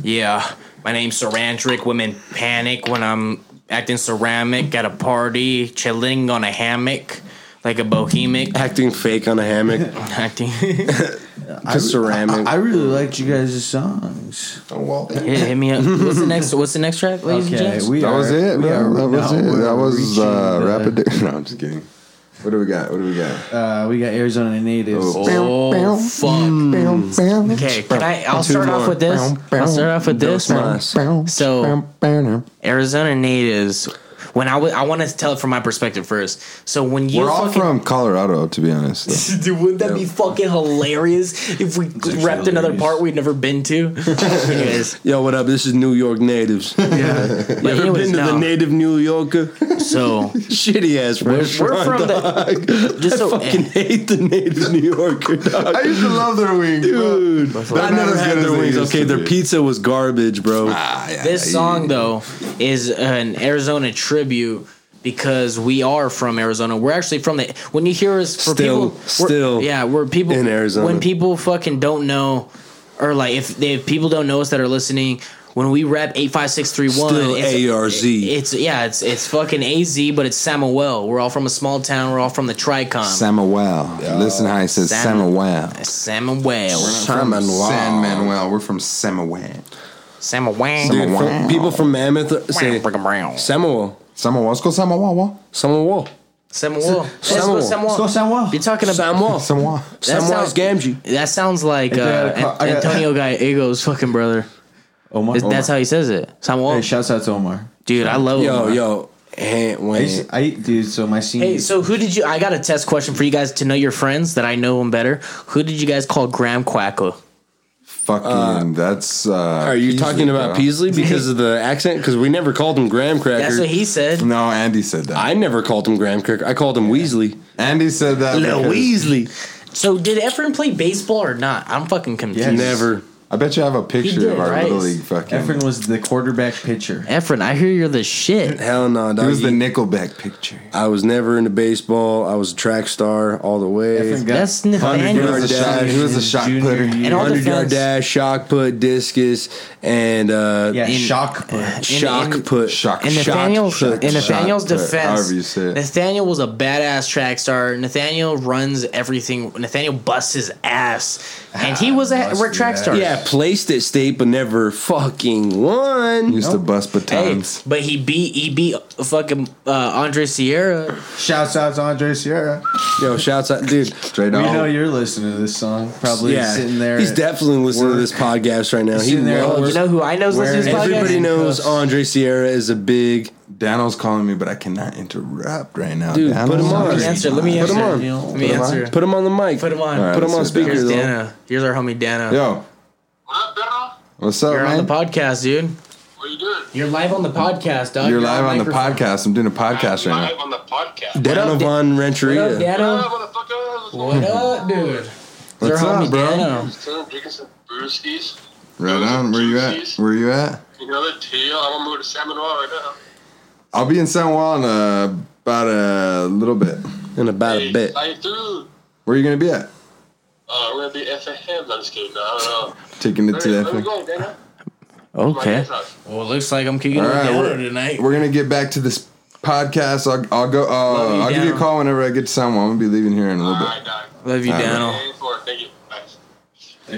Speaker 2: Yeah. My name's Sarandrick. Women panic when I'm acting ceramic at a party, chilling on a hammock like a bohemic.
Speaker 4: Acting fake on a hammock.
Speaker 2: Acting.
Speaker 1: I-
Speaker 4: Just ceramic.
Speaker 1: I, I really liked you guys' songs.
Speaker 2: Hit, hit me up. What's the next? What's the next track, ladies and gents?
Speaker 1: we
Speaker 6: that was
Speaker 1: are-
Speaker 6: it,
Speaker 1: we
Speaker 6: man.
Speaker 1: are
Speaker 6: That was
Speaker 1: now
Speaker 6: it.
Speaker 1: we're
Speaker 6: That was uh,
Speaker 1: reaching the-
Speaker 6: rapid. dick- No, I'm just kidding. What do we got? What do we got?
Speaker 1: Uh, we got Arizona natives.
Speaker 2: Oh, fuck. Okay, can I? I'll
Speaker 1: Two
Speaker 2: start off
Speaker 1: more.
Speaker 2: with this. I'll start off with this.
Speaker 1: Dos
Speaker 2: So, Arizona natives When I was, I want to tell it from my perspective first. So when you
Speaker 23: We're all
Speaker 2: fucking
Speaker 23: from Colorado, to be honest. though.
Speaker 2: Dude, wouldn't that be fucking hilarious if we repped another part we'd never been to? Anyways,
Speaker 4: Yo, what up? This is New York natives. Yeah. you ever
Speaker 2: anyways,
Speaker 4: been to
Speaker 2: no.
Speaker 4: the native New Yorker?
Speaker 2: So
Speaker 4: shitty ass
Speaker 2: We're- we're
Speaker 4: restaurant.
Speaker 2: from the-
Speaker 4: dog.
Speaker 2: just
Speaker 4: I
Speaker 2: so- eh,
Speaker 4: fucking hate the native New Yorker. Dog.
Speaker 23: I used to love their wings, dude.
Speaker 4: I never had their wings. Okay, their pizza was garbage, bro.
Speaker 2: this song though is an Arizona tribute because we are from Arizona. We're actually from the. When you hear us, for
Speaker 4: Still-
Speaker 2: people, we're-
Speaker 4: still
Speaker 2: yeah, we're people
Speaker 4: in Arizona.
Speaker 2: When people fucking don't know, or like if, they, if people don't know us that are listening. When we rap eight five six three one,
Speaker 4: Still ARZ.
Speaker 2: It's yeah, it's it's fucking AZ, but it's Samuel. We're all from a small town. We're all from the Tricon.
Speaker 23: Samuel. Listen how he says
Speaker 2: Sam-
Speaker 23: Samuel.
Speaker 2: Samuel.
Speaker 23: San Manuel. We're from Samuel.
Speaker 2: Samuel.
Speaker 4: Dude, from, people from Mammoth say Samuel.
Speaker 23: Samuel.
Speaker 24: Uh,
Speaker 23: Let's go Samuel.
Speaker 4: Samuel.
Speaker 2: Samuel.
Speaker 4: Samuel. Let's go
Speaker 2: Samuel. You're talking about
Speaker 4: Samuel.
Speaker 23: Samuel.
Speaker 4: Samuel's Gamgee.
Speaker 2: That sounds like
Speaker 1: Hey,
Speaker 2: uh,
Speaker 1: dude, I got a call-
Speaker 2: An-
Speaker 1: I got-
Speaker 2: Antonio Gallego's fucking brother.
Speaker 1: Omar.
Speaker 2: Is- That's how he says it. Samuel.
Speaker 1: Hey, shouts out to Omar.
Speaker 2: Dude, I love Yo, Omar.
Speaker 4: yo.
Speaker 1: I, used to- I dude. So my senior.
Speaker 2: Hey, so who did you? I got a test question for you guys to know your friends that I know them better. Who did you guys call Graham Quacko?
Speaker 23: Fucking, that's. Uh,
Speaker 4: Are you talking about Peasley because of the accent? Because we never called him Graham Cracker.
Speaker 2: That's what he said.
Speaker 23: No, Andy said that.
Speaker 4: I never called him Graham Cracker. I called him Weasley.
Speaker 23: Andy said that.
Speaker 4: Lil
Speaker 23: because-
Speaker 4: Weasley.
Speaker 2: So did Efren play baseball or not? I'm fucking confused.
Speaker 23: I bet you have a picture
Speaker 2: did,
Speaker 23: of our
Speaker 2: right?
Speaker 23: little league fucking.
Speaker 1: Efren was the quarterback pitcher.
Speaker 2: Efren, I hear you're the shit.
Speaker 4: Hell no, dog.
Speaker 23: It was the
Speaker 4: You-
Speaker 23: Nickelback picture.
Speaker 4: I was never into baseball. I was a track star all the way.
Speaker 1: Efren got That's
Speaker 2: Nathaniel.
Speaker 23: He was a shot- he was a shot putter.
Speaker 2: And all
Speaker 4: 100 yard
Speaker 2: defense.
Speaker 4: dash, shock put, discus, and uh,
Speaker 1: Yeah, shock put.
Speaker 4: shock
Speaker 2: in-
Speaker 4: put, shock,
Speaker 2: In Nathaniel's,
Speaker 4: shock put.
Speaker 2: in Nathaniel's
Speaker 23: Shot put,
Speaker 2: defense,
Speaker 23: however you say it.
Speaker 2: Nathaniel was a badass track star. Nathaniel runs everything. Nathaniel busts his ass, and
Speaker 4: Ah,
Speaker 2: he was a
Speaker 1: Busted
Speaker 2: track star.
Speaker 4: Yeah, placed at state, but never fucking won.
Speaker 23: Used to bust
Speaker 2: Hey,
Speaker 23: batons.
Speaker 2: but he beat he beat fucking uh, Andre Sierra.
Speaker 1: Shouts out to Andre Sierra.
Speaker 4: Yo, shouts out, dude.
Speaker 23: Straight
Speaker 1: We know
Speaker 23: on.
Speaker 1: you're listening to this song. Probably
Speaker 4: yeah,
Speaker 1: sitting there.
Speaker 4: he's definitely listening to this podcast right now.
Speaker 1: He's
Speaker 4: He
Speaker 1: sitting there at
Speaker 4: loves-
Speaker 1: work.
Speaker 2: You know who I know's listening to this
Speaker 1: Where-
Speaker 2: podcast?
Speaker 4: everybody knows Andre Sierra is a big
Speaker 23: Dano's calling me, but I cannot interrupt right now.
Speaker 4: dude.
Speaker 23: Dano's
Speaker 4: Put him on.
Speaker 2: Let me answer. Let me
Speaker 4: Put
Speaker 2: answer.
Speaker 4: him on.
Speaker 2: Let me
Speaker 4: Put him on.
Speaker 2: answer.
Speaker 4: Put him on the mic.
Speaker 2: Put him on.
Speaker 23: All right,
Speaker 4: Put him
Speaker 23: let's
Speaker 4: on
Speaker 23: sit down.
Speaker 4: speaker.
Speaker 2: Here's
Speaker 4: though.
Speaker 2: Dana. Here's our homie Dana.
Speaker 23: Yo, what's up,
Speaker 2: You're on
Speaker 23: man?
Speaker 2: the podcast, dude. What are you doing? You're live on the podcast, dog.
Speaker 23: You're live on the
Speaker 2: microphone.
Speaker 23: podcast. I'm doing a podcast right now.
Speaker 4: Donovan
Speaker 2: What up,
Speaker 4: Renteria.
Speaker 2: Dano? What up, dude?
Speaker 23: What's
Speaker 2: Your
Speaker 23: up,
Speaker 2: homie
Speaker 23: bro?
Speaker 2: Dano.
Speaker 23: Right on. Where you at? Where you at? I'll be in San Juan uh, about a little bit.
Speaker 4: In about a bit.
Speaker 23: Where you gonna be at?
Speaker 24: Uh, we're gonna be FAM. I'm just kidding. No, I don't know.
Speaker 23: Taking it to
Speaker 24: Where-
Speaker 23: that.
Speaker 24: where we
Speaker 23: thing.
Speaker 24: going, Dana?
Speaker 2: Okay.
Speaker 24: dad's house.
Speaker 2: Well, it looks like I'm kicking it
Speaker 23: All
Speaker 2: with
Speaker 23: right,
Speaker 2: Dano
Speaker 23: we're,
Speaker 2: tonight.
Speaker 23: we're gonna get back to this podcast. I'll, I'll go.
Speaker 2: Love
Speaker 23: Uh,
Speaker 2: you,
Speaker 23: I'll give you a
Speaker 2: Dano.
Speaker 23: call whenever I get to San Juan. I'm gonna be leaving here in a little bit.
Speaker 2: Love you,
Speaker 23: All right.
Speaker 2: Daniel.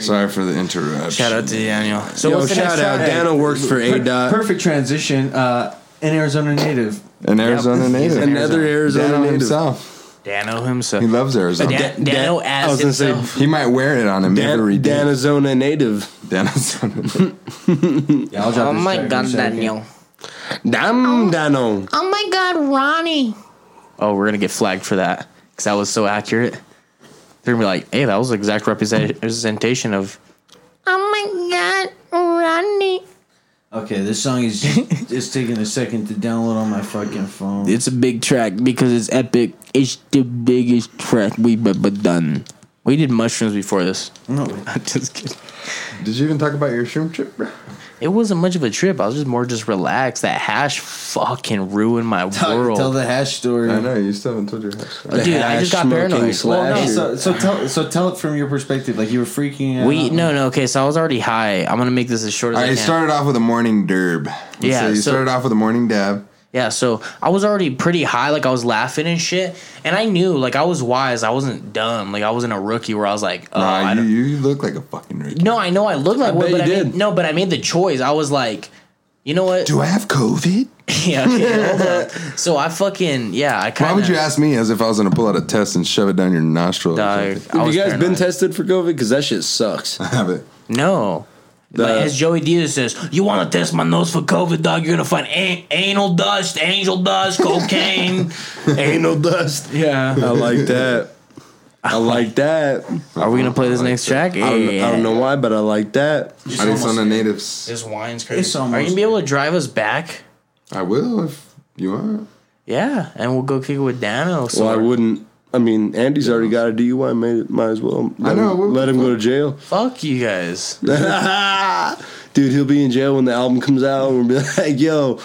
Speaker 23: Sorry for the interruption.
Speaker 2: Shout out to Daniel. So
Speaker 4: Yo,
Speaker 2: what's the
Speaker 4: shout
Speaker 2: next
Speaker 4: out.
Speaker 2: topic?
Speaker 4: Dano works for
Speaker 1: Per-
Speaker 4: A Dot.
Speaker 1: Perfect transition. Uh, an Arizona native.
Speaker 23: An Arizona
Speaker 2: he's
Speaker 23: native.
Speaker 2: an
Speaker 4: Another Arizona
Speaker 23: Dano
Speaker 4: native.
Speaker 23: himself.
Speaker 2: Dano himself.
Speaker 23: He loves Arizona.
Speaker 2: Da- Dano
Speaker 4: I
Speaker 2: as
Speaker 4: was gonna say-
Speaker 2: himself.
Speaker 23: he might wear it on him every
Speaker 4: Dan,
Speaker 23: day.
Speaker 4: Danazona native.
Speaker 23: Dano.
Speaker 1: Yeah, I'll drop
Speaker 2: Oh
Speaker 1: this
Speaker 2: my
Speaker 1: track in
Speaker 2: god,
Speaker 1: a second.
Speaker 2: Daniel.
Speaker 4: Dam Dano.
Speaker 2: Oh my god, Ronnie. Oh, we're gonna get flagged for that because that was so accurate. They're gonna be like, "Hey, that was the exact represent- representation of." Oh my god, Ronnie.
Speaker 1: Okay, this song is it's taking a second to download on my fucking phone.
Speaker 2: It's a big track because it's epic. It's the biggest track we've ever done. We did mushrooms before this.
Speaker 1: No,
Speaker 2: I'm just kidding.
Speaker 23: Did you even talk about your shroom trip, bro?
Speaker 2: It wasn't much of a trip. I was just more just relaxed. That hash fucking ruined my world.
Speaker 1: tell the hash story.
Speaker 23: I know you still haven't told your story.
Speaker 2: Dude, I just got
Speaker 4: Hash-smoking
Speaker 2: paranoid.
Speaker 4: slash-
Speaker 1: Well, no, so, so tell so tell it from your perspective. Like you were freaking out.
Speaker 2: We no no okay. So I was already high. I'm gonna make this as short as
Speaker 23: All
Speaker 2: I
Speaker 23: right,
Speaker 2: can.
Speaker 23: you started off with a morning derb. Let's
Speaker 2: Yeah,
Speaker 23: say you
Speaker 2: so-
Speaker 23: started off with a morning dab.
Speaker 2: Yeah, so I was already pretty high, like I was laughing and shit, and I knew, like I was wise, I wasn't dumb, like I wasn't a rookie where I was like, oh, I
Speaker 23: nah, you,
Speaker 2: don't-
Speaker 23: you look like a fucking rookie.
Speaker 2: no, I know I look like one,
Speaker 4: bet
Speaker 2: but I
Speaker 4: you
Speaker 2: made,
Speaker 4: did.
Speaker 2: no, but I made the choice. I was like, you know what?
Speaker 23: Do I have COVID?
Speaker 2: yeah, okay, hold on. So I fucking yeah, I kind
Speaker 23: Why
Speaker 2: of.
Speaker 23: would you ask me as if I was gonna pull out a test and shove it down your nostril? or
Speaker 2: Dog,
Speaker 23: something?
Speaker 2: I
Speaker 4: Have
Speaker 2: was
Speaker 4: you guys
Speaker 2: paranoid.
Speaker 4: been tested for COVID? Because that shit sucks.
Speaker 23: I have it.
Speaker 2: No, But as Joey Diaz says, you want to test my nose for COVID, dog? You're gonna find an- anal dust, angel dust, cocaine,
Speaker 4: anal dust.
Speaker 2: Yeah,
Speaker 4: I like that. I like that.
Speaker 2: Are we gonna play this next track?
Speaker 4: I don't, I don't know why, but I like that.
Speaker 2: Just I need some almost- of the
Speaker 4: natives.
Speaker 2: This wine's crazy.
Speaker 4: It's
Speaker 2: Are
Speaker 4: almost
Speaker 2: you gonna be able to drive us back?
Speaker 4: I will if you want.
Speaker 2: Yeah, and we'll go kick it with Dano. So
Speaker 4: Well, I wouldn't. I mean, Andy's already got a DUI. Might, might as well. Let
Speaker 2: know,
Speaker 4: Him,
Speaker 2: what-
Speaker 4: let him go to jail.
Speaker 2: Fuck you guys.
Speaker 4: Dude, he'll be in jail when the album comes out. And we'll be like, yo,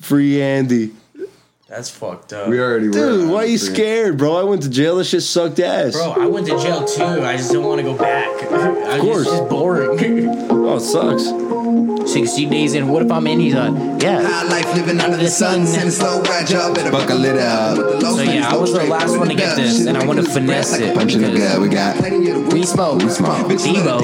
Speaker 4: free Andy.
Speaker 2: That's fucked up.
Speaker 4: Dude, why are you scared, bro? I went to jail. That shit sucked ass.
Speaker 2: Bro, I went to jail too. I just don't want to go back. Of course. It's just boring.
Speaker 4: oh, it sucks.
Speaker 2: 60 days in. What if I'm in? He's like, yeah.
Speaker 6: High life living under the sun, send a slow ride, y'all better buckle it up.
Speaker 2: So yeah, I was the last one to get this, and I want to finesse it.
Speaker 6: Punching the gut, we got
Speaker 2: We smoke. We smoke. Debo.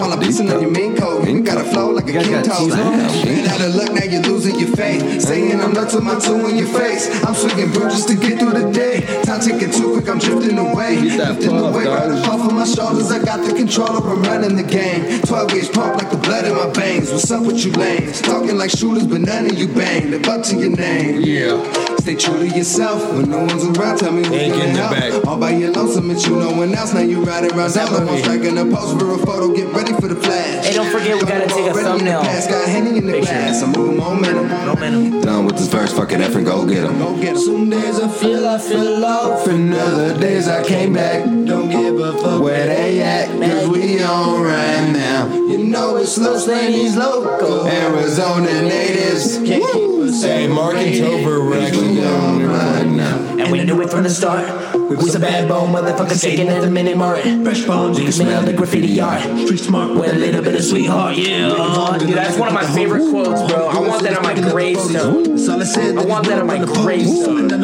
Speaker 6: While I'm pissing on your mink coat, ain't got a flow like a king toast. And out of luck, now you're losing your faith. Saying I'm nuts with my two in your face. I'm swinging brew just to get through the day. Time taking too quick, I'm drifting away. Drifting away, right off of my shoulders. I got the controller, I'm running the game. 12 gauge pump like the blood in my veins. What's up with you lanes? Talking like shooters, but none of you bang. Live up to your name. Yeah. Stay true to yourself when no one's around. Tell me who can help. All by your lonesome, and you no one else. Now you riding around Zelda, I'm striking a pose for a photo. Get ready for the flash.
Speaker 2: Hey, don't forget we gotta take a thumbnail.
Speaker 6: Got Henny in the glass. I'm moving momentum.
Speaker 2: Momentum.
Speaker 6: Done with this verse, fuck it, effing go get 'em. Go get 'em. Some days I feel I feel off, and other days I came back. Don't give a fuck where they at, cause we on right now. You know it's Los Lanes local. Arizona natives. Can't keep us Hey, Mark and Tover we on right now.
Speaker 2: And we knew it from the start. We was a bad bone motherfucker shaking at the minute mark. Fresh bones, you can smell the graffiti art. Street smart with a little bit of sweetheart. Yeah, dude, that's one of my favorite quotes, bro. I want that on my gravestone. I want that on my gravestone. Uh, uh,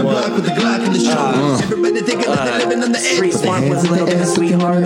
Speaker 2: street smart with a little bit of sweetheart.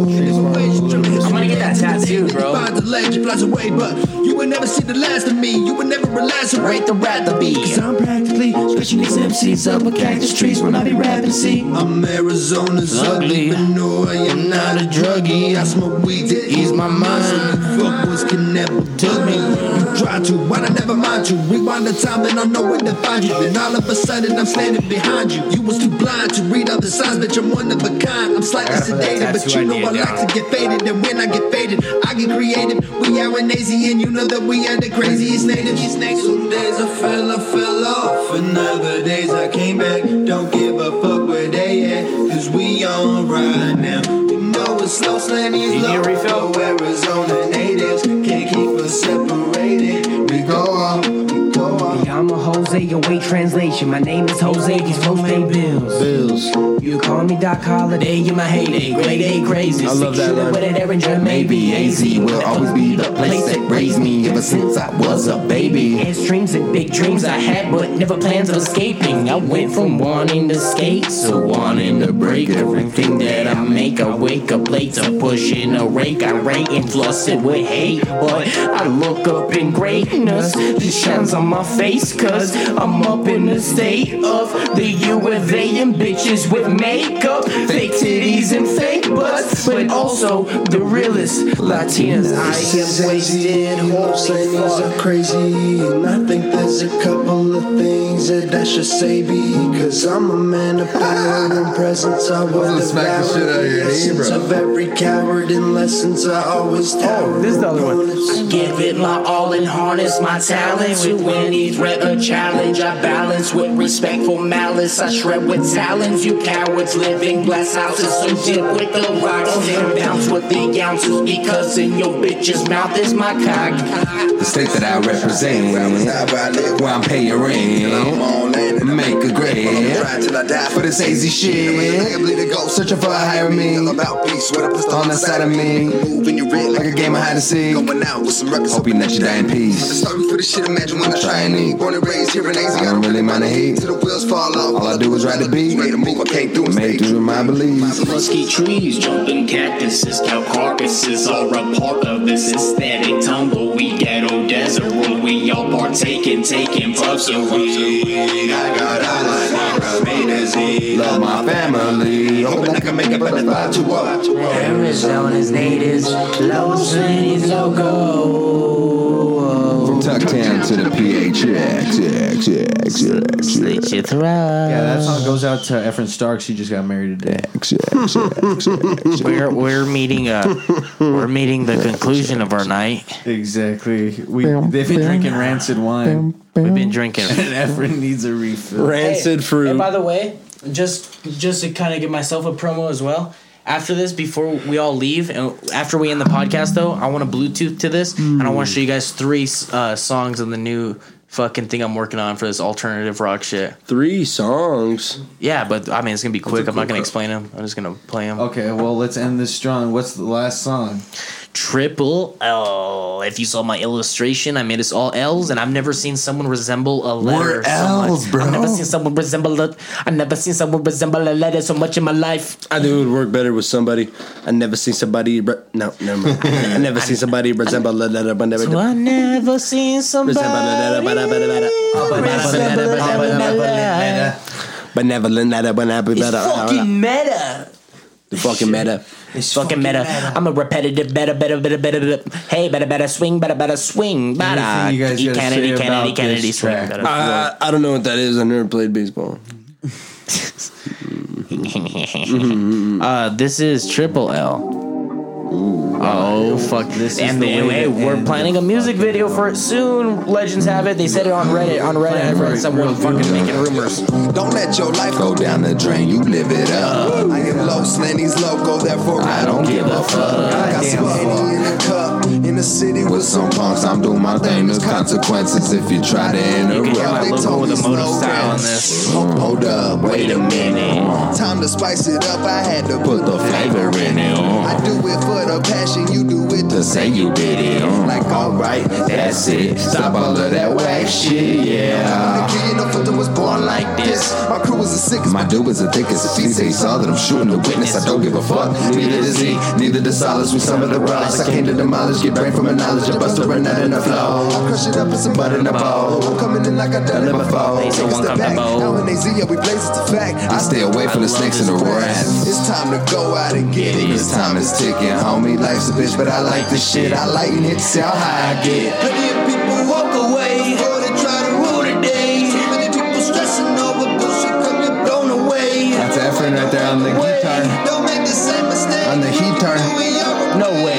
Speaker 2: I'm gonna get that tattoo, bro.
Speaker 6: By the ledge, it flies away, but you would never see the last of me. You would never lacerate the wrath of me. Cause I'm practically switching these MCs up with cactus trees when I be rapping. See, I'm Arizona's ugly, but no, I am not a druggie. I smoke weed to ease my mind. So you fuckboys can never tug me. You try to, but I never mind you. Rewind the time and I know where to find you. And all of a sudden, I'm standing behind you. You was too blind to read all the signs, bitch. I'm one of a kind. I'm slightly
Speaker 2: I gotta put that
Speaker 6: sedated, but
Speaker 2: tattoo
Speaker 6: you know I
Speaker 2: idea
Speaker 6: like to get faded. And when I get faded, I get creative. We out in AZ, and you know that we are the craziest natives. Some days I fell, I fell off, and other days I came back. Don't give a fuck where they at, cause we on right now. You know it's slow, slanties, low, refill. Arizona natives can't keep us separated. We go on, we go on.
Speaker 12: Yeah, I'm a Jose away translation. My name is Jose. These folks pay bills. Bills. You call me Doc Holiday. You my heyday. Grade A crazy.
Speaker 6: I love
Speaker 12: Six
Speaker 6: that
Speaker 12: shooter
Speaker 6: line.
Speaker 12: With an Aaron Dre,
Speaker 6: Maybe AZ will always be the place that raised me ever since I was a baby.
Speaker 12: And streams and big dreams I had, but never plans of escaping. I went from wanting to skate to wanting to break everything that I make. I wake up late to pushing a rake. I rate and floss it with hate, but I look up in greatness that shines on my face. Cause I'm up in the state of the U of A and bitches with makeup, fake titties and fake butts, but also the realest Latinas. I am
Speaker 6: wasted, horse things are crazy. And I think there's a couple of things that I should say because I'm a man of power and presence. I will
Speaker 23: smack the shit out of your knee,
Speaker 6: essence
Speaker 23: bro.
Speaker 6: of every coward and lessons I always tell. Oh, this is the other one.
Speaker 12: Give it my all and harness my talents. To win each rep a challenge, I balance with respectful malice. I shred with talons. You cowards living glass houses, so dip with the rocks. Then bounce with the ounces because in your bitch's mouth is my cock.
Speaker 6: The state that I represent, where Mm-hmm. I'm paying rent, make a grade. For this AZ shit, to go searching for a higher me. about peace, what I put on the side of me. Moving your red like a game of hide and seek. Going out with some records, hoping that you die in peace. Sorry for the shit, imagine when I try and eat. Born and raised here in AZ, I don't really mind the heat. Till the wheels fall off, all I do is ride the beat. Made a move, I came through and stayed true to my beliefs.
Speaker 18: Musky trees, jumping cactuses, cow carcasses are a part of this aesthetic tumbleweed ghetto desert world we
Speaker 25: we all partaking, taking puffs of weed. I got eyeliner, Remainers, love my family. Hoping I can make a better vibe to watch.
Speaker 7: Arizona's natives, Los Angeles logo.
Speaker 3: From Tucktown to the PHX. Slit
Speaker 2: your throat. Yeah,
Speaker 1: that song goes out to Efren Starks. He just got married today.
Speaker 2: we're we're meeting uh we're meeting the conclusion of our night.
Speaker 1: Exactly. We they've been drinking rancid wine.
Speaker 2: We've been drinking.
Speaker 1: and Efren needs a refill.
Speaker 2: Hey, And by the way, just just to kind of give myself a promo as well. After this, before we all leave, and after we end the podcast, though, I want to Bluetooth to this, and I want
Speaker 7: Mm.
Speaker 2: to show you guys three uh, songs on the new fucking thing I'm working on for this alternative rock shit.
Speaker 4: Three songs.
Speaker 2: Yeah, but I mean it's gonna be quick. I'm not gonna explain them. I'm just gonna play them.
Speaker 1: Okay, well let's end this strong. What's the last song?
Speaker 2: Triple L. If you saw my illustration, I made us all L's, and I've never seen someone resemble a letter.
Speaker 7: We're
Speaker 2: so much.
Speaker 7: L's, bro.
Speaker 2: I've never seen someone resemble a. I've never seen someone resemble a letter so much in my life.
Speaker 4: I knew it would work better with somebody. I never seen somebody. Re- no, never mind. I never seen somebody resemble a letter, but never.
Speaker 2: So I never seen somebody.
Speaker 4: Benevolent letter, but happy
Speaker 2: It's
Speaker 4: better.
Speaker 2: fucking meta.
Speaker 4: The fucking meta.
Speaker 2: It's fucking meta. I'm a repetitive, better, better, better, better, better. Hey, better, better, swing, better, better, swing, better.
Speaker 4: Anything you guys
Speaker 2: E-
Speaker 4: gotta
Speaker 2: Kennedy,
Speaker 4: say
Speaker 2: Kennedy,
Speaker 4: about
Speaker 2: Kennedy,
Speaker 4: this
Speaker 2: swing,
Speaker 4: track?
Speaker 2: better.
Speaker 4: Uh, I don't know what that is. I've never played baseball.
Speaker 2: Uh, this is Triple L. oh fuck this!
Speaker 1: is
Speaker 2: And
Speaker 1: the
Speaker 2: they-
Speaker 1: way
Speaker 2: hey,
Speaker 1: to
Speaker 2: we're
Speaker 1: end
Speaker 2: planning a music video for it soon. Legends have it. They said it on Reddit. On Reddit, I've read someone fucking making rumors.
Speaker 3: Don't let your life go down the drain. You live it up. I am low, slanty's loco, therefore I don't give a fuck. I got some honey in a cup. In the city with some punks, I'm doing my thing. There's consequences if you try to interrupt.
Speaker 25: hear my
Speaker 3: They
Speaker 25: logo
Speaker 3: told
Speaker 25: with
Speaker 3: me
Speaker 25: a motive
Speaker 3: slow
Speaker 25: style
Speaker 3: down.
Speaker 25: on this.
Speaker 3: Hold hold up, wait a minute. Time to spice it up. I had to put the flavor in it. I do it for the passion. You do it to say you did it. Like alright, that's it. Stop all of that whack shit. Yeah. I'm the king, no filter was born like this. My crew was the sickest. My dude was the thickest. If he say he saw that I'm shooting a witness, I don't give a fuck. Neither does he. Neither does Solace. We some of the relics. I came to demolish. Get brain from a knowledge. I bust a run out in the flow. I crush it up with some butter in the bowl. I'm coming in like I done it before. Take a step back. Now when they see ya, we blaze it's a fact. I stay away from the snakes and the rats. It's time to go out and get it. This time is ticking, homie. Life's a bitch, but I like the shit. I lighten it, see how high I get.
Speaker 7: Plenty of people walk away before they try to rule the day. Too many people stressing over bullshit come get blown away.
Speaker 3: That's Efren right there on the guitar.
Speaker 7: Don't make the same mistake.
Speaker 3: On the guitar.
Speaker 2: No way.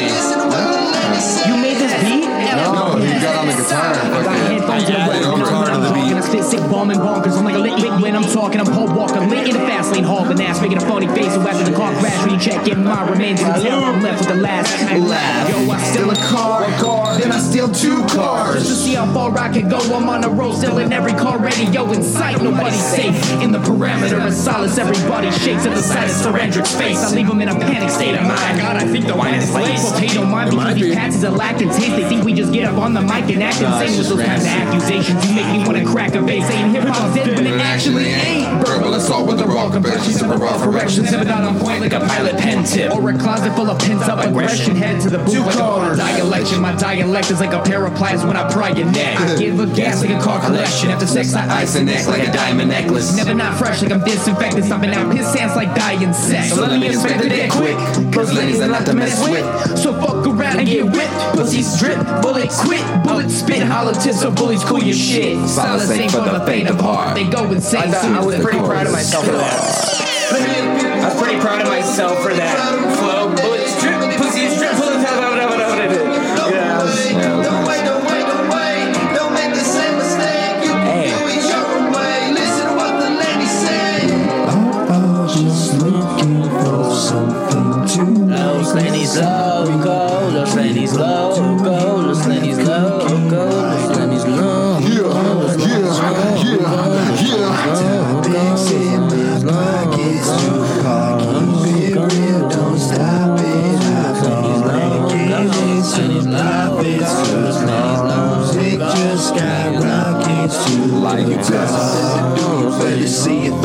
Speaker 7: You made this beat?
Speaker 3: No, he got on the guitar.
Speaker 7: I got headphones and I'm walking guitar to the beat. I spit sick bombing bonkers. I'm like a lit wit when I'm talking. I'm Paul Walker. Late in the fast lane, hauling ass, making a funny face. So after the car crash, recheck in my remains. You can tell I'm left with the last laugh. Yo, I steal a car, then I steal two cars. Just to see how far I can go. I'm on a roll, stealing every car radio in sight. Nobody's safe in the parameter of solace. Everybody shakes at the sight of Surrendrick's face. I leave him in a panic state of mind. God, I think the wine is late. Well, pay no mind because these passes are lacking taste. They think we just get up on the mic and act insane with those kinds of accusations. You make me want to crack a vase. Saying hip hop's dead when it actually ain't.
Speaker 3: Verbal assault with the wrong convention. Super raw corrections.
Speaker 7: Tip it out on point like a pilot pen tip. Or a closet full of pent up aggression. Head to the booth like a dialection. My dialect is like a pair of pliers when I pry your neck. I give a gas like a car collection. After sex, I ice an neck like a diamond necklace. Never not fresh like I'm disinfected. Stomping out piss hands like dying sex. So let me inspect the dick quick. Cause ladies are not to mess with. So fuck around and get whipped. Pussies drip, bullets quit. Bullets spit, holler tips, so bullies cool your shit. Solid ain't for the faint of heart. They go insane.
Speaker 2: I, thought, I was pretty proud of myself for that. I was pretty proud of myself for that. Flow, bullets, drip, pussy, drip, bullets, blah, blah, blah, blah, blah, blah. Yeah, I was- Los Lenny's low, go. Los Lenny's low, go. Los Lenny's low, go. Los Lenny's low.
Speaker 22: Better see it.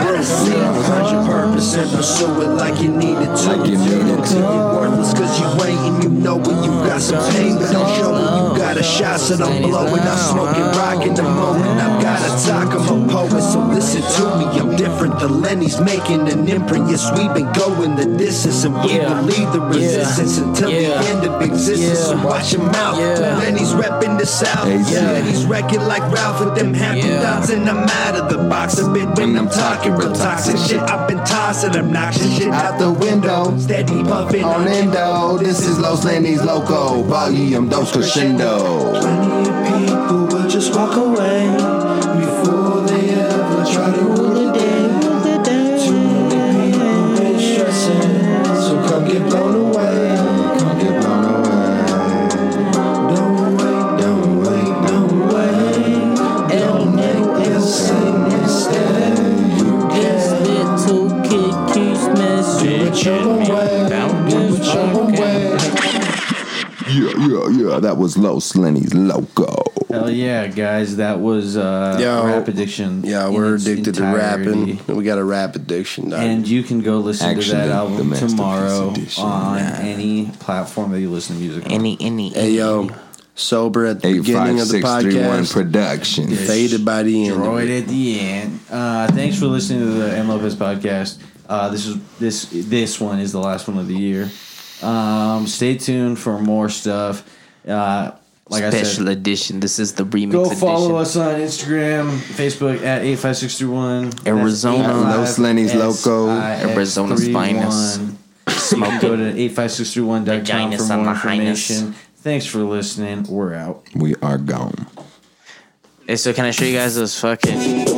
Speaker 22: Find your purpose and pursue it like you need it to. Like you need it to. You're worthless cause you ain't and you know when you got some pain. But don't show when you got a
Speaker 6: shots that I'm blowing. I'm smoking rock in the moment. I've got a talk, I'm a poet, so listen to me. I'm different. The Lenny's making an imprint. Yes, we've been going the distance, and we
Speaker 26: Yeah.
Speaker 6: believe the
Speaker 26: Yeah.
Speaker 6: resistance until the
Speaker 26: Yeah.
Speaker 6: end of existence. So watch 'em out. The Lenny's repping the South.
Speaker 26: Hey,
Speaker 6: The
Speaker 26: yeah.
Speaker 6: Lenny's wrecking like Ralph with them happy dots, and I'm out of the box a bit when I'm talking real toxic shit. I've been tossing obnoxious shit out the window. Steady puffing on endo. This is Los Lenny's loco.
Speaker 7: Volume, dos crescendo.
Speaker 26: Plenty of people will just walk away before they ever try to rule the day. Too many people been stressing, so come get blown away. Come get blown away. Don't wait, don't wait, don't wait. Don't make the same mistake. You get it to kick, keeps messing. Do it your own way. Do it your own way.
Speaker 7: Yeah, yeah, yeah. That was Los Lenny's Loco.
Speaker 1: Hell yeah, guys! That was uh,
Speaker 7: Yo.
Speaker 1: rap addiction.
Speaker 7: Yeah,
Speaker 1: in
Speaker 7: we're
Speaker 1: its
Speaker 7: addicted to
Speaker 1: entirety.
Speaker 4: We got a rap addiction. dog.
Speaker 1: And you can go listen
Speaker 4: Actually,
Speaker 1: to that
Speaker 4: the
Speaker 1: album
Speaker 4: masterpiece
Speaker 1: tomorrow
Speaker 4: edition.
Speaker 1: on
Speaker 4: Nah.
Speaker 1: any platform that you listen to music. On.
Speaker 4: Any,
Speaker 2: any,
Speaker 4: Hey, yo. Sober at the
Speaker 1: Eight,
Speaker 4: beginning
Speaker 1: five,
Speaker 4: of the
Speaker 1: six,
Speaker 4: podcast.
Speaker 1: three, one
Speaker 7: production.
Speaker 4: Faded by the end. of
Speaker 1: Droid
Speaker 4: it.
Speaker 1: at the end. Uh, thanks for listening to the M Lopez podcast. Uh, this is this this one is the last one of the year. Um, stay tuned for more stuff. Uh, like I
Speaker 2: Special
Speaker 1: said,
Speaker 2: edition. This is the remix
Speaker 1: go
Speaker 2: edition.
Speaker 1: follow us on Instagram, Facebook at eight five six three one
Speaker 2: Arizona. Los Lenny's Loco. Arizona's finest.
Speaker 1: Smoke go to eight five six three one
Speaker 2: Vaginas
Speaker 1: for
Speaker 2: on
Speaker 1: more
Speaker 2: the highness.
Speaker 1: information. Thanks for listening. We're out.
Speaker 7: We are gone.
Speaker 2: Hey, so can I show you guys those fucking?